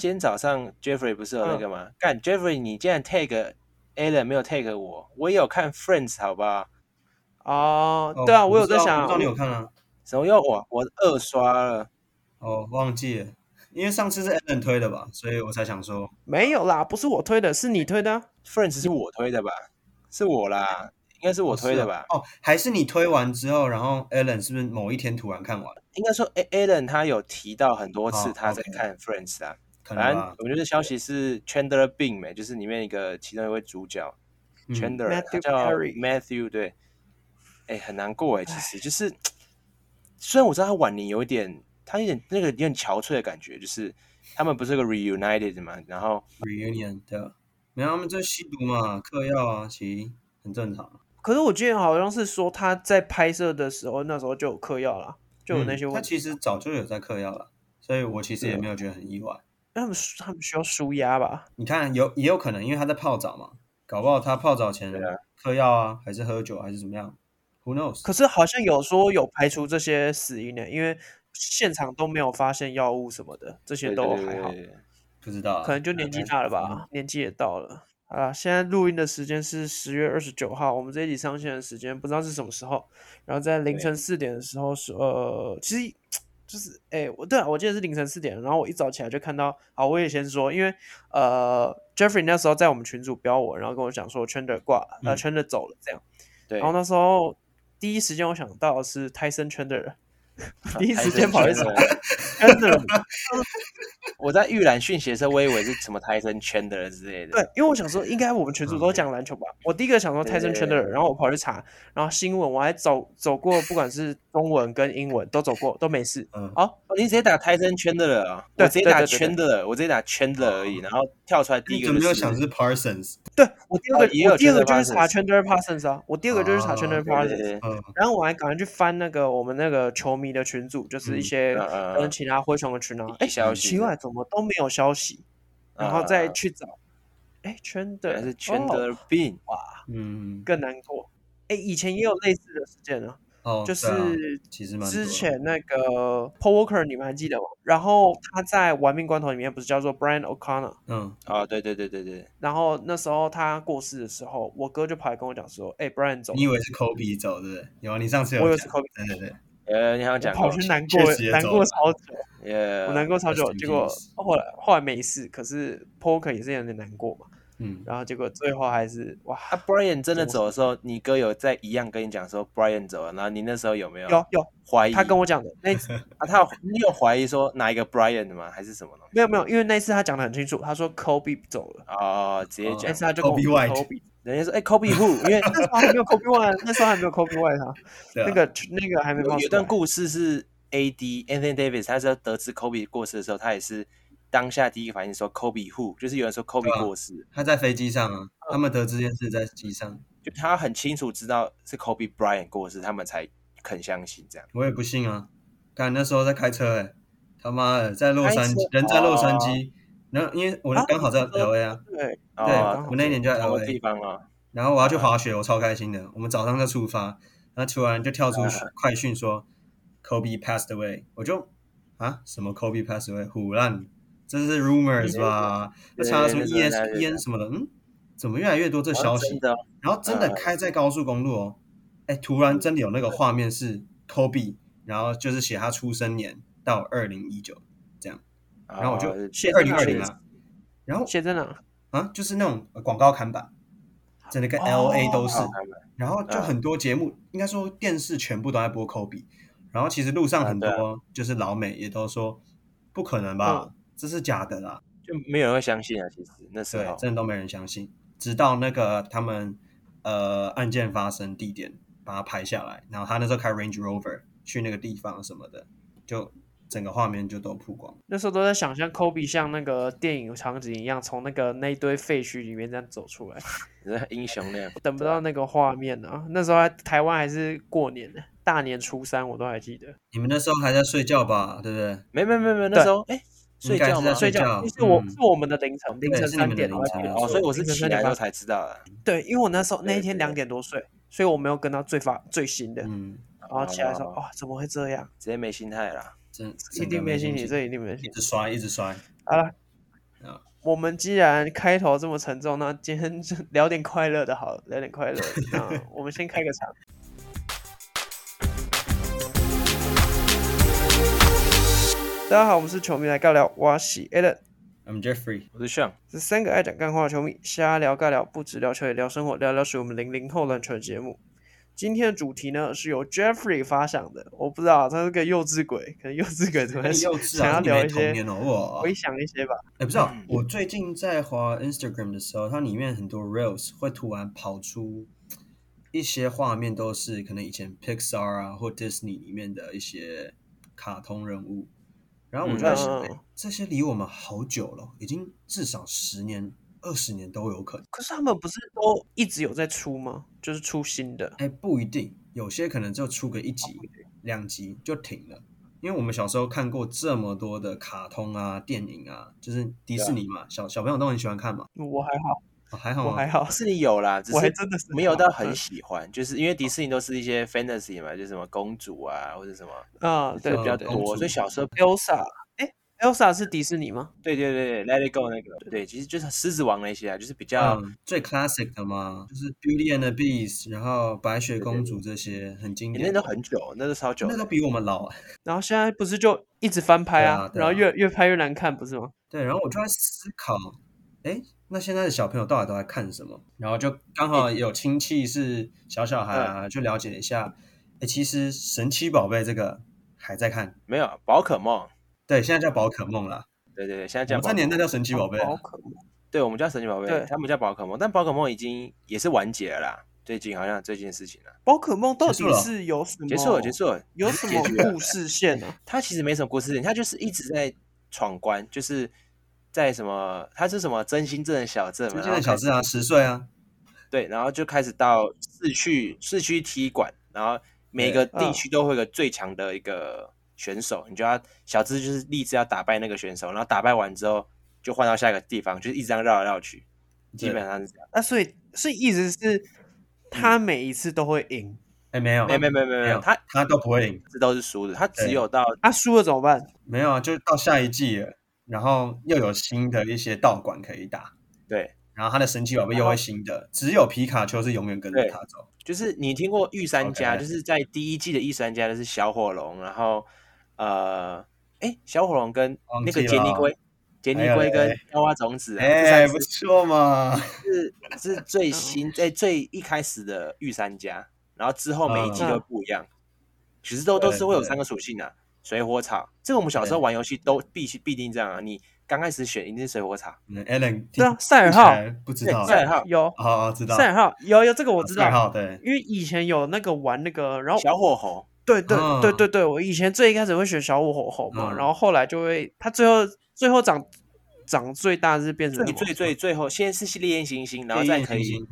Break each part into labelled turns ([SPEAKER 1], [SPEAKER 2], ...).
[SPEAKER 1] 今天早上 Jeffrey 不是有那
[SPEAKER 2] 嗯
[SPEAKER 1] 个吗？干、Jeffrey，你竟然 tag Alan 没有 tag 我，我也有看 Friends 好不好？
[SPEAKER 3] 哦
[SPEAKER 2] 哦，
[SPEAKER 3] 对啊，
[SPEAKER 2] 我
[SPEAKER 3] 我有
[SPEAKER 2] 知
[SPEAKER 3] 在
[SPEAKER 2] 道
[SPEAKER 3] 想
[SPEAKER 2] 我知道你有看啊？
[SPEAKER 1] 什么又我我二刷了，
[SPEAKER 2] 哦，忘记了，因为上次是 Alan 推的吧，所以我才想说，
[SPEAKER 3] 没有啦，不是我推的，是你推的啊。
[SPEAKER 1] Friends 是我推的吧？是我啦，应该是我推的吧？
[SPEAKER 2] 哎哦，还是你推完之后，然后 Alan 是不是某一天突然看完？
[SPEAKER 1] 应该说 A Alan 他有提到很多次
[SPEAKER 2] 哦
[SPEAKER 1] 他在
[SPEAKER 2] OK
[SPEAKER 1] 看 Friends 啊。
[SPEAKER 2] 可能
[SPEAKER 1] 反正
[SPEAKER 2] 吧。嗯
[SPEAKER 1] 我觉得消息是 Chandler Bing 没，就是里面一个其中一位主角、
[SPEAKER 2] 嗯
[SPEAKER 1] Chandler，他
[SPEAKER 3] Matthew
[SPEAKER 1] 叫
[SPEAKER 3] Perry
[SPEAKER 1] Matthew，对，哎、很难过哎，其实就是虽然我知道他晚年有一点，他有点那个有点憔悴的感觉，就是他们不是有个 reunited 嘛，然后
[SPEAKER 2] Reunion 对啊，没有他们就吸毒嘛，嗑药啊，其实很正常。
[SPEAKER 3] 可是我记得好像是说他在拍摄的时候，那时候就有嗑药啦，就有那些
[SPEAKER 2] 嗯
[SPEAKER 3] 问啊
[SPEAKER 2] 他
[SPEAKER 3] 题。
[SPEAKER 2] 其实早就有在嗑药了，所以我其实也没有觉得很意外。
[SPEAKER 3] 那他们他们需要舒压吧？
[SPEAKER 2] 你看，有也有可能，因为他在泡澡嘛，搞不好他泡澡前
[SPEAKER 1] 对啊
[SPEAKER 2] 嗑药啊，还是喝酒，还是怎么样？Who knows？
[SPEAKER 3] 可是好像有说有排除这些死因呢，因为现场都没有发现药物什么的，这些都还好。
[SPEAKER 1] 对对对对
[SPEAKER 2] 不知道啊，
[SPEAKER 3] 可能就年纪大了吧，年纪也到了。好啦，现在录音的时间是十月二十九号，我们这一集上线的时间不知道是什么时候。然后在凌晨四点的时候是呃，其实就是哎、我对、啊、我记得是凌晨四点，然后我一早起来就看到，好，我也先说，因为呃，Jeffrey 那时候在我们群组标我，然后跟我讲说圈的挂了，呃，
[SPEAKER 2] 嗯
[SPEAKER 3] 圈的走了这样。
[SPEAKER 1] 对，
[SPEAKER 3] 然后那时候第一时间我想到的是 Tyson Chandler，第一
[SPEAKER 1] 还
[SPEAKER 3] 时
[SPEAKER 1] 是
[SPEAKER 3] 间跑去找
[SPEAKER 1] Chandler
[SPEAKER 3] Chandler，
[SPEAKER 1] 我在预览讯息的时候，我以为是什么 Tyson Chandler 之类的，
[SPEAKER 3] 对，因为我想说，应该我们群主都讲篮球吧。我第一个想说
[SPEAKER 1] 嗯对
[SPEAKER 3] 泰森圈的人，然后我跑去查，然后新闻我还走走过，不管是中文跟英文都走过，都没事。
[SPEAKER 2] 嗯，
[SPEAKER 3] 好，
[SPEAKER 1] 哦，你直接打 Tyson Chandler 啊？
[SPEAKER 3] 对
[SPEAKER 1] 我直接打
[SPEAKER 3] 对对对哦
[SPEAKER 1] Chandler，我直接打 Chandler 而已，然后跳出来第
[SPEAKER 2] 你
[SPEAKER 1] 一
[SPEAKER 2] 怎
[SPEAKER 1] 个
[SPEAKER 2] 么
[SPEAKER 1] 就
[SPEAKER 2] 没有
[SPEAKER 1] 是
[SPEAKER 2] 想是 Parsons？
[SPEAKER 3] 对我第二个，
[SPEAKER 1] 哦也有
[SPEAKER 3] 我第二个就
[SPEAKER 1] Chandler
[SPEAKER 3] 是查
[SPEAKER 1] Parsons
[SPEAKER 3] Chandler Parsons 啊，我第二个就是查
[SPEAKER 2] 哦
[SPEAKER 1] 对
[SPEAKER 3] Chandler
[SPEAKER 1] 对
[SPEAKER 3] Parsons，
[SPEAKER 1] 对
[SPEAKER 2] 嗯，
[SPEAKER 3] 然后我还赶快去翻那个我们那个球迷的群组，就是一
[SPEAKER 2] 嗯
[SPEAKER 3] 些
[SPEAKER 1] 嗯嗯嗯
[SPEAKER 3] 跟其他灰熊的群啊，哎，
[SPEAKER 1] 消息嗯
[SPEAKER 3] 奇怪，怎么都没有消息，然后再去找，哎，圈
[SPEAKER 1] 啊原
[SPEAKER 3] 的
[SPEAKER 1] 来是
[SPEAKER 3] 的
[SPEAKER 1] Chandler Bing，
[SPEAKER 2] 嗯，
[SPEAKER 3] 更难过。哎，以前也有类似的事件啊，
[SPEAKER 2] 哦，
[SPEAKER 3] 就
[SPEAKER 2] 对啊
[SPEAKER 3] 是
[SPEAKER 2] 其实蛮多
[SPEAKER 3] 之
[SPEAKER 2] 的
[SPEAKER 3] 前那个 Paul Walker 你们还记得吗？然后他在《玩命关头》里面不是叫做 Brian O'Connor，
[SPEAKER 2] 嗯，
[SPEAKER 1] 哦，对对对对对，
[SPEAKER 3] 然后那时候他过世的时候，我哥就跑来跟我讲说：“哎、b r i a n 走了
[SPEAKER 2] 你以为是 Kobe 走对不对？有啊，你上次有
[SPEAKER 3] 我以为
[SPEAKER 2] 讲
[SPEAKER 3] 是 Kobe
[SPEAKER 2] 对对对，
[SPEAKER 1] 呃，你好像讲
[SPEAKER 3] 我跑
[SPEAKER 1] 过，
[SPEAKER 3] 去难
[SPEAKER 2] 确实
[SPEAKER 3] 过，
[SPEAKER 2] 也
[SPEAKER 3] 难
[SPEAKER 2] 走
[SPEAKER 3] 过
[SPEAKER 2] 了
[SPEAKER 3] 超久，
[SPEAKER 1] 呃，
[SPEAKER 3] 我难过超久
[SPEAKER 2] rest。in
[SPEAKER 3] 结果
[SPEAKER 2] peace
[SPEAKER 3] 后来后来没事，可是 Paul Walker 也是有点难过嘛。
[SPEAKER 2] 嗯，
[SPEAKER 3] 然后结果最后还是哇，
[SPEAKER 1] 啊，Brian 真的走的时候，你哥有在一样跟你讲说 Brian 走了，然后你那时候有没有
[SPEAKER 3] 有有，
[SPEAKER 1] 怀疑？
[SPEAKER 3] 他跟我讲的那一次
[SPEAKER 1] 啊，他有你有怀疑说哪一个 Brian 的吗？还是什么呢？
[SPEAKER 3] 没有没有，因为那一次他讲的很清楚，他说 Kobe 走 了，
[SPEAKER 1] 哦，直接
[SPEAKER 3] 那
[SPEAKER 1] 讲，
[SPEAKER 3] 次他就跟我
[SPEAKER 2] Kobe
[SPEAKER 3] 说
[SPEAKER 2] White
[SPEAKER 3] Kobe
[SPEAKER 1] 人家说哎，Kobe Who？因为
[SPEAKER 3] 那时候还没有 Kobe One，那时候还没有 Kobe One 啊。
[SPEAKER 2] 对啊
[SPEAKER 3] 那个那个还没
[SPEAKER 1] 有
[SPEAKER 3] 放
[SPEAKER 1] 有
[SPEAKER 3] 出
[SPEAKER 1] 一段
[SPEAKER 3] 来。
[SPEAKER 1] 故事是 AD Anthony Davis，他是得知 Kobe 过世的时候，他也是当下第一个反应说 Kobe Who，就是有人说 Kobe
[SPEAKER 2] 对啊
[SPEAKER 1] 过世，
[SPEAKER 2] 他在飞机上啊，他们得知这件事在机上，
[SPEAKER 1] 就他很清楚知道是 Kobe Bryant 过世，他们才肯相信这样。
[SPEAKER 2] 我也不信啊。看那时候在开车哎、他妈的在洛杉
[SPEAKER 1] 开车
[SPEAKER 2] 矶，人在洛杉矶，然后因为我
[SPEAKER 3] 啊
[SPEAKER 2] 刚好在
[SPEAKER 3] 你说
[SPEAKER 2] L A 啊，
[SPEAKER 3] 对，
[SPEAKER 1] 哦
[SPEAKER 2] 对
[SPEAKER 3] 刚好
[SPEAKER 2] 我那一年就在
[SPEAKER 1] 同
[SPEAKER 2] L
[SPEAKER 1] 个地
[SPEAKER 2] A，
[SPEAKER 1] 方啊，
[SPEAKER 2] 然后我要去滑雪，我超开心的。我们早上就出发，那突然就跳出
[SPEAKER 1] 嗯
[SPEAKER 2] 快讯说 Kobe passed away，我就啊什么 Kobe passed away，胡乱，这是 rumors 吧？那查出
[SPEAKER 1] 嗯
[SPEAKER 2] E
[SPEAKER 1] 对对对对对
[SPEAKER 2] ESPN 什么的，嗯，怎么越来越多这消
[SPEAKER 1] 哦
[SPEAKER 2] 息
[SPEAKER 1] 真？的哦
[SPEAKER 2] 然后真的开在高速公路哦，哎、突然真的有那个画面是 Kobe，然后就是写他出生年到二零一九，然后我就
[SPEAKER 1] 哦
[SPEAKER 3] 谢谢
[SPEAKER 2] 二零
[SPEAKER 3] 你
[SPEAKER 2] 二零啊，然后
[SPEAKER 3] 写在哪？
[SPEAKER 2] 啊就是那种呃广告看板，真的跟
[SPEAKER 3] 哦
[SPEAKER 2] L A 都是，
[SPEAKER 1] 好看吧
[SPEAKER 2] 然后
[SPEAKER 3] 嗯
[SPEAKER 2] 就很多节目，应该说电视全部都在播 Kobe，然后其实路上很
[SPEAKER 1] 啊
[SPEAKER 2] 多就是老美也都说不可能
[SPEAKER 3] 嗯
[SPEAKER 2] 吧，这是假的啦，
[SPEAKER 1] 就没有人会相信啊。其实那时
[SPEAKER 2] 对
[SPEAKER 3] 哦
[SPEAKER 1] 候，，
[SPEAKER 2] 真的都没人相信，直到那个他们呃案件发生地点把它拍下来，然后他那时候开 Range Rover 去那个地方什么的，就整个画面就都曝光。
[SPEAKER 3] 那时候都在想象 Kobe 像那个电影场景一样，从那个那一堆废墟里面这样走出来，
[SPEAKER 1] 你是英雄那样，
[SPEAKER 3] 等不到那个画面啊！那时候还台湾还是过年呢，大年初三我都还记得。
[SPEAKER 1] 哦
[SPEAKER 2] 你们那时候还在睡觉吧，对不对？
[SPEAKER 1] 没没没没，
[SPEAKER 3] 对啊
[SPEAKER 1] 那时候哎，睡哦觉
[SPEAKER 2] 应
[SPEAKER 1] 吗
[SPEAKER 2] 该？
[SPEAKER 3] 睡
[SPEAKER 2] 是在
[SPEAKER 3] 觉
[SPEAKER 2] 睡觉
[SPEAKER 3] 是我
[SPEAKER 2] 嗯
[SPEAKER 3] 是我们的凌晨凌
[SPEAKER 2] 对
[SPEAKER 3] 晨
[SPEAKER 2] 是你们
[SPEAKER 3] 三
[SPEAKER 2] 的
[SPEAKER 3] 点，我还记
[SPEAKER 2] 凌晨
[SPEAKER 3] 得
[SPEAKER 1] 哦，所以我是
[SPEAKER 3] 凌晨
[SPEAKER 1] 起
[SPEAKER 3] 三点
[SPEAKER 1] 来之后
[SPEAKER 3] 发
[SPEAKER 1] 才知道啊的。
[SPEAKER 3] 对，因为我那时候那一
[SPEAKER 1] 对
[SPEAKER 3] 天
[SPEAKER 1] 对
[SPEAKER 3] 两点多睡，所以我没有跟到最发最新的，
[SPEAKER 2] 嗯，
[SPEAKER 3] 然后起来说
[SPEAKER 1] 哦
[SPEAKER 3] 哇怎么会这样？
[SPEAKER 1] 直接没心态啦。
[SPEAKER 2] 真
[SPEAKER 3] 一定没心理，这一定没心理
[SPEAKER 2] 一。直摔，一直摔。
[SPEAKER 3] 好了，我们既然开头这么沉重，那今天就聊点快乐的好了，聊点快乐的。那我们先开个 场。大家好，我们是球迷来尬聊，我是 Alan。
[SPEAKER 2] I'm Jeffrey，
[SPEAKER 1] 我是 Sean，
[SPEAKER 3] 这三个爱讲干话的球迷，瞎聊尬聊，不止聊球也聊生活，聊聊属于我们零零后篮球的节目。今天的主题呢是由 Jeffrey 发想的，我不知道他是个幼稚鬼，可能幼稚鬼怎么
[SPEAKER 2] 幼稚
[SPEAKER 3] 想要
[SPEAKER 2] 啊，你
[SPEAKER 3] 聊
[SPEAKER 2] 没
[SPEAKER 3] 一
[SPEAKER 2] 童
[SPEAKER 3] 些
[SPEAKER 2] 年哦，哇！
[SPEAKER 3] 回想一些吧。
[SPEAKER 2] 哎，不知
[SPEAKER 3] 嗯
[SPEAKER 2] 道，我最近在滑 Instagram 的时候，它里面很多 reels 会突然跑出一些画面，都是可能以前 Pixar 啊或 Disney 里面的一些卡通人物，然后我就在想，
[SPEAKER 3] 嗯
[SPEAKER 2] 哎这些离我们好久了，已经至少十年、二十年都有可能。
[SPEAKER 3] 可是他们不是都一直有在出吗？就是出新的。
[SPEAKER 2] 哎，不一定，有些可能就出个一集、两集就停了。因为我们小时候看过这么多的卡通啊、电影啊，就是迪士尼嘛，小小朋友都很喜欢看嘛，
[SPEAKER 3] 我还好，
[SPEAKER 2] 哦、还好
[SPEAKER 3] 我
[SPEAKER 2] 吗？
[SPEAKER 3] 还好，
[SPEAKER 1] 是你有啦，只
[SPEAKER 3] 我还
[SPEAKER 1] 是
[SPEAKER 3] 真的是
[SPEAKER 1] 没有到
[SPEAKER 3] 还好
[SPEAKER 1] 很喜欢，就是因为迪士尼都是一些 fantasy 嘛，就是什么公主啊或者什么
[SPEAKER 3] 啊、对
[SPEAKER 1] 比较
[SPEAKER 3] 对对
[SPEAKER 2] 公主
[SPEAKER 1] 多，所以小时候
[SPEAKER 3] ，Elsa，哎，Elsa 是迪士尼吗？
[SPEAKER 1] 对对对对，Let It Go 那个，对，其实就是狮子王那些啊，就是比较
[SPEAKER 2] 嗯、最 classic 的嘛，就是 Beauty and the Beast，然后白雪公主这些很经
[SPEAKER 1] 欸
[SPEAKER 2] 典
[SPEAKER 1] 那
[SPEAKER 2] 的，
[SPEAKER 1] 都很久，那都超久
[SPEAKER 2] 那都
[SPEAKER 1] 的，
[SPEAKER 2] 比我们老、啊。
[SPEAKER 3] 然后现在不是就一直翻拍
[SPEAKER 2] 对啊对
[SPEAKER 3] 然
[SPEAKER 2] 啊
[SPEAKER 3] 后越越拍越难看，不是吗？
[SPEAKER 2] 对，然后我就在思考，哎，那现在的小朋友到底都在看什么？然后就刚好有亲戚是小小孩啊，
[SPEAKER 1] 嗯
[SPEAKER 2] 就了解一下，哎，其实神奇宝贝这个还在看，
[SPEAKER 1] 没有宝可梦，
[SPEAKER 2] 对，现在叫宝可梦啦，
[SPEAKER 1] 对对对，现在
[SPEAKER 2] 我
[SPEAKER 1] 叫
[SPEAKER 2] 们
[SPEAKER 1] 宝哦
[SPEAKER 2] 这
[SPEAKER 1] 可
[SPEAKER 2] 年代
[SPEAKER 1] 梦，
[SPEAKER 2] 叫神奇宝贝啊，
[SPEAKER 3] 好可爱。
[SPEAKER 1] 对我们叫神奇宝贝
[SPEAKER 3] 对，
[SPEAKER 1] 他们叫宝可梦，但宝可梦已经也是完结了啦，最近好像最近的事情了，
[SPEAKER 3] 宝可梦到
[SPEAKER 2] 结
[SPEAKER 3] 底
[SPEAKER 2] 束了
[SPEAKER 3] 是有什么？
[SPEAKER 1] 结束了结束了，
[SPEAKER 3] 有什么故事线呢、啊？
[SPEAKER 1] 他其实没什么故事线，他就是一直在闯关，就是在什么，他是什么真心镇的小镇嘛，
[SPEAKER 2] 最
[SPEAKER 1] 然
[SPEAKER 2] 近
[SPEAKER 1] 后
[SPEAKER 2] 的小
[SPEAKER 1] 开始
[SPEAKER 2] 智啊，十岁啊，
[SPEAKER 1] 对，然后就开始到市区市区踢馆，然后每个
[SPEAKER 3] 对
[SPEAKER 1] 地区都会有个最强的一个选手，你就要小智就是立志要打败那个选手，然后打败完之后就换到下一个地方，就是一直这样绕来绕去，基
[SPEAKER 2] 对
[SPEAKER 1] 本上是这样。
[SPEAKER 3] 啊，所以所以意思是，他每一次都会赢，
[SPEAKER 2] 哎，没有，
[SPEAKER 1] 没没没没
[SPEAKER 2] 没
[SPEAKER 1] 没有，他
[SPEAKER 2] 他都不会赢，
[SPEAKER 1] 这都是输的，他只
[SPEAKER 2] 对
[SPEAKER 1] 有到
[SPEAKER 3] 啊，输了怎么办？
[SPEAKER 2] 没有啊，就到下一季了，然后又有新的一些道馆可以打。
[SPEAKER 1] 对，
[SPEAKER 2] 然后他的神奇宝贝又会新的，只有皮卡丘是永远跟着
[SPEAKER 1] 对
[SPEAKER 2] 他走。
[SPEAKER 1] 就是你听过御三家
[SPEAKER 2] OK
[SPEAKER 1] 就是在第一季的御三家就是小火龙，然后呃，哎，小火龙跟
[SPEAKER 2] 忘
[SPEAKER 1] 那个
[SPEAKER 2] 记
[SPEAKER 1] 杰尼
[SPEAKER 2] 了
[SPEAKER 1] 龟，杰尼
[SPEAKER 2] 哎呦
[SPEAKER 1] 龟跟
[SPEAKER 2] 哎
[SPEAKER 1] 青蛙种子啊，这
[SPEAKER 2] 哎、
[SPEAKER 1] 三
[SPEAKER 2] 不
[SPEAKER 1] 只
[SPEAKER 2] 错嘛！
[SPEAKER 1] 是是最新在、最一开始的御三家，然后之后每一季都不一样，其实都都是会有
[SPEAKER 2] 嗯对
[SPEAKER 1] 三个属性啊，水火草，这个我们小时候玩游戏都必须必定这样啊，你刚开始选一定是水火草，
[SPEAKER 2] 嗯 Alan
[SPEAKER 3] 对啊
[SPEAKER 2] 听，
[SPEAKER 3] 赛尔
[SPEAKER 2] 听起
[SPEAKER 3] 号
[SPEAKER 2] 来不知道，
[SPEAKER 1] 赛尔号
[SPEAKER 3] 有
[SPEAKER 2] 哦，哦知道，
[SPEAKER 3] 赛尔号有有这个我知
[SPEAKER 2] 赛尔
[SPEAKER 3] 道，
[SPEAKER 2] 号对，
[SPEAKER 3] 因为以前有那个玩那个，然后
[SPEAKER 1] 小火猴，
[SPEAKER 3] 对对
[SPEAKER 2] 嗯
[SPEAKER 3] 对对对，我以前最一开始会选小五火猴嘛，
[SPEAKER 2] 嗯
[SPEAKER 3] 然后后来就会他最后最后长长最大是变成
[SPEAKER 1] 最
[SPEAKER 3] 什么
[SPEAKER 1] 最最最后先是系烈焰星星，然后再可
[SPEAKER 2] 黑
[SPEAKER 1] 以
[SPEAKER 2] 眼睛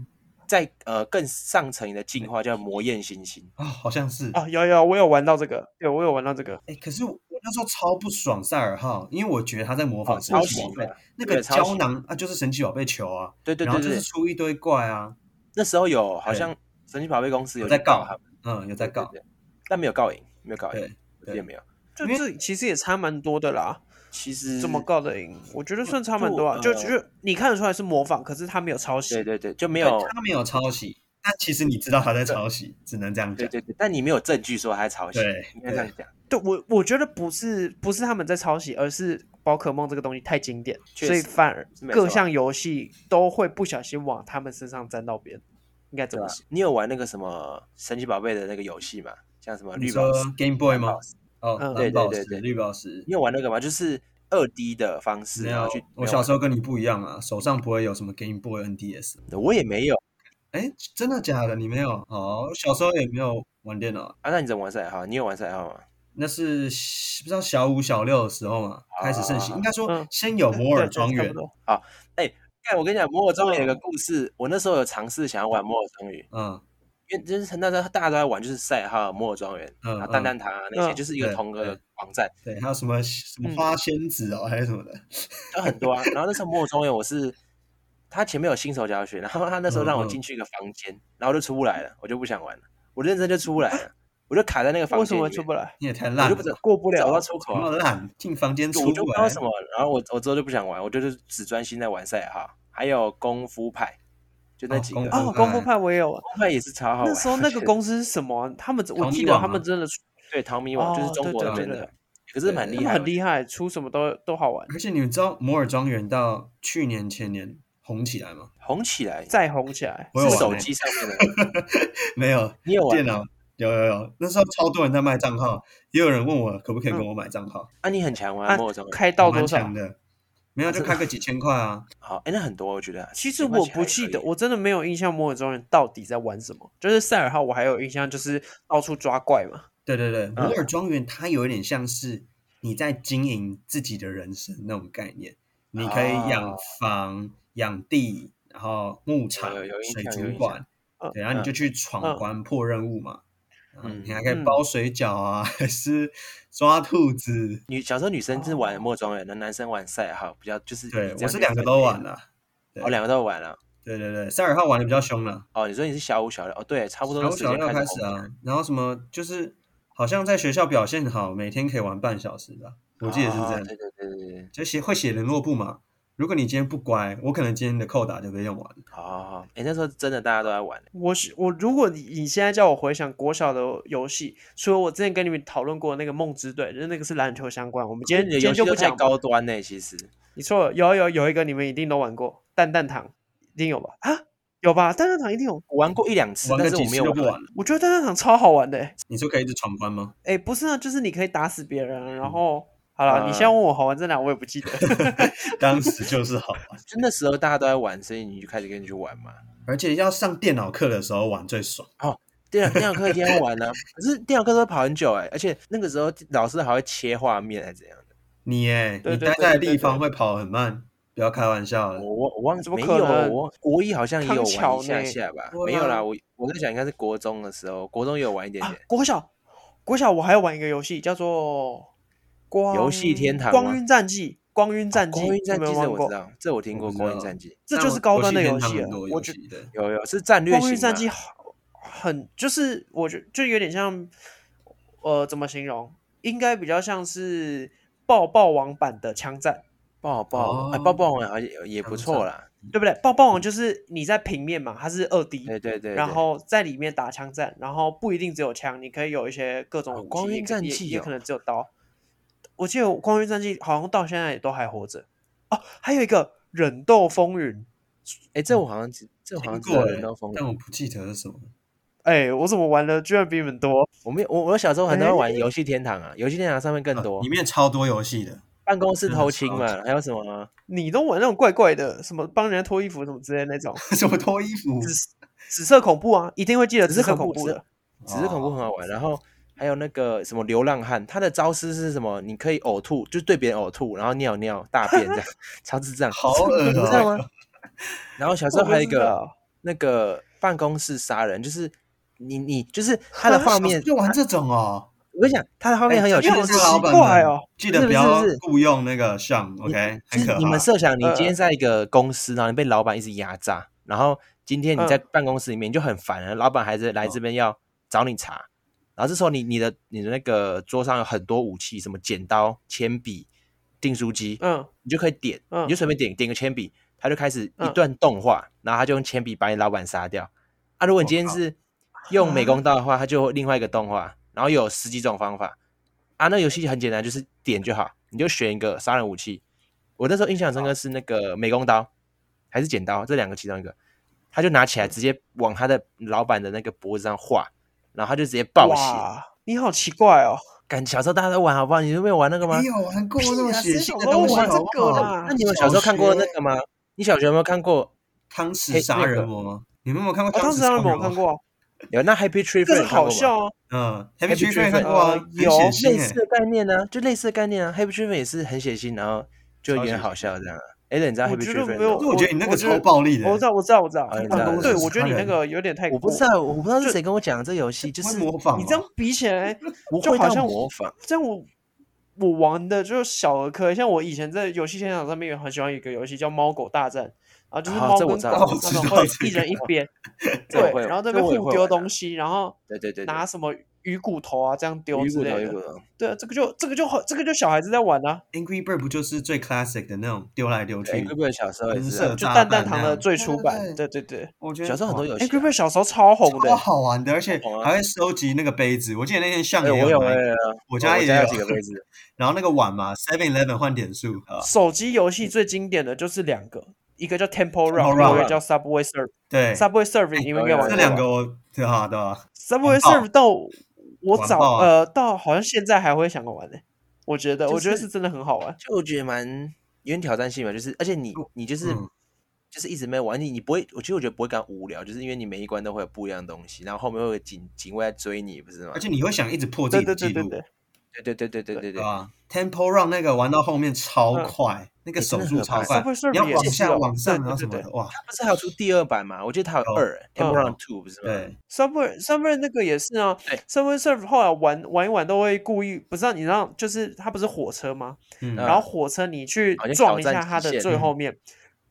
[SPEAKER 1] 再呃更上层的进化叫魔焰星星，
[SPEAKER 2] 啊，好像是哎、
[SPEAKER 3] 啊，有有我有玩到这个，对我有玩到这个，
[SPEAKER 2] 可是我那时候超不爽赛尔号，因为我觉得他在模仿
[SPEAKER 1] 哦
[SPEAKER 2] 神
[SPEAKER 1] 抄
[SPEAKER 2] 奇
[SPEAKER 1] 袭
[SPEAKER 2] 宝贝
[SPEAKER 1] 的，
[SPEAKER 2] 那个
[SPEAKER 1] 对抄袭
[SPEAKER 2] 胶囊啊，就是神奇宝贝球啊，
[SPEAKER 1] 对对
[SPEAKER 2] 然后
[SPEAKER 1] 对
[SPEAKER 2] 就
[SPEAKER 1] 对
[SPEAKER 2] 是
[SPEAKER 1] 对，
[SPEAKER 2] 出一堆怪啊，
[SPEAKER 1] 那时候有好
[SPEAKER 2] 对
[SPEAKER 1] 像神奇宝贝公司有
[SPEAKER 2] 有在
[SPEAKER 1] 去
[SPEAKER 2] 告
[SPEAKER 1] 他们，
[SPEAKER 2] 嗯，有在告，
[SPEAKER 1] 对，对对但没有告赢，没有告赢，
[SPEAKER 2] 对
[SPEAKER 1] 我记得没有。
[SPEAKER 3] 就
[SPEAKER 2] 因为
[SPEAKER 3] 这其实也差蛮多的啦，
[SPEAKER 1] 其实
[SPEAKER 3] 怎么告得赢？我觉得算差蛮
[SPEAKER 1] 嗯就
[SPEAKER 3] 多啊，就
[SPEAKER 1] 呃
[SPEAKER 3] 就你看得出来是模仿，可是他没有抄袭
[SPEAKER 1] 对，对对，就没
[SPEAKER 2] 没
[SPEAKER 1] 有，
[SPEAKER 2] 他没有抄袭，但其实你知道他在抄袭，只能这样
[SPEAKER 1] 对对
[SPEAKER 2] 讲，
[SPEAKER 1] 对，但你没有证据说他抄袭，
[SPEAKER 2] 对
[SPEAKER 1] 应该这样讲，
[SPEAKER 3] 对我，我觉得不是不是他们在抄袭，而是宝可梦这个东西太经典，
[SPEAKER 1] 确
[SPEAKER 3] 所以
[SPEAKER 1] 实
[SPEAKER 3] 反而
[SPEAKER 1] 是没错
[SPEAKER 3] 各
[SPEAKER 1] 啊
[SPEAKER 3] 项游戏都会不小心往他们身上沾到边，应该这
[SPEAKER 1] 对啊
[SPEAKER 3] 么
[SPEAKER 1] 吧
[SPEAKER 3] 说。？
[SPEAKER 1] 你有玩那个什么神奇宝贝的那个游戏吗？像什么
[SPEAKER 2] 你
[SPEAKER 1] 绿
[SPEAKER 2] 说
[SPEAKER 1] 宝石、
[SPEAKER 2] Game Boy 吗
[SPEAKER 1] 蓝宝？石
[SPEAKER 2] 哦，
[SPEAKER 3] 嗯
[SPEAKER 1] 对对
[SPEAKER 2] 蓝宝
[SPEAKER 1] 对
[SPEAKER 2] 石、
[SPEAKER 1] 对
[SPEAKER 2] 绿宝石，
[SPEAKER 1] 你有玩那个吗？就是二 D 的方式，
[SPEAKER 2] 没
[SPEAKER 1] 然
[SPEAKER 2] 有
[SPEAKER 1] 后去。
[SPEAKER 2] 我小时候跟你不一样啊，手上不会有什么 Game Boy、NDS。
[SPEAKER 1] 候我也没有
[SPEAKER 2] 哎，真的假的？你没有？哦，小时候也没有玩电脑，
[SPEAKER 1] 啊。那你怎么玩赛号？你有玩赛号吗？
[SPEAKER 2] 那是不知道小五、小六的时候嘛，开始盛行。
[SPEAKER 1] 啊
[SPEAKER 2] 应该说
[SPEAKER 3] 嗯
[SPEAKER 2] 先有呃摩
[SPEAKER 3] 对
[SPEAKER 2] 尔庄，
[SPEAKER 3] 对差
[SPEAKER 2] 园
[SPEAKER 3] 不，多
[SPEAKER 1] 哎，我跟你讲，摩尔庄园有个故事，我那时候有尝试想要玩摩尔庄园，
[SPEAKER 2] 嗯
[SPEAKER 1] 因为就是那时候大家都在玩，就是赛号、摩尔庄园，
[SPEAKER 2] 嗯
[SPEAKER 1] 然后
[SPEAKER 2] 嗯
[SPEAKER 1] 蛋蛋挞啊那些，
[SPEAKER 3] 嗯
[SPEAKER 1] 就是一个
[SPEAKER 2] 对
[SPEAKER 1] 同
[SPEAKER 2] 对
[SPEAKER 1] 个网站。
[SPEAKER 2] 对，还有什么什
[SPEAKER 1] 嗯
[SPEAKER 2] 么花仙子哦，还是什么的，
[SPEAKER 1] 有很多啊。然后那时候摩尔庄园，我是他前面有新手教学，然后他那时候让我
[SPEAKER 2] 嗯嗯
[SPEAKER 1] 进去一个房间，然后就出不来了，我就不想玩了，我认真就出不来了。我就卡在那个房
[SPEAKER 3] 为什
[SPEAKER 1] 间里
[SPEAKER 3] 么
[SPEAKER 1] 面，
[SPEAKER 3] 出不来？
[SPEAKER 2] 你也太
[SPEAKER 1] 我
[SPEAKER 2] 烂
[SPEAKER 1] 就
[SPEAKER 2] 了
[SPEAKER 1] 不知，道
[SPEAKER 3] 过不
[SPEAKER 1] 找
[SPEAKER 3] 了
[SPEAKER 1] 到，出口
[SPEAKER 2] 那
[SPEAKER 1] 啊，
[SPEAKER 2] 么烂，进房间
[SPEAKER 1] 就
[SPEAKER 2] 出
[SPEAKER 1] 我就
[SPEAKER 2] 不
[SPEAKER 1] 不知道
[SPEAKER 2] 来
[SPEAKER 1] 什。么。然后我我之后就不想玩，我就是只专心在玩赛亚哈，还有功夫派，就那
[SPEAKER 2] 哦
[SPEAKER 1] 几个。
[SPEAKER 2] 功
[SPEAKER 1] 功
[SPEAKER 3] 哦，
[SPEAKER 1] 夫
[SPEAKER 3] 功夫派我也有玩，
[SPEAKER 1] 派哦也是超好玩。
[SPEAKER 3] 那时候那个公司是什么啊？他们
[SPEAKER 2] 淘
[SPEAKER 3] 我
[SPEAKER 2] 米
[SPEAKER 3] 记得
[SPEAKER 2] 网
[SPEAKER 3] 他们
[SPEAKER 2] 吗
[SPEAKER 3] 真的出
[SPEAKER 1] 对淘米网就是
[SPEAKER 3] 哦
[SPEAKER 1] 中
[SPEAKER 3] 对
[SPEAKER 1] 国
[SPEAKER 3] 对
[SPEAKER 1] 那
[SPEAKER 2] 对
[SPEAKER 1] 边
[SPEAKER 3] 对
[SPEAKER 1] 的，可是蛮
[SPEAKER 3] 他
[SPEAKER 1] 厉
[SPEAKER 3] 们
[SPEAKER 1] 害
[SPEAKER 3] 很
[SPEAKER 1] 的。
[SPEAKER 3] 厉害，出什么都都好玩，
[SPEAKER 2] 而且你们知道摩尔庄园到去年前年红起来吗？
[SPEAKER 1] 红起来
[SPEAKER 3] 再红起来。
[SPEAKER 2] 我有
[SPEAKER 1] 是
[SPEAKER 2] 玩
[SPEAKER 1] 手
[SPEAKER 2] 欸
[SPEAKER 1] 机上面的，
[SPEAKER 2] 没有，
[SPEAKER 1] 你有玩
[SPEAKER 2] 电脑有有有，那时候超多人在卖账号，也有人问我可不
[SPEAKER 1] 嗯
[SPEAKER 2] 可以跟我买账号，
[SPEAKER 1] 啊？你很强吗？
[SPEAKER 3] 啊
[SPEAKER 1] 莫尔庄，园
[SPEAKER 3] 开到
[SPEAKER 2] 我蛮
[SPEAKER 3] 多少
[SPEAKER 2] 强？的，没有就开个几千块啊，
[SPEAKER 1] 好，哎，那很多我觉得。
[SPEAKER 3] 其实
[SPEAKER 1] 10块
[SPEAKER 3] 我
[SPEAKER 1] 钱
[SPEAKER 3] 不
[SPEAKER 1] 还
[SPEAKER 3] 记
[SPEAKER 1] 可以
[SPEAKER 3] 得，我真的没有印象《摩尔庄园》到底在玩什么。就是塞尔号，我还有印象，就是到处抓怪嘛。
[SPEAKER 2] 对对
[SPEAKER 1] 嗯
[SPEAKER 2] 对，摩尔庄园它有一点像是你在经营自己的人生那种概念，你可以养
[SPEAKER 1] 啊
[SPEAKER 2] 房、养地，然后牧场
[SPEAKER 1] 有有印、
[SPEAKER 2] 水
[SPEAKER 1] 象有
[SPEAKER 2] 族
[SPEAKER 1] 印
[SPEAKER 2] 馆
[SPEAKER 3] 嗯，
[SPEAKER 2] 对，然后你就去闯
[SPEAKER 3] 嗯
[SPEAKER 2] 关破任务嘛。然后
[SPEAKER 1] 嗯
[SPEAKER 2] 你还可以包水饺啊， 还是抓兔子？
[SPEAKER 1] 女小时候女生是玩
[SPEAKER 3] 哦
[SPEAKER 1] 莫尔庄园，那男生玩赛亚哈，比较就是以
[SPEAKER 2] 对，
[SPEAKER 1] 这
[SPEAKER 2] 我
[SPEAKER 1] 样
[SPEAKER 2] 是
[SPEAKER 1] 去
[SPEAKER 2] 两个
[SPEAKER 1] 分
[SPEAKER 2] 都
[SPEAKER 1] 类
[SPEAKER 2] 玩
[SPEAKER 1] 的，
[SPEAKER 2] 了。对
[SPEAKER 1] 哦，两个都玩了。
[SPEAKER 2] 对对对，赛尔号玩的比较凶了。
[SPEAKER 1] 哦，你说你是小五小六哦，对，差不多
[SPEAKER 2] 小
[SPEAKER 1] 的
[SPEAKER 2] 五
[SPEAKER 1] 时
[SPEAKER 2] 小
[SPEAKER 1] 间
[SPEAKER 2] 六
[SPEAKER 1] 开
[SPEAKER 2] 开
[SPEAKER 1] 红
[SPEAKER 2] 始
[SPEAKER 1] 起来
[SPEAKER 2] 啊，然后什么就是好像在学校表现好，每天可以玩半小时的，我记得是这
[SPEAKER 1] 哦
[SPEAKER 2] 样。
[SPEAKER 1] 对对对对对，
[SPEAKER 2] 就写会写联络簿嘛。如果你今天不乖，我可能今天的扣打就被用完了。
[SPEAKER 1] 哦，哎，那时候真的大家都在玩，
[SPEAKER 3] 我是我，如果你你现在叫我回想国小的游戏，除了我之前跟你们讨论过的那个梦之队，就是那个是篮球相关，我们今天
[SPEAKER 1] 你的
[SPEAKER 3] 今
[SPEAKER 1] 游
[SPEAKER 3] 天
[SPEAKER 1] 戏
[SPEAKER 3] 就
[SPEAKER 1] 都
[SPEAKER 3] 不
[SPEAKER 1] 太
[SPEAKER 3] 讲。
[SPEAKER 1] 高端呢，其实
[SPEAKER 3] 你错了，有啊有有一个你们一定都玩过，蛋蛋堂一定有吧？啊，有吧？蛋蛋堂一定有，
[SPEAKER 1] 我玩过一两次，
[SPEAKER 2] 玩
[SPEAKER 1] 但
[SPEAKER 2] 个
[SPEAKER 1] 是
[SPEAKER 2] 几
[SPEAKER 1] 我没
[SPEAKER 2] 次
[SPEAKER 1] 有
[SPEAKER 2] 就不
[SPEAKER 1] 玩
[SPEAKER 2] 玩了。
[SPEAKER 3] 我觉得蛋蛋堂超好玩的、欸。
[SPEAKER 2] 你说可以一直闯关吗？
[SPEAKER 3] 哎、不是啊，就是你可以打死别人，啊然后好了，
[SPEAKER 1] 嗯呃
[SPEAKER 3] 你先问我好玩在哪，我也不记 得。
[SPEAKER 2] 当时就是好玩，
[SPEAKER 1] 就那时候大家都在玩，所以你就开始跟你去玩嘛。
[SPEAKER 2] 而且要上电脑课的时候玩最爽。
[SPEAKER 1] 电脑电脑课一天要玩呢、可是电脑课都会跑很久哎、而且那个时候老师还会切画面还是怎样的，
[SPEAKER 2] 你哎，
[SPEAKER 3] 对
[SPEAKER 2] 你
[SPEAKER 3] 对
[SPEAKER 2] 待
[SPEAKER 3] 对
[SPEAKER 2] 在的
[SPEAKER 3] 对
[SPEAKER 2] 地
[SPEAKER 3] 对
[SPEAKER 2] 方会跑很慢，不要开玩笑了。
[SPEAKER 1] 我我我忘记
[SPEAKER 3] 怎么
[SPEAKER 1] 没
[SPEAKER 3] 可
[SPEAKER 1] 有，
[SPEAKER 3] 能
[SPEAKER 1] 我国一好像也有玩一下下吧
[SPEAKER 2] 康桥，呢
[SPEAKER 1] 没有
[SPEAKER 2] 对
[SPEAKER 1] 啦，
[SPEAKER 2] 啊
[SPEAKER 1] 我我在想应该是国中的时候，国中也有玩一点
[SPEAKER 3] 啊
[SPEAKER 1] 点，，
[SPEAKER 3] 国小，国小我还要玩一个游戏，叫做光
[SPEAKER 1] 游戏天堂吗啊
[SPEAKER 3] 光晕战记》。光晕战记》
[SPEAKER 1] 光晕战
[SPEAKER 3] 你
[SPEAKER 1] 记
[SPEAKER 3] 有没有
[SPEAKER 1] 这
[SPEAKER 3] 玩
[SPEAKER 1] 我
[SPEAKER 3] 过
[SPEAKER 1] 知？道，这我听
[SPEAKER 2] 我
[SPEAKER 1] 过
[SPEAKER 2] 不
[SPEAKER 1] 光
[SPEAKER 2] 知
[SPEAKER 1] 晕
[SPEAKER 2] 道
[SPEAKER 1] 战记，
[SPEAKER 3] 这
[SPEAKER 2] 但
[SPEAKER 3] 就是
[SPEAKER 2] 我
[SPEAKER 3] 高
[SPEAKER 2] 我
[SPEAKER 3] 端的
[SPEAKER 2] 信
[SPEAKER 3] 游
[SPEAKER 2] 天堂
[SPEAKER 3] 戏
[SPEAKER 2] 很
[SPEAKER 1] 啊
[SPEAKER 3] 了
[SPEAKER 2] 多
[SPEAKER 3] 我
[SPEAKER 2] 游
[SPEAKER 3] 觉
[SPEAKER 2] 戏的，
[SPEAKER 1] 有有是战略型
[SPEAKER 3] 光晕
[SPEAKER 1] 嘛
[SPEAKER 3] 战记好很就是我觉就有点像，呃，怎么形容？应该比较像是爆爆王版的枪战，
[SPEAKER 1] 抱抱，哎，
[SPEAKER 2] 哦
[SPEAKER 1] 抱抱王好像也也不
[SPEAKER 2] 想不
[SPEAKER 1] 错
[SPEAKER 3] 啊
[SPEAKER 2] 到
[SPEAKER 1] 啦。
[SPEAKER 3] 对不对？爆爆王就是你在平面嘛，它是二 D，
[SPEAKER 1] 对对对，
[SPEAKER 3] 然
[SPEAKER 1] 对
[SPEAKER 3] 后在里面打枪战，然后不一定只有枪，你可以有一些各种
[SPEAKER 1] 哦
[SPEAKER 3] 武器，
[SPEAKER 1] 光晕
[SPEAKER 3] 也可
[SPEAKER 1] 战
[SPEAKER 3] 也
[SPEAKER 1] 记
[SPEAKER 3] 也
[SPEAKER 1] 哦
[SPEAKER 3] 可能只有刀。我记得《光晕战记》好像到现在也都还活着哦。还有一个《忍斗风云》，
[SPEAKER 1] 哎，这
[SPEAKER 3] 嗯
[SPEAKER 1] 我好像知这我好
[SPEAKER 2] 听
[SPEAKER 1] 像知
[SPEAKER 2] 过
[SPEAKER 1] 道
[SPEAKER 3] 欸
[SPEAKER 2] 了
[SPEAKER 1] 人都疯
[SPEAKER 2] 但
[SPEAKER 1] 了。
[SPEAKER 2] 我不记得是什么。
[SPEAKER 3] 哎，我怎么玩的居然比你们多？
[SPEAKER 1] 我们我我小时候很多人
[SPEAKER 3] 哎
[SPEAKER 1] 玩游戏天堂啊，游戏天堂上面更
[SPEAKER 2] 啊
[SPEAKER 1] 多
[SPEAKER 2] 里，面超多游戏的，
[SPEAKER 1] 办公
[SPEAKER 3] 嗯
[SPEAKER 1] 室
[SPEAKER 2] 真的
[SPEAKER 1] 偷
[SPEAKER 2] 超
[SPEAKER 1] 亲嘛，还有什么啊？
[SPEAKER 3] 你都玩那种怪怪的，什么帮人家脱衣服什么之类的那种，
[SPEAKER 2] 什么脱衣服，
[SPEAKER 3] 紫色恐怖啊，一定会记得
[SPEAKER 1] 紫
[SPEAKER 3] 紫
[SPEAKER 1] 色
[SPEAKER 3] 色
[SPEAKER 1] 恐
[SPEAKER 3] 恐
[SPEAKER 1] 怖
[SPEAKER 3] 怖
[SPEAKER 1] 是
[SPEAKER 3] 的。
[SPEAKER 1] 只是恐怖很
[SPEAKER 2] 哦
[SPEAKER 1] 好玩。然后还有那个什么流浪汉，他的招式是什么？你可以呕吐，就是对别人呕吐，然后尿尿、大便 这样，超智障，
[SPEAKER 2] 好
[SPEAKER 1] 你
[SPEAKER 2] 恶
[SPEAKER 1] 不知道
[SPEAKER 2] 哦
[SPEAKER 1] 吗？然后小时
[SPEAKER 3] 我
[SPEAKER 1] 候
[SPEAKER 3] 不
[SPEAKER 1] 还有一
[SPEAKER 3] 知
[SPEAKER 1] 个
[SPEAKER 3] 道
[SPEAKER 1] 那个办公室杀人，就是你你就是他
[SPEAKER 2] 啊
[SPEAKER 1] 的画面，
[SPEAKER 2] 就玩这种哦。
[SPEAKER 1] 我跟你讲，他的画面
[SPEAKER 2] 哎
[SPEAKER 1] 很有
[SPEAKER 2] 这
[SPEAKER 1] 趣，
[SPEAKER 2] 个
[SPEAKER 1] 就
[SPEAKER 3] 好
[SPEAKER 1] 是
[SPEAKER 2] 是老板
[SPEAKER 3] 奇怪
[SPEAKER 2] 们
[SPEAKER 3] 哦
[SPEAKER 2] 记得
[SPEAKER 1] 是不
[SPEAKER 2] 不
[SPEAKER 1] 是
[SPEAKER 2] 要
[SPEAKER 1] 是不是
[SPEAKER 2] 雇佣那个像，OK，
[SPEAKER 1] 就
[SPEAKER 2] 很
[SPEAKER 1] 是
[SPEAKER 2] 可嗯
[SPEAKER 1] 你们
[SPEAKER 2] 怕。
[SPEAKER 1] 设想，你今天
[SPEAKER 3] 呃
[SPEAKER 1] 在一个公司，然后你被老板一直压榨，然后今天你在
[SPEAKER 3] 嗯
[SPEAKER 1] 办公室里面就很烦了，老板还是来
[SPEAKER 2] 嗯
[SPEAKER 1] 这边要找你茬，然后这时候你你的你的那个桌上有很多武器，什么剪刀、铅笔、订书机，
[SPEAKER 3] 嗯，
[SPEAKER 1] 你就可以点，
[SPEAKER 3] 嗯
[SPEAKER 1] 你就随便点点个铅笔，他就开始一
[SPEAKER 3] 嗯
[SPEAKER 1] 段动画，然后他就用铅笔把你老板杀掉。啊，如果你今天
[SPEAKER 2] 我靠
[SPEAKER 1] 是用美
[SPEAKER 3] 哦啊
[SPEAKER 1] 工刀的话，它就会另外一个动画，然后有十几种方法。啊，那游戏很简单，就是点就好，你就选一个杀人武器。我那时候印象深刻是那个美工刀还是剪刀，这两个其中一个，他就拿起
[SPEAKER 3] 嗯
[SPEAKER 1] 来直接往他的老板的那个脖子上划，然后他就直接爆血。
[SPEAKER 3] 哇，你好奇怪哦。
[SPEAKER 1] 感小时候大家都玩好不好？你都没有玩那
[SPEAKER 3] 哎
[SPEAKER 1] 个吗？啊
[SPEAKER 2] 没有玩过那种血腥
[SPEAKER 3] 屁
[SPEAKER 2] 的
[SPEAKER 3] 啦
[SPEAKER 2] 东西，
[SPEAKER 3] 谁想
[SPEAKER 2] 好
[SPEAKER 3] 到
[SPEAKER 2] 不
[SPEAKER 3] 我玩这个
[SPEAKER 2] 好
[SPEAKER 3] 啦？
[SPEAKER 1] 那你们小时候看过那
[SPEAKER 2] 小学
[SPEAKER 1] 个吗？你小学有没有看过
[SPEAKER 2] 汤
[SPEAKER 1] 黑
[SPEAKER 2] 匙杀
[SPEAKER 1] 那个
[SPEAKER 2] 人魔吗？你们有没有看过
[SPEAKER 3] 哦，
[SPEAKER 2] 汤
[SPEAKER 3] 当
[SPEAKER 2] 匙
[SPEAKER 3] 时
[SPEAKER 2] 杀
[SPEAKER 3] 当然没
[SPEAKER 2] 人魔？
[SPEAKER 3] 有看过啊，
[SPEAKER 1] 有那 Happy Tree Friend
[SPEAKER 3] 但是好
[SPEAKER 1] 看过吗
[SPEAKER 3] 笑啊。
[SPEAKER 2] 嗯
[SPEAKER 1] 黑
[SPEAKER 2] ，Happy
[SPEAKER 1] 皮
[SPEAKER 2] Tree
[SPEAKER 1] 吹
[SPEAKER 2] Friend
[SPEAKER 1] 风
[SPEAKER 2] 看过啊，
[SPEAKER 3] 呃
[SPEAKER 2] 很
[SPEAKER 3] 有
[SPEAKER 2] 血
[SPEAKER 1] 哦类
[SPEAKER 2] 腥
[SPEAKER 1] 似
[SPEAKER 2] 欸
[SPEAKER 1] 的概念呢、就类似的概念啊。Happy Tree Friend 也是很血腥，然后就有点好笑这样啊。哎，你知道
[SPEAKER 3] 我
[SPEAKER 1] Happy
[SPEAKER 3] 觉
[SPEAKER 1] Tree
[SPEAKER 3] 得
[SPEAKER 1] Friend
[SPEAKER 3] 没有
[SPEAKER 1] 吗
[SPEAKER 2] 可是我觉得你那
[SPEAKER 3] 我
[SPEAKER 2] 个
[SPEAKER 3] 觉得
[SPEAKER 2] 超暴力的
[SPEAKER 3] 我知
[SPEAKER 2] 欸，
[SPEAKER 3] 道，我知道，我知道
[SPEAKER 1] 啊你。知道
[SPEAKER 3] 办公对，
[SPEAKER 1] 是
[SPEAKER 3] 我觉得你
[SPEAKER 2] 杀
[SPEAKER 3] 那
[SPEAKER 2] 人
[SPEAKER 3] 个有点太过。
[SPEAKER 1] 我不知道，我不知道是谁啊跟我讲这游戏，就
[SPEAKER 2] 会
[SPEAKER 1] 是
[SPEAKER 2] 模仿
[SPEAKER 3] 你
[SPEAKER 2] 哦
[SPEAKER 3] 这样比起来，
[SPEAKER 1] 不
[SPEAKER 3] 就
[SPEAKER 1] 会
[SPEAKER 3] 好
[SPEAKER 1] 到
[SPEAKER 3] 像
[SPEAKER 1] 模仿。
[SPEAKER 3] 这样我我玩的就是小儿科。像我以前在游戏现场上面也很喜欢有一个游戏叫《猫狗大战》，然后就是
[SPEAKER 1] 啊
[SPEAKER 3] 猫
[SPEAKER 1] 这
[SPEAKER 3] 跟
[SPEAKER 1] 我
[SPEAKER 3] 狗
[SPEAKER 1] 知道
[SPEAKER 2] 我
[SPEAKER 3] 那
[SPEAKER 2] 知
[SPEAKER 3] 种
[SPEAKER 2] 道
[SPEAKER 3] 会
[SPEAKER 2] 这
[SPEAKER 3] 一人一边，
[SPEAKER 1] 这我
[SPEAKER 3] 对
[SPEAKER 1] 会，
[SPEAKER 3] 然后在
[SPEAKER 1] 这
[SPEAKER 3] 那
[SPEAKER 1] 我也会
[SPEAKER 3] 边互
[SPEAKER 1] 玩
[SPEAKER 3] 丢
[SPEAKER 1] 啊
[SPEAKER 3] 东西，然后
[SPEAKER 1] 对对对对，
[SPEAKER 3] 拿什么鱼骨头啊这样丢
[SPEAKER 1] 鱼
[SPEAKER 3] 之
[SPEAKER 1] 骨头，
[SPEAKER 3] 类
[SPEAKER 1] 鱼骨
[SPEAKER 3] 的。
[SPEAKER 1] 头，
[SPEAKER 3] 对啊，这个就这个就好，这个就小孩子在玩啊，
[SPEAKER 2] Angry Bird 不就是最 classic 的那种丢来丢
[SPEAKER 1] 对
[SPEAKER 2] 去？
[SPEAKER 1] ，Angry Bird 小时候也
[SPEAKER 2] 喷
[SPEAKER 1] 是
[SPEAKER 2] 射
[SPEAKER 1] 啊，
[SPEAKER 3] 就
[SPEAKER 2] 呃炸
[SPEAKER 3] 蛋蛋
[SPEAKER 2] 弹
[SPEAKER 3] 糖
[SPEAKER 2] 那
[SPEAKER 3] 的
[SPEAKER 2] 样
[SPEAKER 3] 最初版。
[SPEAKER 2] 对
[SPEAKER 3] 对对对
[SPEAKER 2] 我觉得
[SPEAKER 1] 小时候很多游戏
[SPEAKER 3] 哎
[SPEAKER 1] 啊，
[SPEAKER 3] ，Angry Bird 小时候超红的欸
[SPEAKER 2] 超，好玩的，而且
[SPEAKER 1] 超红啊
[SPEAKER 2] 还会收集那个杯子。我记得那天像
[SPEAKER 1] 哎，
[SPEAKER 2] 也
[SPEAKER 1] 我有，我
[SPEAKER 2] 买，
[SPEAKER 1] 有，
[SPEAKER 2] 我
[SPEAKER 1] 我
[SPEAKER 2] 家也
[SPEAKER 1] 家有几
[SPEAKER 2] 有。
[SPEAKER 1] 个杯子，
[SPEAKER 2] 然后那个碗嘛，Seven Eleven 换点数啊，
[SPEAKER 3] 手机游戏最经典的就是两个，一个叫 Temple
[SPEAKER 2] Temple
[SPEAKER 3] Run，一
[SPEAKER 1] Run
[SPEAKER 3] 个叫 Subway Surf，Subway
[SPEAKER 2] 对，
[SPEAKER 3] Surf 你们应该玩过吧
[SPEAKER 2] 这两个我对啊对啊，
[SPEAKER 3] Subway
[SPEAKER 2] 完爆
[SPEAKER 3] Surf 到我
[SPEAKER 2] 完
[SPEAKER 3] 早
[SPEAKER 2] 爆啊
[SPEAKER 3] 呃到好像现在还会想要玩呢、我觉得、
[SPEAKER 1] 就
[SPEAKER 3] 我觉得
[SPEAKER 1] 是
[SPEAKER 3] 是真的很好玩。
[SPEAKER 1] 就我觉得蛮有点挑战性嘛，就是而且你你就是
[SPEAKER 2] 嗯
[SPEAKER 1] 就是一直没有玩，你你不会，我其实我觉得不会感到无聊，就是因为你每一关都会有不一样的东西，然后后面会有警警卫在追你，不是吗
[SPEAKER 2] 而？且你会想一直破自
[SPEAKER 3] 对
[SPEAKER 2] 己的
[SPEAKER 3] 对
[SPEAKER 2] 记
[SPEAKER 3] 对对
[SPEAKER 2] 录，
[SPEAKER 1] 对
[SPEAKER 3] 对，
[SPEAKER 1] 对对对对对对，
[SPEAKER 2] 吧？Temple Run 那个玩到后面超
[SPEAKER 3] 嗯
[SPEAKER 2] 快，那个
[SPEAKER 1] 哎真
[SPEAKER 2] 手
[SPEAKER 1] 的
[SPEAKER 2] 速
[SPEAKER 1] 很
[SPEAKER 2] 超
[SPEAKER 1] 快
[SPEAKER 2] 快
[SPEAKER 3] Subway，Surf
[SPEAKER 2] 你要
[SPEAKER 3] 也
[SPEAKER 2] 往
[SPEAKER 3] 是
[SPEAKER 2] 下
[SPEAKER 3] 哦
[SPEAKER 2] 往上，
[SPEAKER 3] 对
[SPEAKER 2] 然后
[SPEAKER 3] 对
[SPEAKER 2] 什么
[SPEAKER 3] 对
[SPEAKER 2] 的，哇，
[SPEAKER 1] 它不是还有出第二版吗？我记得它有
[SPEAKER 2] 有
[SPEAKER 1] 二、欸、
[SPEAKER 3] 嗯
[SPEAKER 1] Temple Run Two 不是吗？
[SPEAKER 2] 对，
[SPEAKER 3] Subway Subway 那个也是啊
[SPEAKER 1] 对
[SPEAKER 3] ，Subway Surf 后来玩玩一玩都会故意，不知道你知道，就是它不是火车吗？
[SPEAKER 2] 嗯，
[SPEAKER 1] 嗯
[SPEAKER 3] 然后火车你去
[SPEAKER 1] 好像
[SPEAKER 3] 撞一
[SPEAKER 1] 挑
[SPEAKER 3] 下
[SPEAKER 1] 战
[SPEAKER 3] 它
[SPEAKER 1] 极
[SPEAKER 3] 的
[SPEAKER 1] 限
[SPEAKER 3] 最后面，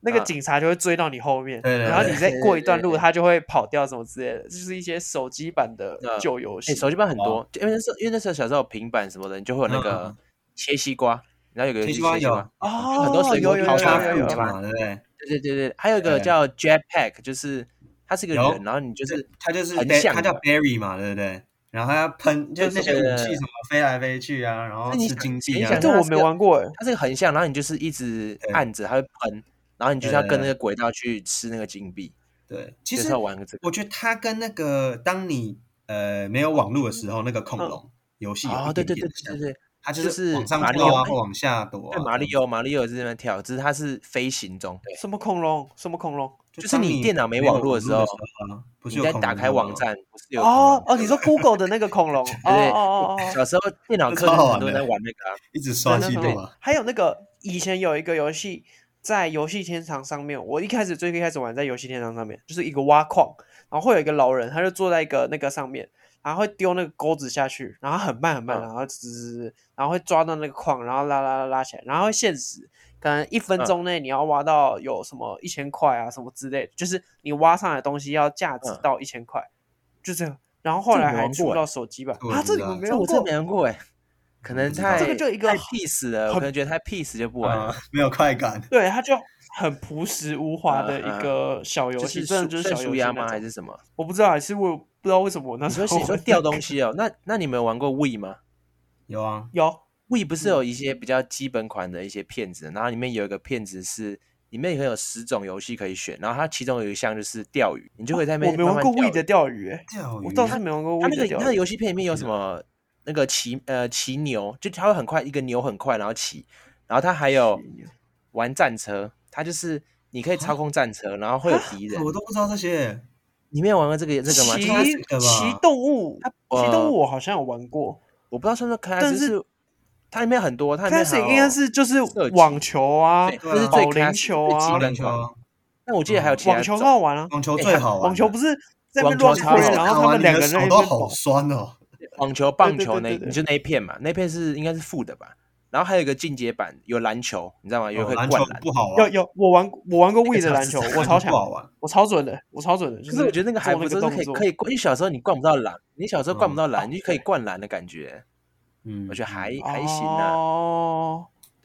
[SPEAKER 3] 那个
[SPEAKER 1] 嗯
[SPEAKER 3] 警察就会追到你后面，
[SPEAKER 2] 对对对
[SPEAKER 3] 然后你再
[SPEAKER 1] 对
[SPEAKER 3] 过一
[SPEAKER 1] 对
[SPEAKER 3] 段
[SPEAKER 1] 对
[SPEAKER 3] 路，
[SPEAKER 1] 对
[SPEAKER 3] 它就会跑掉什么之类的，就是一些手机版的
[SPEAKER 1] 嗯
[SPEAKER 3] 旧游
[SPEAKER 1] 哎、
[SPEAKER 3] 戏。
[SPEAKER 1] 手机版很多，就因为那时候因为那时候小时候有平板什么的，你就会有那个
[SPEAKER 2] 嗯
[SPEAKER 1] 切西瓜，然后有个游戏是
[SPEAKER 2] 切西
[SPEAKER 1] 切
[SPEAKER 2] 瓜
[SPEAKER 1] 西
[SPEAKER 2] 有
[SPEAKER 1] 瓜，
[SPEAKER 3] 哦，
[SPEAKER 1] 很多水果
[SPEAKER 3] 有有
[SPEAKER 1] 烤
[SPEAKER 3] 有
[SPEAKER 1] 箱
[SPEAKER 3] 有
[SPEAKER 1] 啊
[SPEAKER 3] 有有
[SPEAKER 1] 什么
[SPEAKER 2] 嘛，对不对？
[SPEAKER 1] 对对对对，还有一个
[SPEAKER 2] 对
[SPEAKER 1] 叫 Jetpack，就是它是一个
[SPEAKER 2] 有
[SPEAKER 1] 人，然后你就是
[SPEAKER 2] 他就是
[SPEAKER 1] 很
[SPEAKER 2] Bar-
[SPEAKER 1] 像
[SPEAKER 2] 他叫
[SPEAKER 1] 的
[SPEAKER 2] Barry 嘛，对不对？然后他要喷，就
[SPEAKER 3] 就是
[SPEAKER 2] 那些武器
[SPEAKER 1] 对
[SPEAKER 2] 什么飞来飞去啊，然后
[SPEAKER 1] 那你
[SPEAKER 2] 吃
[SPEAKER 1] 想
[SPEAKER 2] 金
[SPEAKER 1] 你
[SPEAKER 2] 币啊
[SPEAKER 1] 想，
[SPEAKER 3] 这我没玩过哎、
[SPEAKER 1] 它是个横向，然后你就是一直
[SPEAKER 2] 对
[SPEAKER 1] 按着它会喷，然后你就是要
[SPEAKER 2] 对对
[SPEAKER 3] 嗯
[SPEAKER 1] 跟那个轨道去吃那个金币，
[SPEAKER 2] 对，其
[SPEAKER 1] 就
[SPEAKER 2] 实
[SPEAKER 1] 是要玩个这个。
[SPEAKER 2] 我觉得它跟那个当你呃没有网络的时候，那个恐龙游戏有
[SPEAKER 1] 哦，
[SPEAKER 2] 一
[SPEAKER 1] 对
[SPEAKER 2] 点
[SPEAKER 1] 对
[SPEAKER 2] 点
[SPEAKER 1] 对
[SPEAKER 2] 像
[SPEAKER 1] 对对，对，
[SPEAKER 2] 它
[SPEAKER 1] 就是是
[SPEAKER 2] 往上
[SPEAKER 1] 马里
[SPEAKER 2] 跳啊，
[SPEAKER 1] 奥
[SPEAKER 2] 或往下躲啊。
[SPEAKER 1] 对马里
[SPEAKER 2] 这样
[SPEAKER 1] 奥马里奥也是这边跳，只是它是飞行中，
[SPEAKER 3] 什么恐龙，什么恐龙？
[SPEAKER 2] 就
[SPEAKER 1] 就是
[SPEAKER 2] 当
[SPEAKER 1] 你
[SPEAKER 2] 你
[SPEAKER 1] 电脑没
[SPEAKER 2] 没
[SPEAKER 1] 网
[SPEAKER 2] 有
[SPEAKER 1] 络的时
[SPEAKER 2] 络时
[SPEAKER 1] 候
[SPEAKER 2] 啊，不是
[SPEAKER 1] 你
[SPEAKER 2] 有
[SPEAKER 1] 在
[SPEAKER 2] 恐
[SPEAKER 1] 打
[SPEAKER 2] 龙
[SPEAKER 1] 开
[SPEAKER 2] 的
[SPEAKER 1] 网
[SPEAKER 2] 吗，
[SPEAKER 1] 站不是有恐龙
[SPEAKER 3] 哦哦，你说 Google 的那 个恐龙？哦
[SPEAKER 1] 对对
[SPEAKER 3] 哦哦哦，
[SPEAKER 1] 小时候电脑课
[SPEAKER 2] 这超好
[SPEAKER 1] 很
[SPEAKER 2] 玩
[SPEAKER 1] 多人
[SPEAKER 2] 的
[SPEAKER 1] 在玩那个啊，
[SPEAKER 2] 一直刷
[SPEAKER 3] 对
[SPEAKER 2] 记
[SPEAKER 3] 那
[SPEAKER 2] 录
[SPEAKER 3] 种
[SPEAKER 2] 啊。
[SPEAKER 3] 还有那个以前有一个游戏在游戏天堂上面，我一开始最一开始玩在游戏天堂上面，就是一个挖矿，然后会有一个老人，他就坐在一个那个上面，然后会丢那个钩子下去，然后很慢很慢，
[SPEAKER 1] 嗯
[SPEAKER 3] 然后滋滋滋，然后会抓到那个矿，然后拉拉拉拉起来，然后会限时。可能一分
[SPEAKER 1] 嗯
[SPEAKER 3] 钟内你要挖到有什么一千块啊，什么之类的，就是你挖上来的东西要价值
[SPEAKER 1] 嗯
[SPEAKER 3] 到一千块，就这样。然后后
[SPEAKER 1] 这个
[SPEAKER 3] 来
[SPEAKER 1] 我
[SPEAKER 3] 还
[SPEAKER 1] 玩过
[SPEAKER 3] 出
[SPEAKER 1] 欸
[SPEAKER 3] 到手机版
[SPEAKER 2] 这个我
[SPEAKER 3] 啊，
[SPEAKER 2] 不
[SPEAKER 3] 这
[SPEAKER 2] 知
[SPEAKER 3] 你
[SPEAKER 2] 道
[SPEAKER 3] 们没
[SPEAKER 1] 这
[SPEAKER 3] 有
[SPEAKER 1] 我
[SPEAKER 3] 过嗯
[SPEAKER 1] 真没玩过哎，可能
[SPEAKER 2] 不知道
[SPEAKER 1] 太
[SPEAKER 3] 这个就一个
[SPEAKER 1] 太
[SPEAKER 3] 很
[SPEAKER 1] peace 了，我
[SPEAKER 3] 很
[SPEAKER 1] 可能觉得太 peace 就不玩了
[SPEAKER 2] 啊。，没有快感，
[SPEAKER 3] 对，它就很朴实无华的一个小游
[SPEAKER 1] 嗯就
[SPEAKER 3] 戏，
[SPEAKER 1] 是
[SPEAKER 3] 真
[SPEAKER 1] 算
[SPEAKER 3] 的就是
[SPEAKER 1] 算
[SPEAKER 3] 小游
[SPEAKER 1] 输
[SPEAKER 3] 戏
[SPEAKER 1] 压
[SPEAKER 3] 那
[SPEAKER 1] 吗？还
[SPEAKER 3] 种
[SPEAKER 1] 是什 么？
[SPEAKER 3] 我不知道，还是我不知道为什么我那
[SPEAKER 1] 你说
[SPEAKER 3] 时候
[SPEAKER 1] 你说
[SPEAKER 3] 玩
[SPEAKER 1] 掉东西哦，那那你们有玩过 We 吗
[SPEAKER 2] 有啊，
[SPEAKER 3] 有
[SPEAKER 1] ？We 不
[SPEAKER 3] 嗯
[SPEAKER 1] 是有一些比较基本款的一些片子，然后里面有一个片子是里面可能有十种游戏可以选，然后它其中有一项就是钓鱼，你就可以在那
[SPEAKER 3] 哦我
[SPEAKER 1] 边
[SPEAKER 3] 没
[SPEAKER 1] 慢
[SPEAKER 3] 玩
[SPEAKER 1] 慢钓
[SPEAKER 3] 过 We 的
[SPEAKER 1] 鱼
[SPEAKER 3] 钓鱼、欸，
[SPEAKER 2] 钓鱼
[SPEAKER 3] 我倒是没玩过
[SPEAKER 1] 它
[SPEAKER 3] We
[SPEAKER 1] 那
[SPEAKER 3] 的
[SPEAKER 1] 个
[SPEAKER 3] 钓
[SPEAKER 1] 那个
[SPEAKER 3] 鱼。
[SPEAKER 1] 游戏片里面有什么？那个骑呃骑牛，就它会很快，一个牛很快，然后骑，然后它还有
[SPEAKER 3] 骑牛
[SPEAKER 1] 玩战车，它就是你可以
[SPEAKER 3] 啊
[SPEAKER 1] 操控战车，然后会有敌人。
[SPEAKER 2] 我都不知道这些，
[SPEAKER 1] 你没有玩过这个这个吗？就
[SPEAKER 3] 骑
[SPEAKER 1] 是它
[SPEAKER 2] 是的吧
[SPEAKER 3] 骑动物，骑动
[SPEAKER 1] 呃
[SPEAKER 3] 物我好像有玩过，
[SPEAKER 1] 我不知道算不算 classic，
[SPEAKER 3] 但
[SPEAKER 1] 就是是它里面很多，它里
[SPEAKER 3] 但
[SPEAKER 1] 面
[SPEAKER 3] 是
[SPEAKER 1] 还有
[SPEAKER 3] 应该是就是
[SPEAKER 1] 射击
[SPEAKER 3] 网球啊
[SPEAKER 1] 对，
[SPEAKER 2] 对
[SPEAKER 1] 这是
[SPEAKER 2] 啊
[SPEAKER 1] 最
[SPEAKER 3] 保龄
[SPEAKER 1] classic，
[SPEAKER 3] 球
[SPEAKER 1] 最
[SPEAKER 3] 啊
[SPEAKER 1] 基
[SPEAKER 2] 网
[SPEAKER 1] 本
[SPEAKER 2] 球
[SPEAKER 1] 款
[SPEAKER 2] 啊，
[SPEAKER 1] 但我记得还有其他
[SPEAKER 3] 网球
[SPEAKER 1] 种
[SPEAKER 3] 很好玩啊，
[SPEAKER 2] 网球
[SPEAKER 1] 哎
[SPEAKER 2] 最
[SPEAKER 1] 它
[SPEAKER 2] 好玩了，
[SPEAKER 3] 网球不是在那边
[SPEAKER 1] 网球
[SPEAKER 3] 乱
[SPEAKER 1] 超好
[SPEAKER 3] 挥，
[SPEAKER 1] 玩
[SPEAKER 3] 然后他们两个人在
[SPEAKER 2] 手
[SPEAKER 3] 那
[SPEAKER 2] 都
[SPEAKER 3] 边
[SPEAKER 2] 好
[SPEAKER 3] 跑。
[SPEAKER 2] 酸哦。
[SPEAKER 1] 网球、棒球
[SPEAKER 3] 对
[SPEAKER 1] 那，
[SPEAKER 3] 对对对
[SPEAKER 1] 你就那一片嘛，那一片是应该是负的吧。然后还有一个进阶版，有篮球，你知道吗？有一
[SPEAKER 2] 哦
[SPEAKER 1] 个
[SPEAKER 2] 篮
[SPEAKER 1] 灌
[SPEAKER 2] 球
[SPEAKER 1] 篮，
[SPEAKER 2] 不好
[SPEAKER 3] 有
[SPEAKER 2] 玩，
[SPEAKER 3] 有，我玩我玩过 We 的
[SPEAKER 1] 场
[SPEAKER 3] 篮
[SPEAKER 1] 是
[SPEAKER 3] 球，
[SPEAKER 1] 真
[SPEAKER 3] 我超强
[SPEAKER 2] 不，好玩。
[SPEAKER 3] 我超准的，我超准的。就
[SPEAKER 1] 可是我觉得那个还
[SPEAKER 3] 做
[SPEAKER 1] 不错，
[SPEAKER 3] 那
[SPEAKER 1] 是
[SPEAKER 3] 个动
[SPEAKER 1] 可以
[SPEAKER 3] 作
[SPEAKER 1] 可以灌。因为小时候你灌不到篮，你小时候灌不
[SPEAKER 2] 嗯
[SPEAKER 1] 到篮，你就可以灌篮的感觉，
[SPEAKER 2] 嗯
[SPEAKER 1] 我觉得还
[SPEAKER 3] 哦，
[SPEAKER 1] 还行啊。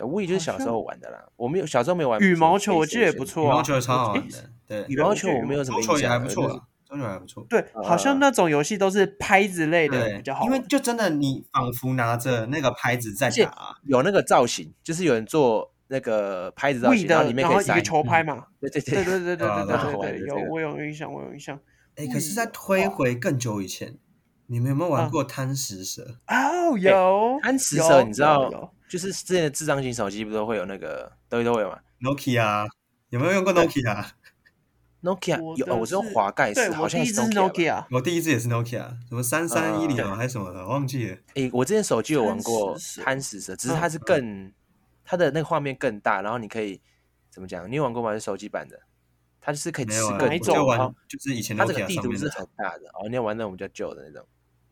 [SPEAKER 1] 我也就是小
[SPEAKER 3] 好
[SPEAKER 1] 时
[SPEAKER 3] 像
[SPEAKER 1] 候玩的啦，我没有小时候没有玩
[SPEAKER 3] 羽毛球，
[SPEAKER 1] PlayStation
[SPEAKER 3] 我记得也不
[SPEAKER 2] 羽
[SPEAKER 3] 错
[SPEAKER 2] 毛
[SPEAKER 3] 啊。
[SPEAKER 2] 球也超好玩的，对，
[SPEAKER 1] 羽
[SPEAKER 3] 对
[SPEAKER 1] 毛
[SPEAKER 3] 我记
[SPEAKER 1] 球
[SPEAKER 3] 得
[SPEAKER 1] 我
[SPEAKER 3] 羽
[SPEAKER 1] 没有什么
[SPEAKER 2] 桌
[SPEAKER 1] 印
[SPEAKER 2] 球也
[SPEAKER 1] 象
[SPEAKER 2] 还
[SPEAKER 1] 了，
[SPEAKER 2] 不
[SPEAKER 1] 就
[SPEAKER 2] 错
[SPEAKER 1] 是
[SPEAKER 2] 啦，桌球也还不错。
[SPEAKER 3] 对，好像那种游戏都是拍之类的比
[SPEAKER 2] 对
[SPEAKER 3] 较好
[SPEAKER 2] 因
[SPEAKER 3] 玩。
[SPEAKER 2] 为就真的你仿佛拿着那个拍子在
[SPEAKER 1] 而且
[SPEAKER 2] 打，
[SPEAKER 1] 有那个造型，就是有人做那个拍子造
[SPEAKER 3] We
[SPEAKER 1] 型，然后
[SPEAKER 3] 的，
[SPEAKER 1] 里面
[SPEAKER 3] 然
[SPEAKER 1] 可
[SPEAKER 3] 后
[SPEAKER 1] 以
[SPEAKER 3] 一个
[SPEAKER 1] 塞，
[SPEAKER 3] 球拍嘛。
[SPEAKER 1] 对对
[SPEAKER 3] 对
[SPEAKER 1] 对，
[SPEAKER 3] 对对对
[SPEAKER 2] 对啊
[SPEAKER 3] 对对
[SPEAKER 2] 蛮
[SPEAKER 1] 好玩
[SPEAKER 3] 对
[SPEAKER 1] 的
[SPEAKER 3] 对，
[SPEAKER 1] 这个
[SPEAKER 3] 有我有印象，我有印象
[SPEAKER 2] 哎，可
[SPEAKER 1] 嗯
[SPEAKER 2] 是再
[SPEAKER 1] 哦
[SPEAKER 2] 推回更久以前，你们有没有玩过贪食蛇？
[SPEAKER 3] 哦，有
[SPEAKER 1] 贪食
[SPEAKER 3] 有
[SPEAKER 1] 蛇你知
[SPEAKER 3] 有
[SPEAKER 1] 道
[SPEAKER 3] 有
[SPEAKER 1] 就是之前的智障型手机不都会有那个都都会有嘛
[SPEAKER 2] Nokia 啊有没有用过 Nokia？啊
[SPEAKER 1] ？Nokia
[SPEAKER 3] 我
[SPEAKER 1] 有，
[SPEAKER 3] 的
[SPEAKER 1] 哦我是用
[SPEAKER 3] 是
[SPEAKER 1] 滑盖
[SPEAKER 3] 对
[SPEAKER 1] 式，
[SPEAKER 3] 我
[SPEAKER 1] 好
[SPEAKER 3] 第
[SPEAKER 1] 像
[SPEAKER 3] 一
[SPEAKER 1] 是
[SPEAKER 3] 只
[SPEAKER 1] Nokia 吧。
[SPEAKER 3] Nokia，
[SPEAKER 2] 我第一支也是 Nokia，什么三三一零
[SPEAKER 1] 嗯
[SPEAKER 2] 啊，还是什么的，忘记了。
[SPEAKER 1] 诶，我之前手机有玩过
[SPEAKER 3] 贪食蛇
[SPEAKER 1] 贪食蛇，只是
[SPEAKER 3] 嗯
[SPEAKER 1] 它是更它的那个画面更大，然后你可以怎么讲？你有玩过吗？是手机版的，它就是可以
[SPEAKER 2] 没
[SPEAKER 1] 吃
[SPEAKER 2] 有啊，
[SPEAKER 1] 更
[SPEAKER 3] 哪一
[SPEAKER 1] 多
[SPEAKER 3] 种
[SPEAKER 2] 就，
[SPEAKER 1] 然后
[SPEAKER 2] 玩就是以前
[SPEAKER 1] 哦它这个
[SPEAKER 2] Nokia
[SPEAKER 1] 地
[SPEAKER 2] 上
[SPEAKER 1] 图
[SPEAKER 2] 面
[SPEAKER 1] 是
[SPEAKER 2] 的，
[SPEAKER 1] 很大的哦。你有玩那种比较旧的那种？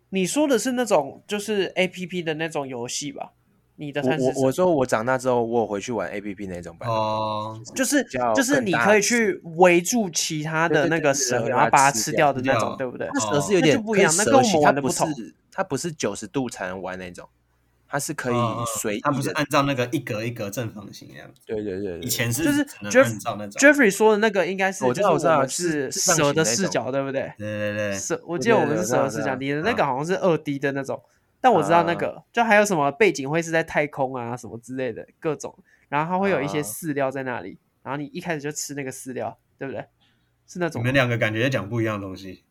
[SPEAKER 3] 你说的是那种就是 A P P 的那种游戏吧？你的
[SPEAKER 1] 我
[SPEAKER 3] 贪吃
[SPEAKER 1] 我我
[SPEAKER 3] 蛇
[SPEAKER 1] 说我长大之后，我有回去玩 A P P 那种版，
[SPEAKER 2] 哦，
[SPEAKER 3] 就是
[SPEAKER 1] 比较
[SPEAKER 3] 就是
[SPEAKER 1] 更
[SPEAKER 3] 你
[SPEAKER 1] 大
[SPEAKER 3] 可以
[SPEAKER 1] 的
[SPEAKER 3] 去围住其他
[SPEAKER 1] 对
[SPEAKER 3] 的
[SPEAKER 1] 对
[SPEAKER 3] 那
[SPEAKER 1] 对
[SPEAKER 3] 个
[SPEAKER 1] 对
[SPEAKER 3] 蛇，
[SPEAKER 1] 对
[SPEAKER 3] 然
[SPEAKER 1] 把
[SPEAKER 3] 后
[SPEAKER 1] 它
[SPEAKER 3] 把它
[SPEAKER 1] 吃
[SPEAKER 3] 吃
[SPEAKER 1] 掉
[SPEAKER 3] 掉的那种，
[SPEAKER 2] 掉
[SPEAKER 3] 对不对？
[SPEAKER 1] 那
[SPEAKER 2] 哦
[SPEAKER 1] 蛇是有
[SPEAKER 3] 那
[SPEAKER 1] 点
[SPEAKER 3] 就不
[SPEAKER 1] 跟
[SPEAKER 3] 一样那
[SPEAKER 1] 蛇
[SPEAKER 3] 跟我
[SPEAKER 1] 形
[SPEAKER 3] 们玩的不
[SPEAKER 1] 它不
[SPEAKER 3] 同
[SPEAKER 1] 是它不是九十度才能玩那种，它是可以
[SPEAKER 2] 嗯嗯嗯
[SPEAKER 1] 随意
[SPEAKER 2] 它不是
[SPEAKER 1] 的。
[SPEAKER 2] 按照那个一格一格正方形那样子，
[SPEAKER 1] 对对对对，
[SPEAKER 2] 以前是
[SPEAKER 3] 就是
[SPEAKER 2] 只能
[SPEAKER 3] Jeff-
[SPEAKER 2] 按照那种，
[SPEAKER 3] Jeffrey 说的那个应该是
[SPEAKER 1] 我知
[SPEAKER 3] 就
[SPEAKER 1] 道
[SPEAKER 3] 是
[SPEAKER 1] 我知道
[SPEAKER 3] 们
[SPEAKER 1] 是
[SPEAKER 3] 是
[SPEAKER 1] 是上
[SPEAKER 3] 蛇
[SPEAKER 1] 行
[SPEAKER 3] 的
[SPEAKER 1] 那
[SPEAKER 3] 视
[SPEAKER 1] 种
[SPEAKER 3] 角，对不对？
[SPEAKER 2] 对对对，
[SPEAKER 3] 蛇，我
[SPEAKER 1] 对
[SPEAKER 3] 记得
[SPEAKER 1] 对
[SPEAKER 3] 我们
[SPEAKER 1] 对
[SPEAKER 3] 是
[SPEAKER 1] 我知
[SPEAKER 3] 蛇
[SPEAKER 1] 道
[SPEAKER 3] 视
[SPEAKER 1] 我知
[SPEAKER 3] 角，
[SPEAKER 1] 道
[SPEAKER 3] 你的那
[SPEAKER 2] 嗯
[SPEAKER 3] 个好像是二 D 的那种，但我知道那
[SPEAKER 1] 嗯
[SPEAKER 3] 个就还有什么背景会是在太空啊什么之类的各种，然后它会有一些
[SPEAKER 1] 嗯
[SPEAKER 3] 饲料在那里，然后你一开始就吃那个饲料，对不对？是那
[SPEAKER 2] 你
[SPEAKER 3] 种
[SPEAKER 2] 们两个感觉在讲不一样的东西。